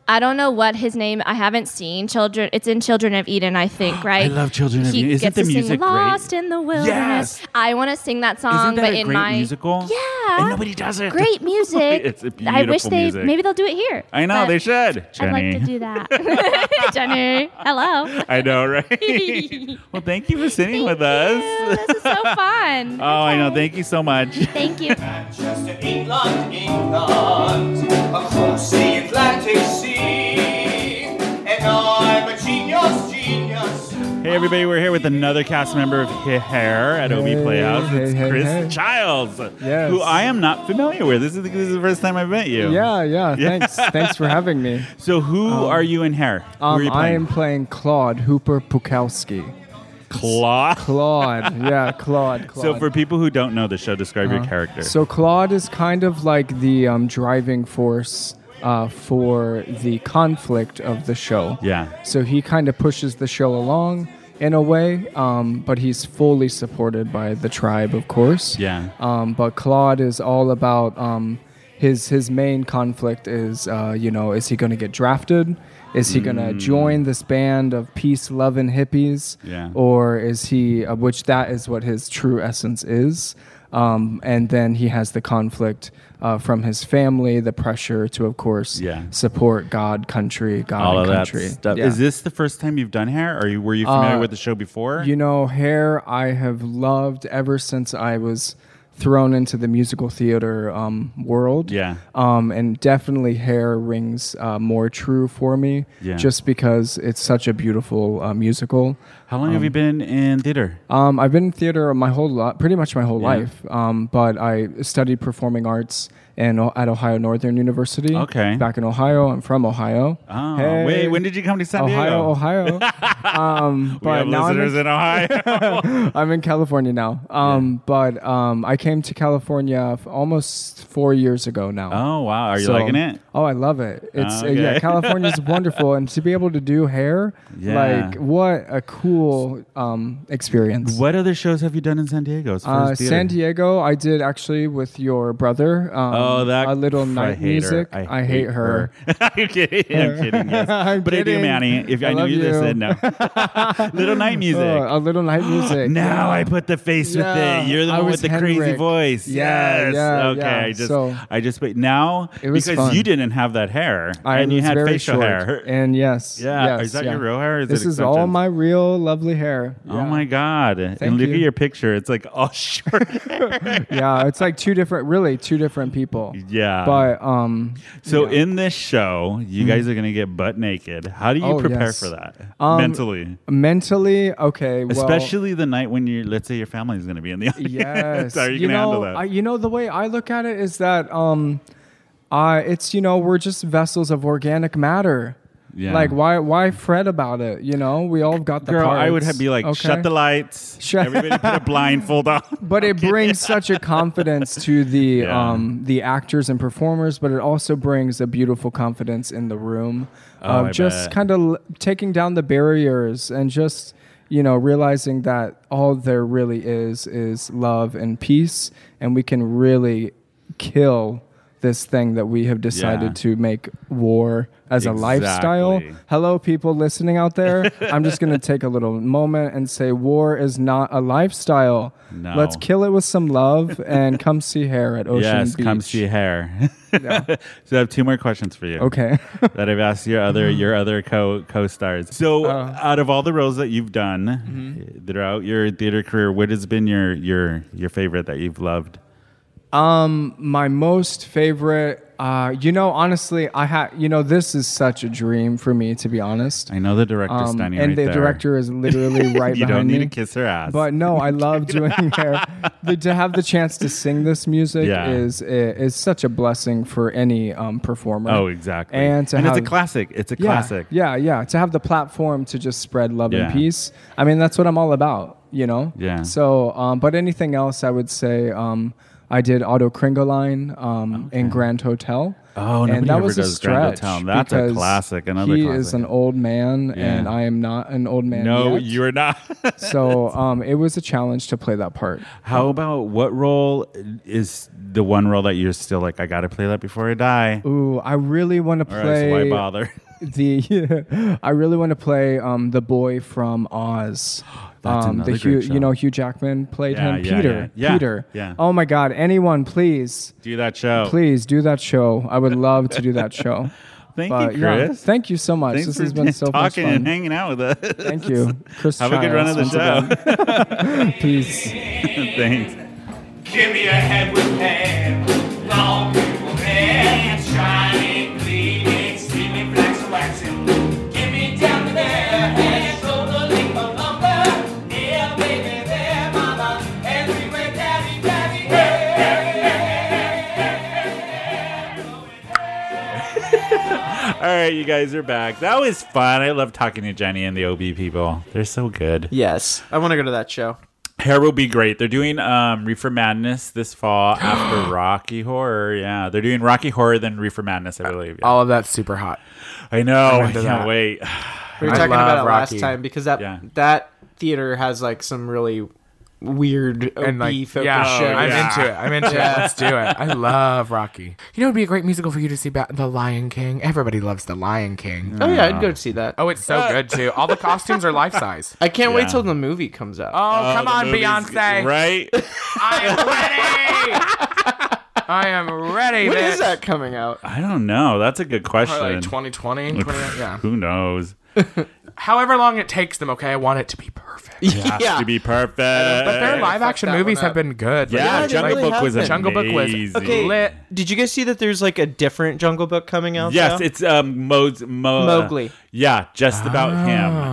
Speaker 9: I don't know what his name. I haven't seen Children. It's in Children of Eden, I think. Right.
Speaker 1: love Children of
Speaker 9: He
Speaker 1: Eden. Isn't
Speaker 9: gets
Speaker 1: the
Speaker 9: to sing
Speaker 1: music great?
Speaker 9: Lost in the wilderness.
Speaker 1: Yes.
Speaker 9: I want to sing that song,
Speaker 1: Isn't that
Speaker 9: Um, but
Speaker 1: a
Speaker 9: in
Speaker 1: great
Speaker 9: my
Speaker 1: musical?
Speaker 9: Yeah.
Speaker 1: And nobody does it.
Speaker 9: Great music.
Speaker 1: It's a
Speaker 9: I wish
Speaker 1: beautiful
Speaker 9: they
Speaker 1: music.
Speaker 9: maybe they'll do it here.
Speaker 1: I know
Speaker 9: but
Speaker 1: they should.
Speaker 9: I'd like to do that. Jenny, hello.
Speaker 1: I know, right? well, thank you for sitting with us.
Speaker 9: This is so fun.
Speaker 1: Oh, I know. Thank you so much.
Speaker 9: Thank you.
Speaker 10: Manchester, England, England, across the Atlantic Sea. And I'm a genius, genius.
Speaker 1: Hey, everybody. We're here with another cast member of Hi- Hair at OB
Speaker 11: Hey,
Speaker 1: Playhouse.
Speaker 11: hey,
Speaker 1: It's
Speaker 11: hey,
Speaker 1: Chris
Speaker 11: hey.
Speaker 1: Childs,
Speaker 11: Yes.
Speaker 1: who I am not familiar with. This is the, this is the first time I've met you.
Speaker 11: Yeah, yeah. Thanks. thanks for having me.
Speaker 1: So, who are you in Hair? Who are
Speaker 11: Um,
Speaker 1: you
Speaker 11: I
Speaker 1: playing?
Speaker 11: am playing Claude Hooper Pukowski.
Speaker 1: Claude.
Speaker 11: Claude. yeah, Claude. Claude.
Speaker 1: So, for people who don't know the show, describe your character.
Speaker 11: Uh-huh. So Claude is kind of like the um, driving force uh, for the conflict of the show.
Speaker 1: Yeah.
Speaker 11: So he kind of pushes the show along in a way, um, but he's fully supported by the tribe, of course.
Speaker 1: Yeah.
Speaker 11: Um, but Claude is all about um, his his main conflict is uh, you know is he going to get drafted? Is he going to
Speaker 1: Mm.
Speaker 11: join this band of peace loving hippies?
Speaker 1: Yeah.
Speaker 11: Or is he, uh, which that is what his true essence is. Um, and then he has the conflict uh, from his family, the pressure to, of course,
Speaker 1: Yeah.
Speaker 11: support God, country, God,
Speaker 1: All of
Speaker 11: and
Speaker 1: that
Speaker 11: country.
Speaker 1: stuff.
Speaker 11: Yeah.
Speaker 1: Is this the first time you've done Hair? Or you, were you familiar
Speaker 11: Uh,
Speaker 1: with the show before?
Speaker 11: You know, hair I have loved ever since I was thrown into the musical theater um, world.
Speaker 1: Yeah.
Speaker 11: Um, and definitely hair rings uh, more true for me
Speaker 1: Yeah.
Speaker 11: just because it's such a beautiful uh, musical.
Speaker 1: How long have you been in theater?
Speaker 11: Um, I've been in theater my whole lot, pretty much my whole
Speaker 1: Yeah.
Speaker 11: life. Um, but I studied performing arts in, at Ohio Northern University.
Speaker 1: Okay.
Speaker 11: Back in Ohio. I'm from Ohio.
Speaker 1: Oh,
Speaker 11: Hey.
Speaker 1: wait, when did you come to San
Speaker 11: Ohio,
Speaker 1: Diego?
Speaker 11: Ohio. um,
Speaker 1: We have listeners in Ohio.
Speaker 11: I'm in California now. Um, But um, I came to California f- almost four years ago now.
Speaker 1: Oh, wow. Are you liking it?
Speaker 11: Oh, I love it. It's uh, yeah,
Speaker 1: Okay.
Speaker 11: California's wonderful, and to be able to do hair,
Speaker 1: Yeah.
Speaker 11: like what a cool um, experience.
Speaker 1: What other shows have you done in San Diego? as far
Speaker 11: Uh,
Speaker 1: as theater?
Speaker 11: San Diego, I did actually with your brother. Um,
Speaker 1: Oh, that
Speaker 11: a little
Speaker 1: I
Speaker 11: night
Speaker 1: hate her.
Speaker 11: music.
Speaker 1: I
Speaker 11: hate,
Speaker 1: hate her. I'm kidding. I'm kidding. Yes.
Speaker 11: I'm
Speaker 1: but I do,
Speaker 11: kidding.
Speaker 1: Manny. If I,
Speaker 11: I
Speaker 1: knew
Speaker 11: love
Speaker 1: you, this
Speaker 11: you.
Speaker 1: said no. little night music.
Speaker 11: Oh, a little night music.
Speaker 1: now
Speaker 11: yeah.
Speaker 1: I put the face
Speaker 11: Yeah.
Speaker 1: with it. You're the
Speaker 11: I
Speaker 1: one
Speaker 11: was
Speaker 1: with the crazy
Speaker 11: Henrik.
Speaker 1: voice.
Speaker 11: Yeah,
Speaker 1: yes.
Speaker 11: yeah,
Speaker 1: okay.
Speaker 11: yeah.
Speaker 1: I just,
Speaker 11: So-
Speaker 1: I just, but now
Speaker 11: It was
Speaker 1: because
Speaker 11: fun.
Speaker 1: you didn't have that hair
Speaker 11: I
Speaker 1: and you
Speaker 11: was
Speaker 1: had
Speaker 11: very
Speaker 1: facial
Speaker 11: short.
Speaker 1: hair.
Speaker 11: And yes.
Speaker 1: Yeah.
Speaker 11: yes,
Speaker 1: is that
Speaker 11: yeah.
Speaker 1: your real hair? or is
Speaker 11: this
Speaker 1: it
Speaker 11: is all
Speaker 1: extensions?
Speaker 11: my real lovely hair.
Speaker 1: Oh my god! and look
Speaker 11: you.
Speaker 1: at your picture. It's like all short.
Speaker 11: yeah, it's like two different, really two different people.
Speaker 1: Yeah.
Speaker 11: But um,
Speaker 1: So in this show, you
Speaker 11: Mhm.
Speaker 1: guys are gonna get butt naked. How do you
Speaker 11: Oh,
Speaker 1: prepare
Speaker 11: yes.
Speaker 1: for that
Speaker 11: Um,
Speaker 1: mentally?
Speaker 11: mentally, okay, well,
Speaker 1: Especially the night when you're, let's say, your family's going to be in the audience.
Speaker 11: Yes.
Speaker 1: How are you,
Speaker 11: know,
Speaker 1: going to handle that?
Speaker 11: I, you know, the way I look at it is that um, I it's you know we're just vessels of organic matter.
Speaker 1: Yeah.
Speaker 11: Like why why fret about it? You know, we all got the
Speaker 1: Girl, I would
Speaker 11: parts,
Speaker 1: have, be like,
Speaker 11: okay?
Speaker 1: shut the lights.
Speaker 11: Shut-
Speaker 1: Everybody put a blindfold on.
Speaker 11: but it brings such a confidence to the
Speaker 1: Yeah.
Speaker 11: um, the actors and performers, but it also brings a beautiful confidence in the room
Speaker 1: Oh,
Speaker 11: of
Speaker 1: I
Speaker 11: just
Speaker 1: bet.
Speaker 11: kind of l- taking down the barriers and just you know realizing that all there really is is love and peace, and we can really kill this thing that we have decided
Speaker 1: Yeah.
Speaker 11: to make war as a lifestyle.
Speaker 1: Exactly.
Speaker 11: Hello, people listening out there. I'm just going to take a little moment and say war is not a lifestyle.
Speaker 1: No.
Speaker 11: Let's kill it with some love and come see hair at Ocean
Speaker 1: yes,
Speaker 11: Beach.
Speaker 1: come see hair. so I have two more questions for you.
Speaker 11: Okay.
Speaker 1: that I've asked your other your other co co stars. So
Speaker 11: Uh-huh.
Speaker 1: out of all the roles that you've done
Speaker 11: Mm-hmm.
Speaker 1: throughout your theater career, what has been your your your favorite that you've loved?
Speaker 11: Um, my most favorite. Uh, you know, honestly, I ha You know, this is such a dream for me, to be honest.
Speaker 1: I know the director's
Speaker 11: Um,
Speaker 1: standing
Speaker 11: and
Speaker 1: right
Speaker 11: the
Speaker 1: there.
Speaker 11: director is literally right
Speaker 1: you
Speaker 11: behind
Speaker 1: don't need
Speaker 11: me.
Speaker 1: to kiss her ass.
Speaker 11: But no, I love doing hair. The, to have the chance to sing this music
Speaker 1: Yeah.
Speaker 11: is is such a blessing for any um, performer.
Speaker 1: Oh, exactly.
Speaker 11: And to
Speaker 1: And it's
Speaker 11: have
Speaker 1: a classic. It's a
Speaker 11: Yeah,
Speaker 1: classic.
Speaker 11: Yeah, yeah. To have the platform to just spread love
Speaker 1: Yeah.
Speaker 11: and peace. I mean, that's what I'm all about. You know.
Speaker 1: Yeah.
Speaker 11: So, um, but anything else, I would say. Um, I did Otto Kringeline um, in Grand Hotel.
Speaker 1: Oh, nobody
Speaker 11: and that
Speaker 1: ever
Speaker 11: was a
Speaker 1: does Grand
Speaker 11: stretch.
Speaker 1: Hotel. That's a
Speaker 11: because
Speaker 1: classic, another
Speaker 11: he is
Speaker 1: classic.
Speaker 11: an old man,
Speaker 1: Yeah.
Speaker 11: and I am not an old man.
Speaker 1: no,
Speaker 11: yet
Speaker 1: you are not.
Speaker 11: so um, it was a challenge to play that part.
Speaker 1: How about what role is the one role that you're still like, I got to play that before I die?
Speaker 11: Ooh, I really want to
Speaker 1: Or else
Speaker 11: play.
Speaker 1: why bother?
Speaker 11: The I really want to play um, the boy from Oz.
Speaker 1: That's
Speaker 11: um,
Speaker 1: another
Speaker 11: the
Speaker 1: great
Speaker 11: Hugh,
Speaker 1: show.
Speaker 11: you know, Hugh Jackman played
Speaker 1: Yeah,
Speaker 11: him.
Speaker 1: yeah,
Speaker 11: Peter.
Speaker 1: yeah. Yeah,
Speaker 11: Peter.
Speaker 1: yeah.
Speaker 11: Oh my God! Anyone, please,
Speaker 1: Do that show.
Speaker 11: please do that show. I would love to do that show.
Speaker 1: Thank
Speaker 11: But,
Speaker 1: you,
Speaker 11: uh, yeah,
Speaker 1: Chris.
Speaker 11: thank you so much.
Speaker 1: Thanks
Speaker 11: this
Speaker 1: for
Speaker 11: has been so much
Speaker 1: talking and
Speaker 11: fun.
Speaker 1: hanging out with us.
Speaker 11: Thank you, Chris.
Speaker 1: Have a good run of the
Speaker 11: Childs,
Speaker 1: show.
Speaker 11: once again. Peace.
Speaker 1: Thanks.
Speaker 7: Give me a hand with hand, long beautiful hair, shining, gleaming, steaming, flax and waxing. Give me down to there, hand, shoulder, length of lumber,
Speaker 1: right, you guys are back. That was fun. I love talking to Jenny and the OB people. They're so good.
Speaker 2: Yes, I want to go to that show.
Speaker 1: Hair will be great. They're doing um, Reefer Madness this fall after Rocky Horror. Yeah, they're doing Rocky Horror then Reefer Madness,
Speaker 11: Uh,
Speaker 1: I believe.
Speaker 3: All of that's super hot.
Speaker 1: I know. I
Speaker 3: Remember
Speaker 1: can't
Speaker 3: that.
Speaker 1: wait.
Speaker 2: We were
Speaker 3: I
Speaker 2: talking
Speaker 3: love
Speaker 2: about it
Speaker 3: Rocky.
Speaker 2: last time because that
Speaker 1: Yeah.
Speaker 2: that theater has like some really weird
Speaker 3: And like,
Speaker 2: OB focused
Speaker 3: yeah,
Speaker 2: shows.
Speaker 3: I'm into it. I'm into it. Let's do it. I love Rocky. You know, it'd be a great musical for you to see about The Lion King. Everybody loves The Lion King.
Speaker 2: Oh yeah, I'd go see that.
Speaker 3: Oh, it's so
Speaker 2: Uh,
Speaker 3: good too. All the costumes are life size.
Speaker 2: I can't
Speaker 1: Yeah.
Speaker 2: wait till the movie comes out.
Speaker 3: Oh, come
Speaker 1: Uh, the
Speaker 3: on,
Speaker 1: movie's-
Speaker 3: Beyonce.
Speaker 1: Right?
Speaker 3: I am ready.
Speaker 2: when
Speaker 3: bitch.
Speaker 2: is that coming out?
Speaker 1: I don't know. That's a good
Speaker 3: Probably
Speaker 1: question.
Speaker 3: like 2020, 20, yeah.
Speaker 1: Who knows?
Speaker 3: However long it takes them, okay? I want it to be perfect.
Speaker 1: It has to be perfect.
Speaker 3: But their live action
Speaker 2: that one
Speaker 3: movies have
Speaker 2: up.
Speaker 3: been good.
Speaker 1: yeah,
Speaker 2: Yeah, they
Speaker 1: Jungle
Speaker 2: really
Speaker 1: Book was
Speaker 2: have
Speaker 1: amazing.
Speaker 2: been.
Speaker 3: Jungle Book was
Speaker 2: Okay.
Speaker 3: lit.
Speaker 2: Did you guys see that there's like a different Jungle Book coming out?
Speaker 1: Yes,
Speaker 2: now?
Speaker 1: it's um Mo's Mo,
Speaker 2: Mowgli.
Speaker 1: yeah, just about him,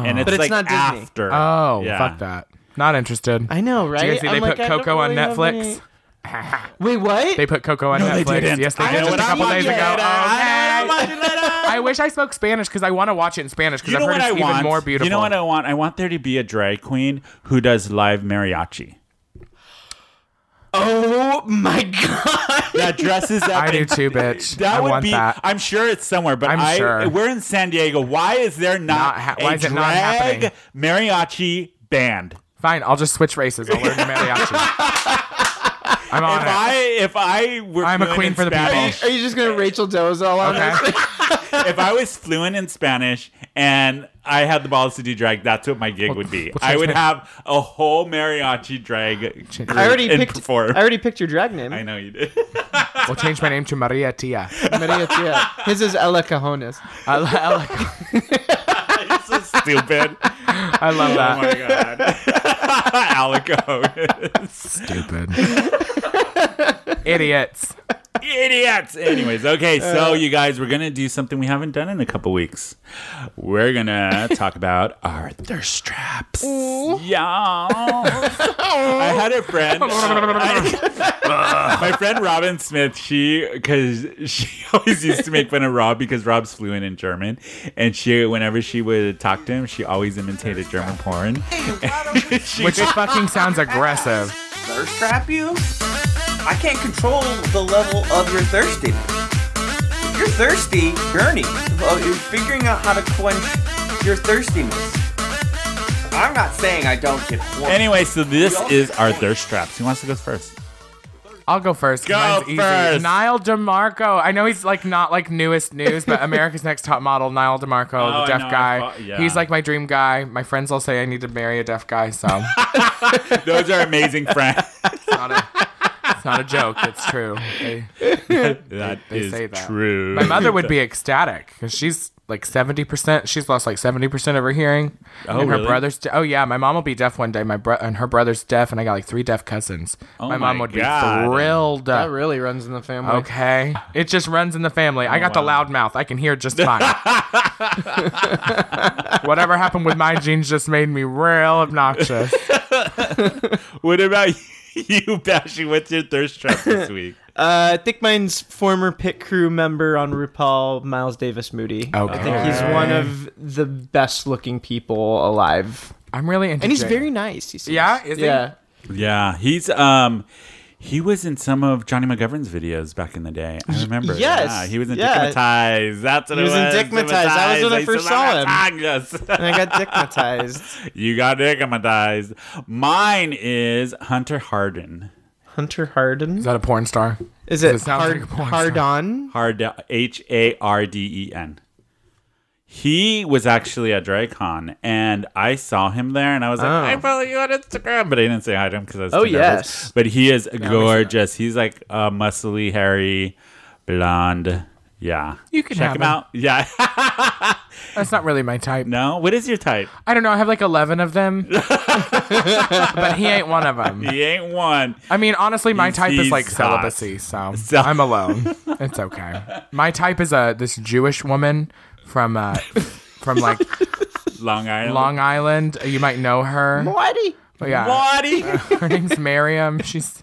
Speaker 1: and it's,
Speaker 2: But it's
Speaker 1: like
Speaker 2: not Disney.
Speaker 1: after.
Speaker 3: Oh,
Speaker 1: yeah.
Speaker 3: fuck that. Not interested.
Speaker 2: I know,
Speaker 3: Did
Speaker 2: right?
Speaker 3: you guys see they
Speaker 2: I'm
Speaker 3: put
Speaker 2: like, I don't
Speaker 3: Coco on
Speaker 2: really have
Speaker 3: Netflix?
Speaker 2: any- Wait, what?
Speaker 3: They put Coco on
Speaker 1: No, they
Speaker 3: Netflix.
Speaker 1: didn't.
Speaker 3: Yes, they
Speaker 1: I
Speaker 3: did
Speaker 1: haven't
Speaker 3: just a couple
Speaker 1: seen
Speaker 3: days
Speaker 1: it.
Speaker 3: ago.
Speaker 1: I
Speaker 3: Okay.
Speaker 1: haven't watched it at all.
Speaker 3: I wish I spoke Spanish because I want to watch it in Spanish because
Speaker 1: You know
Speaker 3: I've heard
Speaker 1: what
Speaker 3: it's
Speaker 1: I
Speaker 3: even
Speaker 1: want?
Speaker 3: more beautiful.
Speaker 1: You know what I want? I want there to be a drag queen who does live mariachi.
Speaker 2: oh my god!
Speaker 1: That dresses up.
Speaker 3: I do
Speaker 1: in-
Speaker 3: too, bitch.
Speaker 1: That
Speaker 3: I
Speaker 1: would
Speaker 3: want
Speaker 1: be.
Speaker 3: that.
Speaker 1: I'm sure it's somewhere, but
Speaker 3: I'm
Speaker 1: I-
Speaker 3: sure.
Speaker 1: we're in San Diego. Why is there not,
Speaker 3: Not ha-
Speaker 1: a
Speaker 3: why is it not
Speaker 1: drag
Speaker 3: happening?
Speaker 1: mariachi band?
Speaker 3: Fine, I'll just switch races. I'll learn mariachi. I'm on
Speaker 1: If
Speaker 3: it.
Speaker 1: I if I were
Speaker 3: I'm a
Speaker 1: fluent
Speaker 3: queen
Speaker 1: in
Speaker 3: for the people.
Speaker 1: Spanish,
Speaker 2: Are you just gonna Rachel Dozel on
Speaker 3: Okay.
Speaker 2: this?
Speaker 1: if I was fluent in Spanish and I had the balls to do drag, that's what my gig would be. I would have a whole mariachi drag group
Speaker 2: I already
Speaker 1: and
Speaker 2: picked.
Speaker 1: perform.
Speaker 2: I already picked your drag name.
Speaker 1: I know you did.
Speaker 3: We'll change my name to Maria Tia.
Speaker 2: Maria Tia. His is Ella Cajones.
Speaker 3: I, lo- I lo-
Speaker 1: You're so stupid.
Speaker 3: I love
Speaker 1: Oh
Speaker 3: that.
Speaker 1: my god. Alico.
Speaker 3: Stupid. Idiots.
Speaker 1: Idiots. Anyways, okay, so you guys, we're gonna do something we haven't done in a couple weeks. We're gonna talk about our thirst traps. Yeah. I had a friend. my friend Robin Smith, she because she always used to make fun of Rob because Rob's fluent in German, and she whenever she would talk to him, she always imitated German porn. She
Speaker 3: Which
Speaker 1: would-
Speaker 3: fucking sounds aggressive.
Speaker 12: thirst trap you? I can't control the level of your thirstiness. If you're thirsty, journey. Well, you're figuring out how to quench your thirstiness. I'm not saying I don't get horny.
Speaker 1: anyway, so this is our thirst traps. Who wants to go first?
Speaker 3: I'll go first. 'cause
Speaker 1: Go
Speaker 3: mine's easy.
Speaker 1: first.
Speaker 3: Niall DeMarco. I know he's like not like newest news, but America's Next Top Model, Niall DeMarco,
Speaker 1: Oh, I
Speaker 3: the deaf
Speaker 1: know. I
Speaker 3: guy.
Speaker 1: thought- yeah.
Speaker 3: He's like my dream guy. My friends all say I need to marry a deaf guy, so it's,
Speaker 1: Those are amazing friends.
Speaker 3: not a, it's not a joke. It's true. They-
Speaker 1: That
Speaker 3: They
Speaker 1: is
Speaker 3: say that.
Speaker 1: true.
Speaker 3: my mother would be ecstatic because she's like 70%. She's lost like 70% of her hearing.
Speaker 1: Oh,
Speaker 3: and her
Speaker 1: really?
Speaker 3: brother's. De- oh, yeah. My mom will be deaf one day. My bro- And her brother's deaf, and I got like three deaf cousins.
Speaker 1: Oh,
Speaker 3: my mom
Speaker 1: my
Speaker 3: would
Speaker 1: God.
Speaker 3: be thrilled.
Speaker 2: That really runs in the family.
Speaker 3: Okay. It just runs in the family. I got
Speaker 1: Oh, wow.
Speaker 3: the loudmouth. I can hear just fine. Whatever happened with my genes just made me real obnoxious.
Speaker 1: What about you, Bashy? What's your thirst trap this week?
Speaker 2: Uh, I think mine's former pit crew member on RuPaul, Miles Davis Moody. I think he's
Speaker 3: Okay.
Speaker 2: one of the best looking people alive,
Speaker 3: I'm really into
Speaker 2: and he's
Speaker 3: Jada.
Speaker 2: very nice. He seems.
Speaker 3: Yeah? Is he?
Speaker 2: yeah.
Speaker 1: Yeah, he's um he was in some of Johnny McGovern's videos back in the day. I remember.
Speaker 2: yes,
Speaker 1: Yeah, he was in
Speaker 2: yeah.
Speaker 1: Dickmatized. That's what
Speaker 2: He
Speaker 1: it
Speaker 2: was in Dickmatized. That was when I first saw him.
Speaker 1: him.
Speaker 2: And I got dickmatized.
Speaker 1: you got dickmatized. Mine is Hunter Harden.
Speaker 2: Hunter Harden.
Speaker 3: Is that a porn star?
Speaker 2: Is it,
Speaker 3: It sounds
Speaker 2: hard,
Speaker 3: like a porn star.
Speaker 2: Hardon?
Speaker 1: Hard H A R D E N. He was actually at DragCon, and I saw him there, and I was like,
Speaker 2: Oh.
Speaker 1: "I follow you on Instagram," but I didn't say hi to him because I was
Speaker 2: Oh,
Speaker 1: too nervous.
Speaker 2: yes.
Speaker 1: But he is gorgeous. He's like a muscly, hairy, blonde. Yeah,
Speaker 3: You can
Speaker 1: check
Speaker 3: have
Speaker 1: him
Speaker 3: him.
Speaker 1: out. Yeah,
Speaker 3: That's not really my type.
Speaker 1: no, what is your type?
Speaker 3: I don't know. I have like 11 of them, but he ain't one of them.
Speaker 1: He ain't one.
Speaker 3: I mean, honestly, my
Speaker 1: He's-
Speaker 3: type is
Speaker 1: he's
Speaker 3: like
Speaker 1: hot.
Speaker 3: celibacy, so
Speaker 1: So-
Speaker 3: I'm alone. It's okay. My type is a this Jewish woman from uh from like
Speaker 1: Long Island.
Speaker 3: Long Island. You might know her.
Speaker 2: Whitey.
Speaker 3: But yeah,
Speaker 1: Body.
Speaker 3: her name's Miriam. She's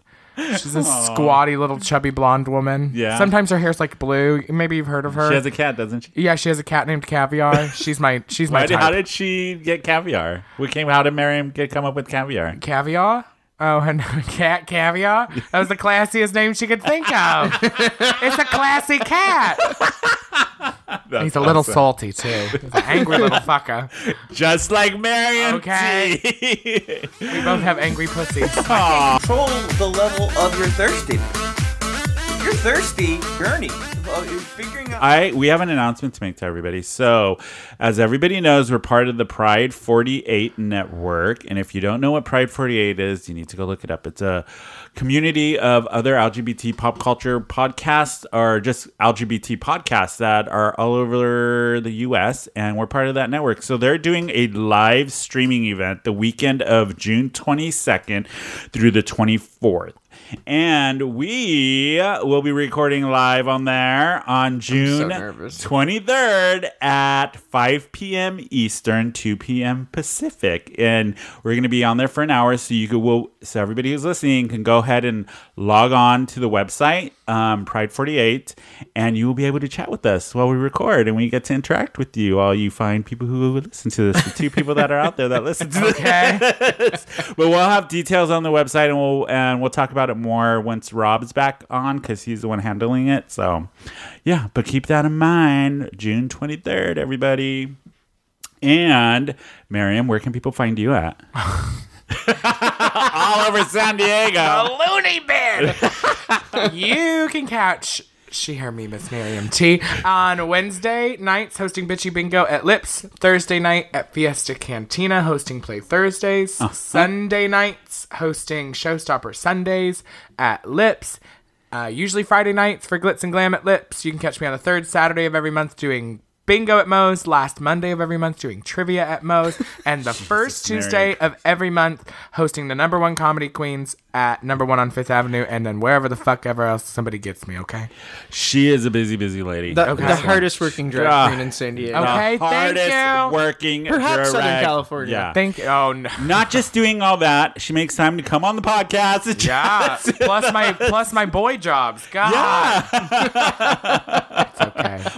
Speaker 3: She's a
Speaker 1: Aw.
Speaker 3: squatty little chubby blonde woman.
Speaker 1: Yeah.
Speaker 3: Sometimes her hair's like blue. Maybe you've heard of her.
Speaker 1: She has a cat, doesn't she?
Speaker 3: Yeah, she has a cat named Caviar. She's my she's my
Speaker 1: Why did-
Speaker 3: type.
Speaker 1: how did she get caviar? We came. How did Miriam get come up with caviar?
Speaker 3: Caviar? Oh, and cat caviar? That was the classiest name she could think of. it's a classy cat. He's a little salty too. He's an angry little fucker.
Speaker 1: Just like Marion.
Speaker 3: Okay. we both have angry pussies.
Speaker 12: Control the level of your thirstiness. Your thirsty journey. Uh, you're figuring out.
Speaker 1: I we have an announcement to make to everybody. So, as everybody knows, we're part of the Pride 48 network, and if you don't know what Pride 48 is, you need to go look it up. It's a community of other LGBT pop culture podcasts or just LGBT podcasts that are all over the US, and we're part of that network. So, they're doing a live streaming event the weekend of June 22nd through the 24th. And we will be recording live on there on June
Speaker 2: nervous.
Speaker 1: 23rd at 5 p.m. Eastern, 2 p.m. Pacific. And we're going to be on there for an hour. So you could, will so everybody who's listening can go ahead and log on to the website, um, Pride 48, and you will be able to chat with us while we record. And we get to interact with you, all you fine people who listen to this, the two people that are out there that listen to this but we'll have details on the website and we'll and we'll talk about it more once Rob's back on because he's the one handling it. So yeah, but keep that in mind. June twenty third, everybody. And Miriam, where can people find you at? All over San Diego.
Speaker 3: A loony bin. you can catch she her me miss Miriam T on Wednesday nights hosting Bitchy Bingo at Lips, Thursday night at Fiesta Cantina hosting Play Thursdays, Sunday nights hosting Showstopper Sundays at Lips. Uh, usually Friday nights for Glitz and Glam at Lips. You can catch me on the third Saturday of every month doing bingo at Moe's, last Monday of every month doing trivia at Moe's, and the first
Speaker 1: Mary.
Speaker 3: Tuesday of every month hosting the number one comedy queens at number one on Fifth Avenue, and then wherever the fuck ever else somebody gets me. Okay.
Speaker 1: She is a busy, busy lady.
Speaker 2: The, the hardest working drag
Speaker 1: Ah.
Speaker 2: queen in San Diego.
Speaker 1: the
Speaker 3: Okay, thank
Speaker 1: hardest
Speaker 3: you.
Speaker 1: working
Speaker 2: Perhaps Southern
Speaker 1: drag-
Speaker 2: California.
Speaker 1: Yeah.
Speaker 3: Thank you. Oh no.
Speaker 1: Not just doing all that, she makes time to come on the podcast.
Speaker 3: Yeah. plus my plus my boy jobs. God.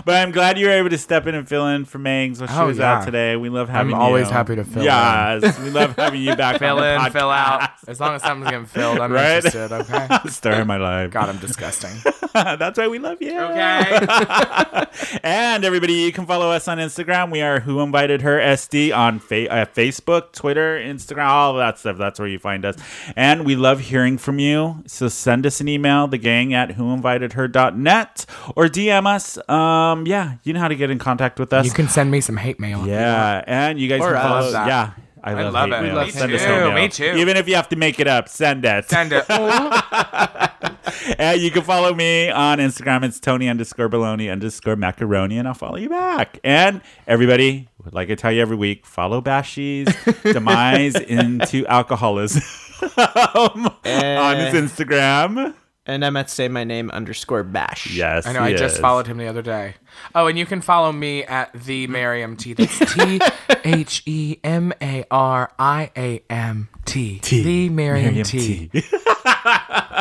Speaker 1: But I'm glad you were able to step in and fill in for Megs while she
Speaker 3: Oh,
Speaker 1: was
Speaker 3: yeah.
Speaker 1: out today. We love
Speaker 3: I'm
Speaker 1: having you.
Speaker 3: always happy to fill in.
Speaker 1: Yes, we love having you back
Speaker 3: Fill
Speaker 1: on the
Speaker 3: in,
Speaker 1: podcast.
Speaker 3: fill out. As long as something's getting filled, I'm
Speaker 1: Right?
Speaker 3: interested. Okay.
Speaker 1: Stir in my life.
Speaker 3: God, I'm disgusting.
Speaker 1: That's why we love you. and everybody, you can follow us on Instagram. We are Who Invited Her SD on fa- uh, Facebook, Twitter, Instagram, all of that stuff. That's where you find us. And we love hearing from you. So send us an email, the gang at whoinvitedher.net, or DM us. Um, yeah, you know how to get in contact with us.
Speaker 3: You can send me some hate mail.
Speaker 1: Yeah, and you guys
Speaker 3: Or
Speaker 1: can follow.
Speaker 3: us.
Speaker 1: Yeah, I
Speaker 3: I
Speaker 1: love,
Speaker 3: love
Speaker 1: hate
Speaker 3: it.
Speaker 1: mail.
Speaker 3: Me
Speaker 1: Send us
Speaker 3: too,
Speaker 1: hate mail.
Speaker 3: me too.
Speaker 1: Even if you have to make it up, send it.
Speaker 3: Send it.
Speaker 1: and you can follow me on Instagram. It's Tony underscore Baloney underscore Macaroni, and I'll follow you back. And everybody, like I tell you every week, follow Bashy's demise into alcoholism
Speaker 3: Eh.
Speaker 1: on his Instagram.
Speaker 2: And I'm at say my name underscore bash.
Speaker 1: Yes,
Speaker 3: I know. I just followed him the other day. Oh, and you can follow me at the Mariam T. That's T H E M A R I A M T. The Mariam
Speaker 1: Miriam
Speaker 3: T.
Speaker 1: T.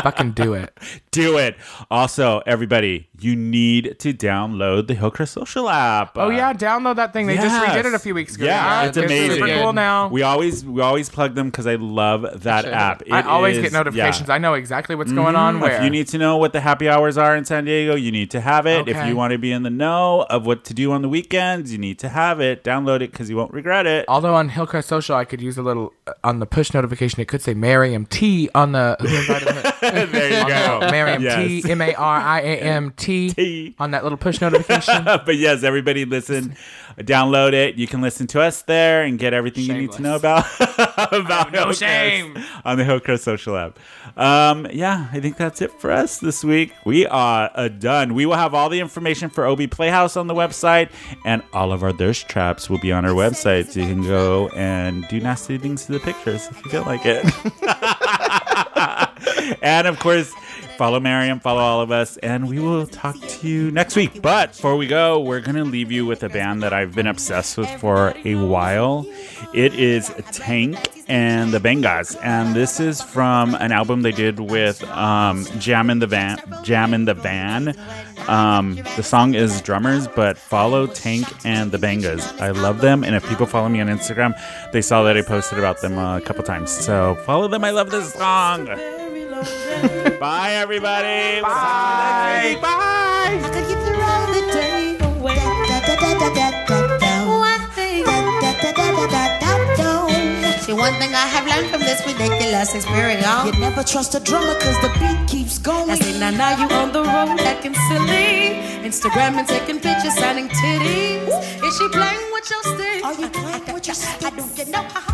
Speaker 3: Fucking do it.
Speaker 1: Do it. Also, everybody, you need to download the Hillcrest Social app.
Speaker 3: Oh yeah, download that thing. They just redid it a few weeks ago.
Speaker 1: Yeah, it's amazing.
Speaker 3: Super cool now.
Speaker 1: We always we always plug them because I love that app.
Speaker 3: I
Speaker 1: It
Speaker 3: always
Speaker 1: is-
Speaker 3: get notifications.
Speaker 1: yeah.
Speaker 3: I know exactly what's going on.
Speaker 1: Mhm.
Speaker 3: Where
Speaker 1: If you need to know what the happy hours are in San Diego, you need to have it. If
Speaker 3: Okay.
Speaker 1: you want to be in the know of what to do on the weekends, you need to have it. Download it because you won't regret it.
Speaker 3: Although on Hillcrest Social, I could use a little uh, on the push notification. It could say Mariam T on the. Who invited me?
Speaker 1: there you go.
Speaker 3: Mariam
Speaker 1: Yes.
Speaker 3: T M A R I A M T on that little push notification.
Speaker 1: but yes, everybody listen, download it. You can listen to us there and get everything you need to know about about
Speaker 3: no
Speaker 1: Hillcrest
Speaker 3: shame.
Speaker 1: on the Hillcrest Social app. Um, yeah, I think that's it for us this week. We are uh, done. We will have all the information for OB Playhouse on the website, and all of our thirst traps will be on our website, so you can go and do nasty things to the pictures if you feel like it. and of course, follow Mariam, follow all of us, and we will talk to you next week. But before we go, we're going to leave you with a band that I've been obsessed with for a while. It is Tank and the Bengas, and this is from an album they did with um, Jam in the Van. Jam in the Van. Um, the song is Drummers, but follow Tank and the Bengas. I love them, and if people follow me on Instagram, they saw that I posted about them uh, a couple times. So follow them. I love this song. Bye, everybody. Bye. Bye.
Speaker 7: I could get through all the day away. Da, da, da, da, da, da, da. One thing. Da, da, da, da, da, da, da, da. See, one thing I have learned from this ridiculous experience. You never trust a drummer because the beat keeps going. I say, now, now you on the road acting silly. Instagram and taking pictures, signing titties. Is she playing with your stick? Are you playing with your stick? I don't get no ha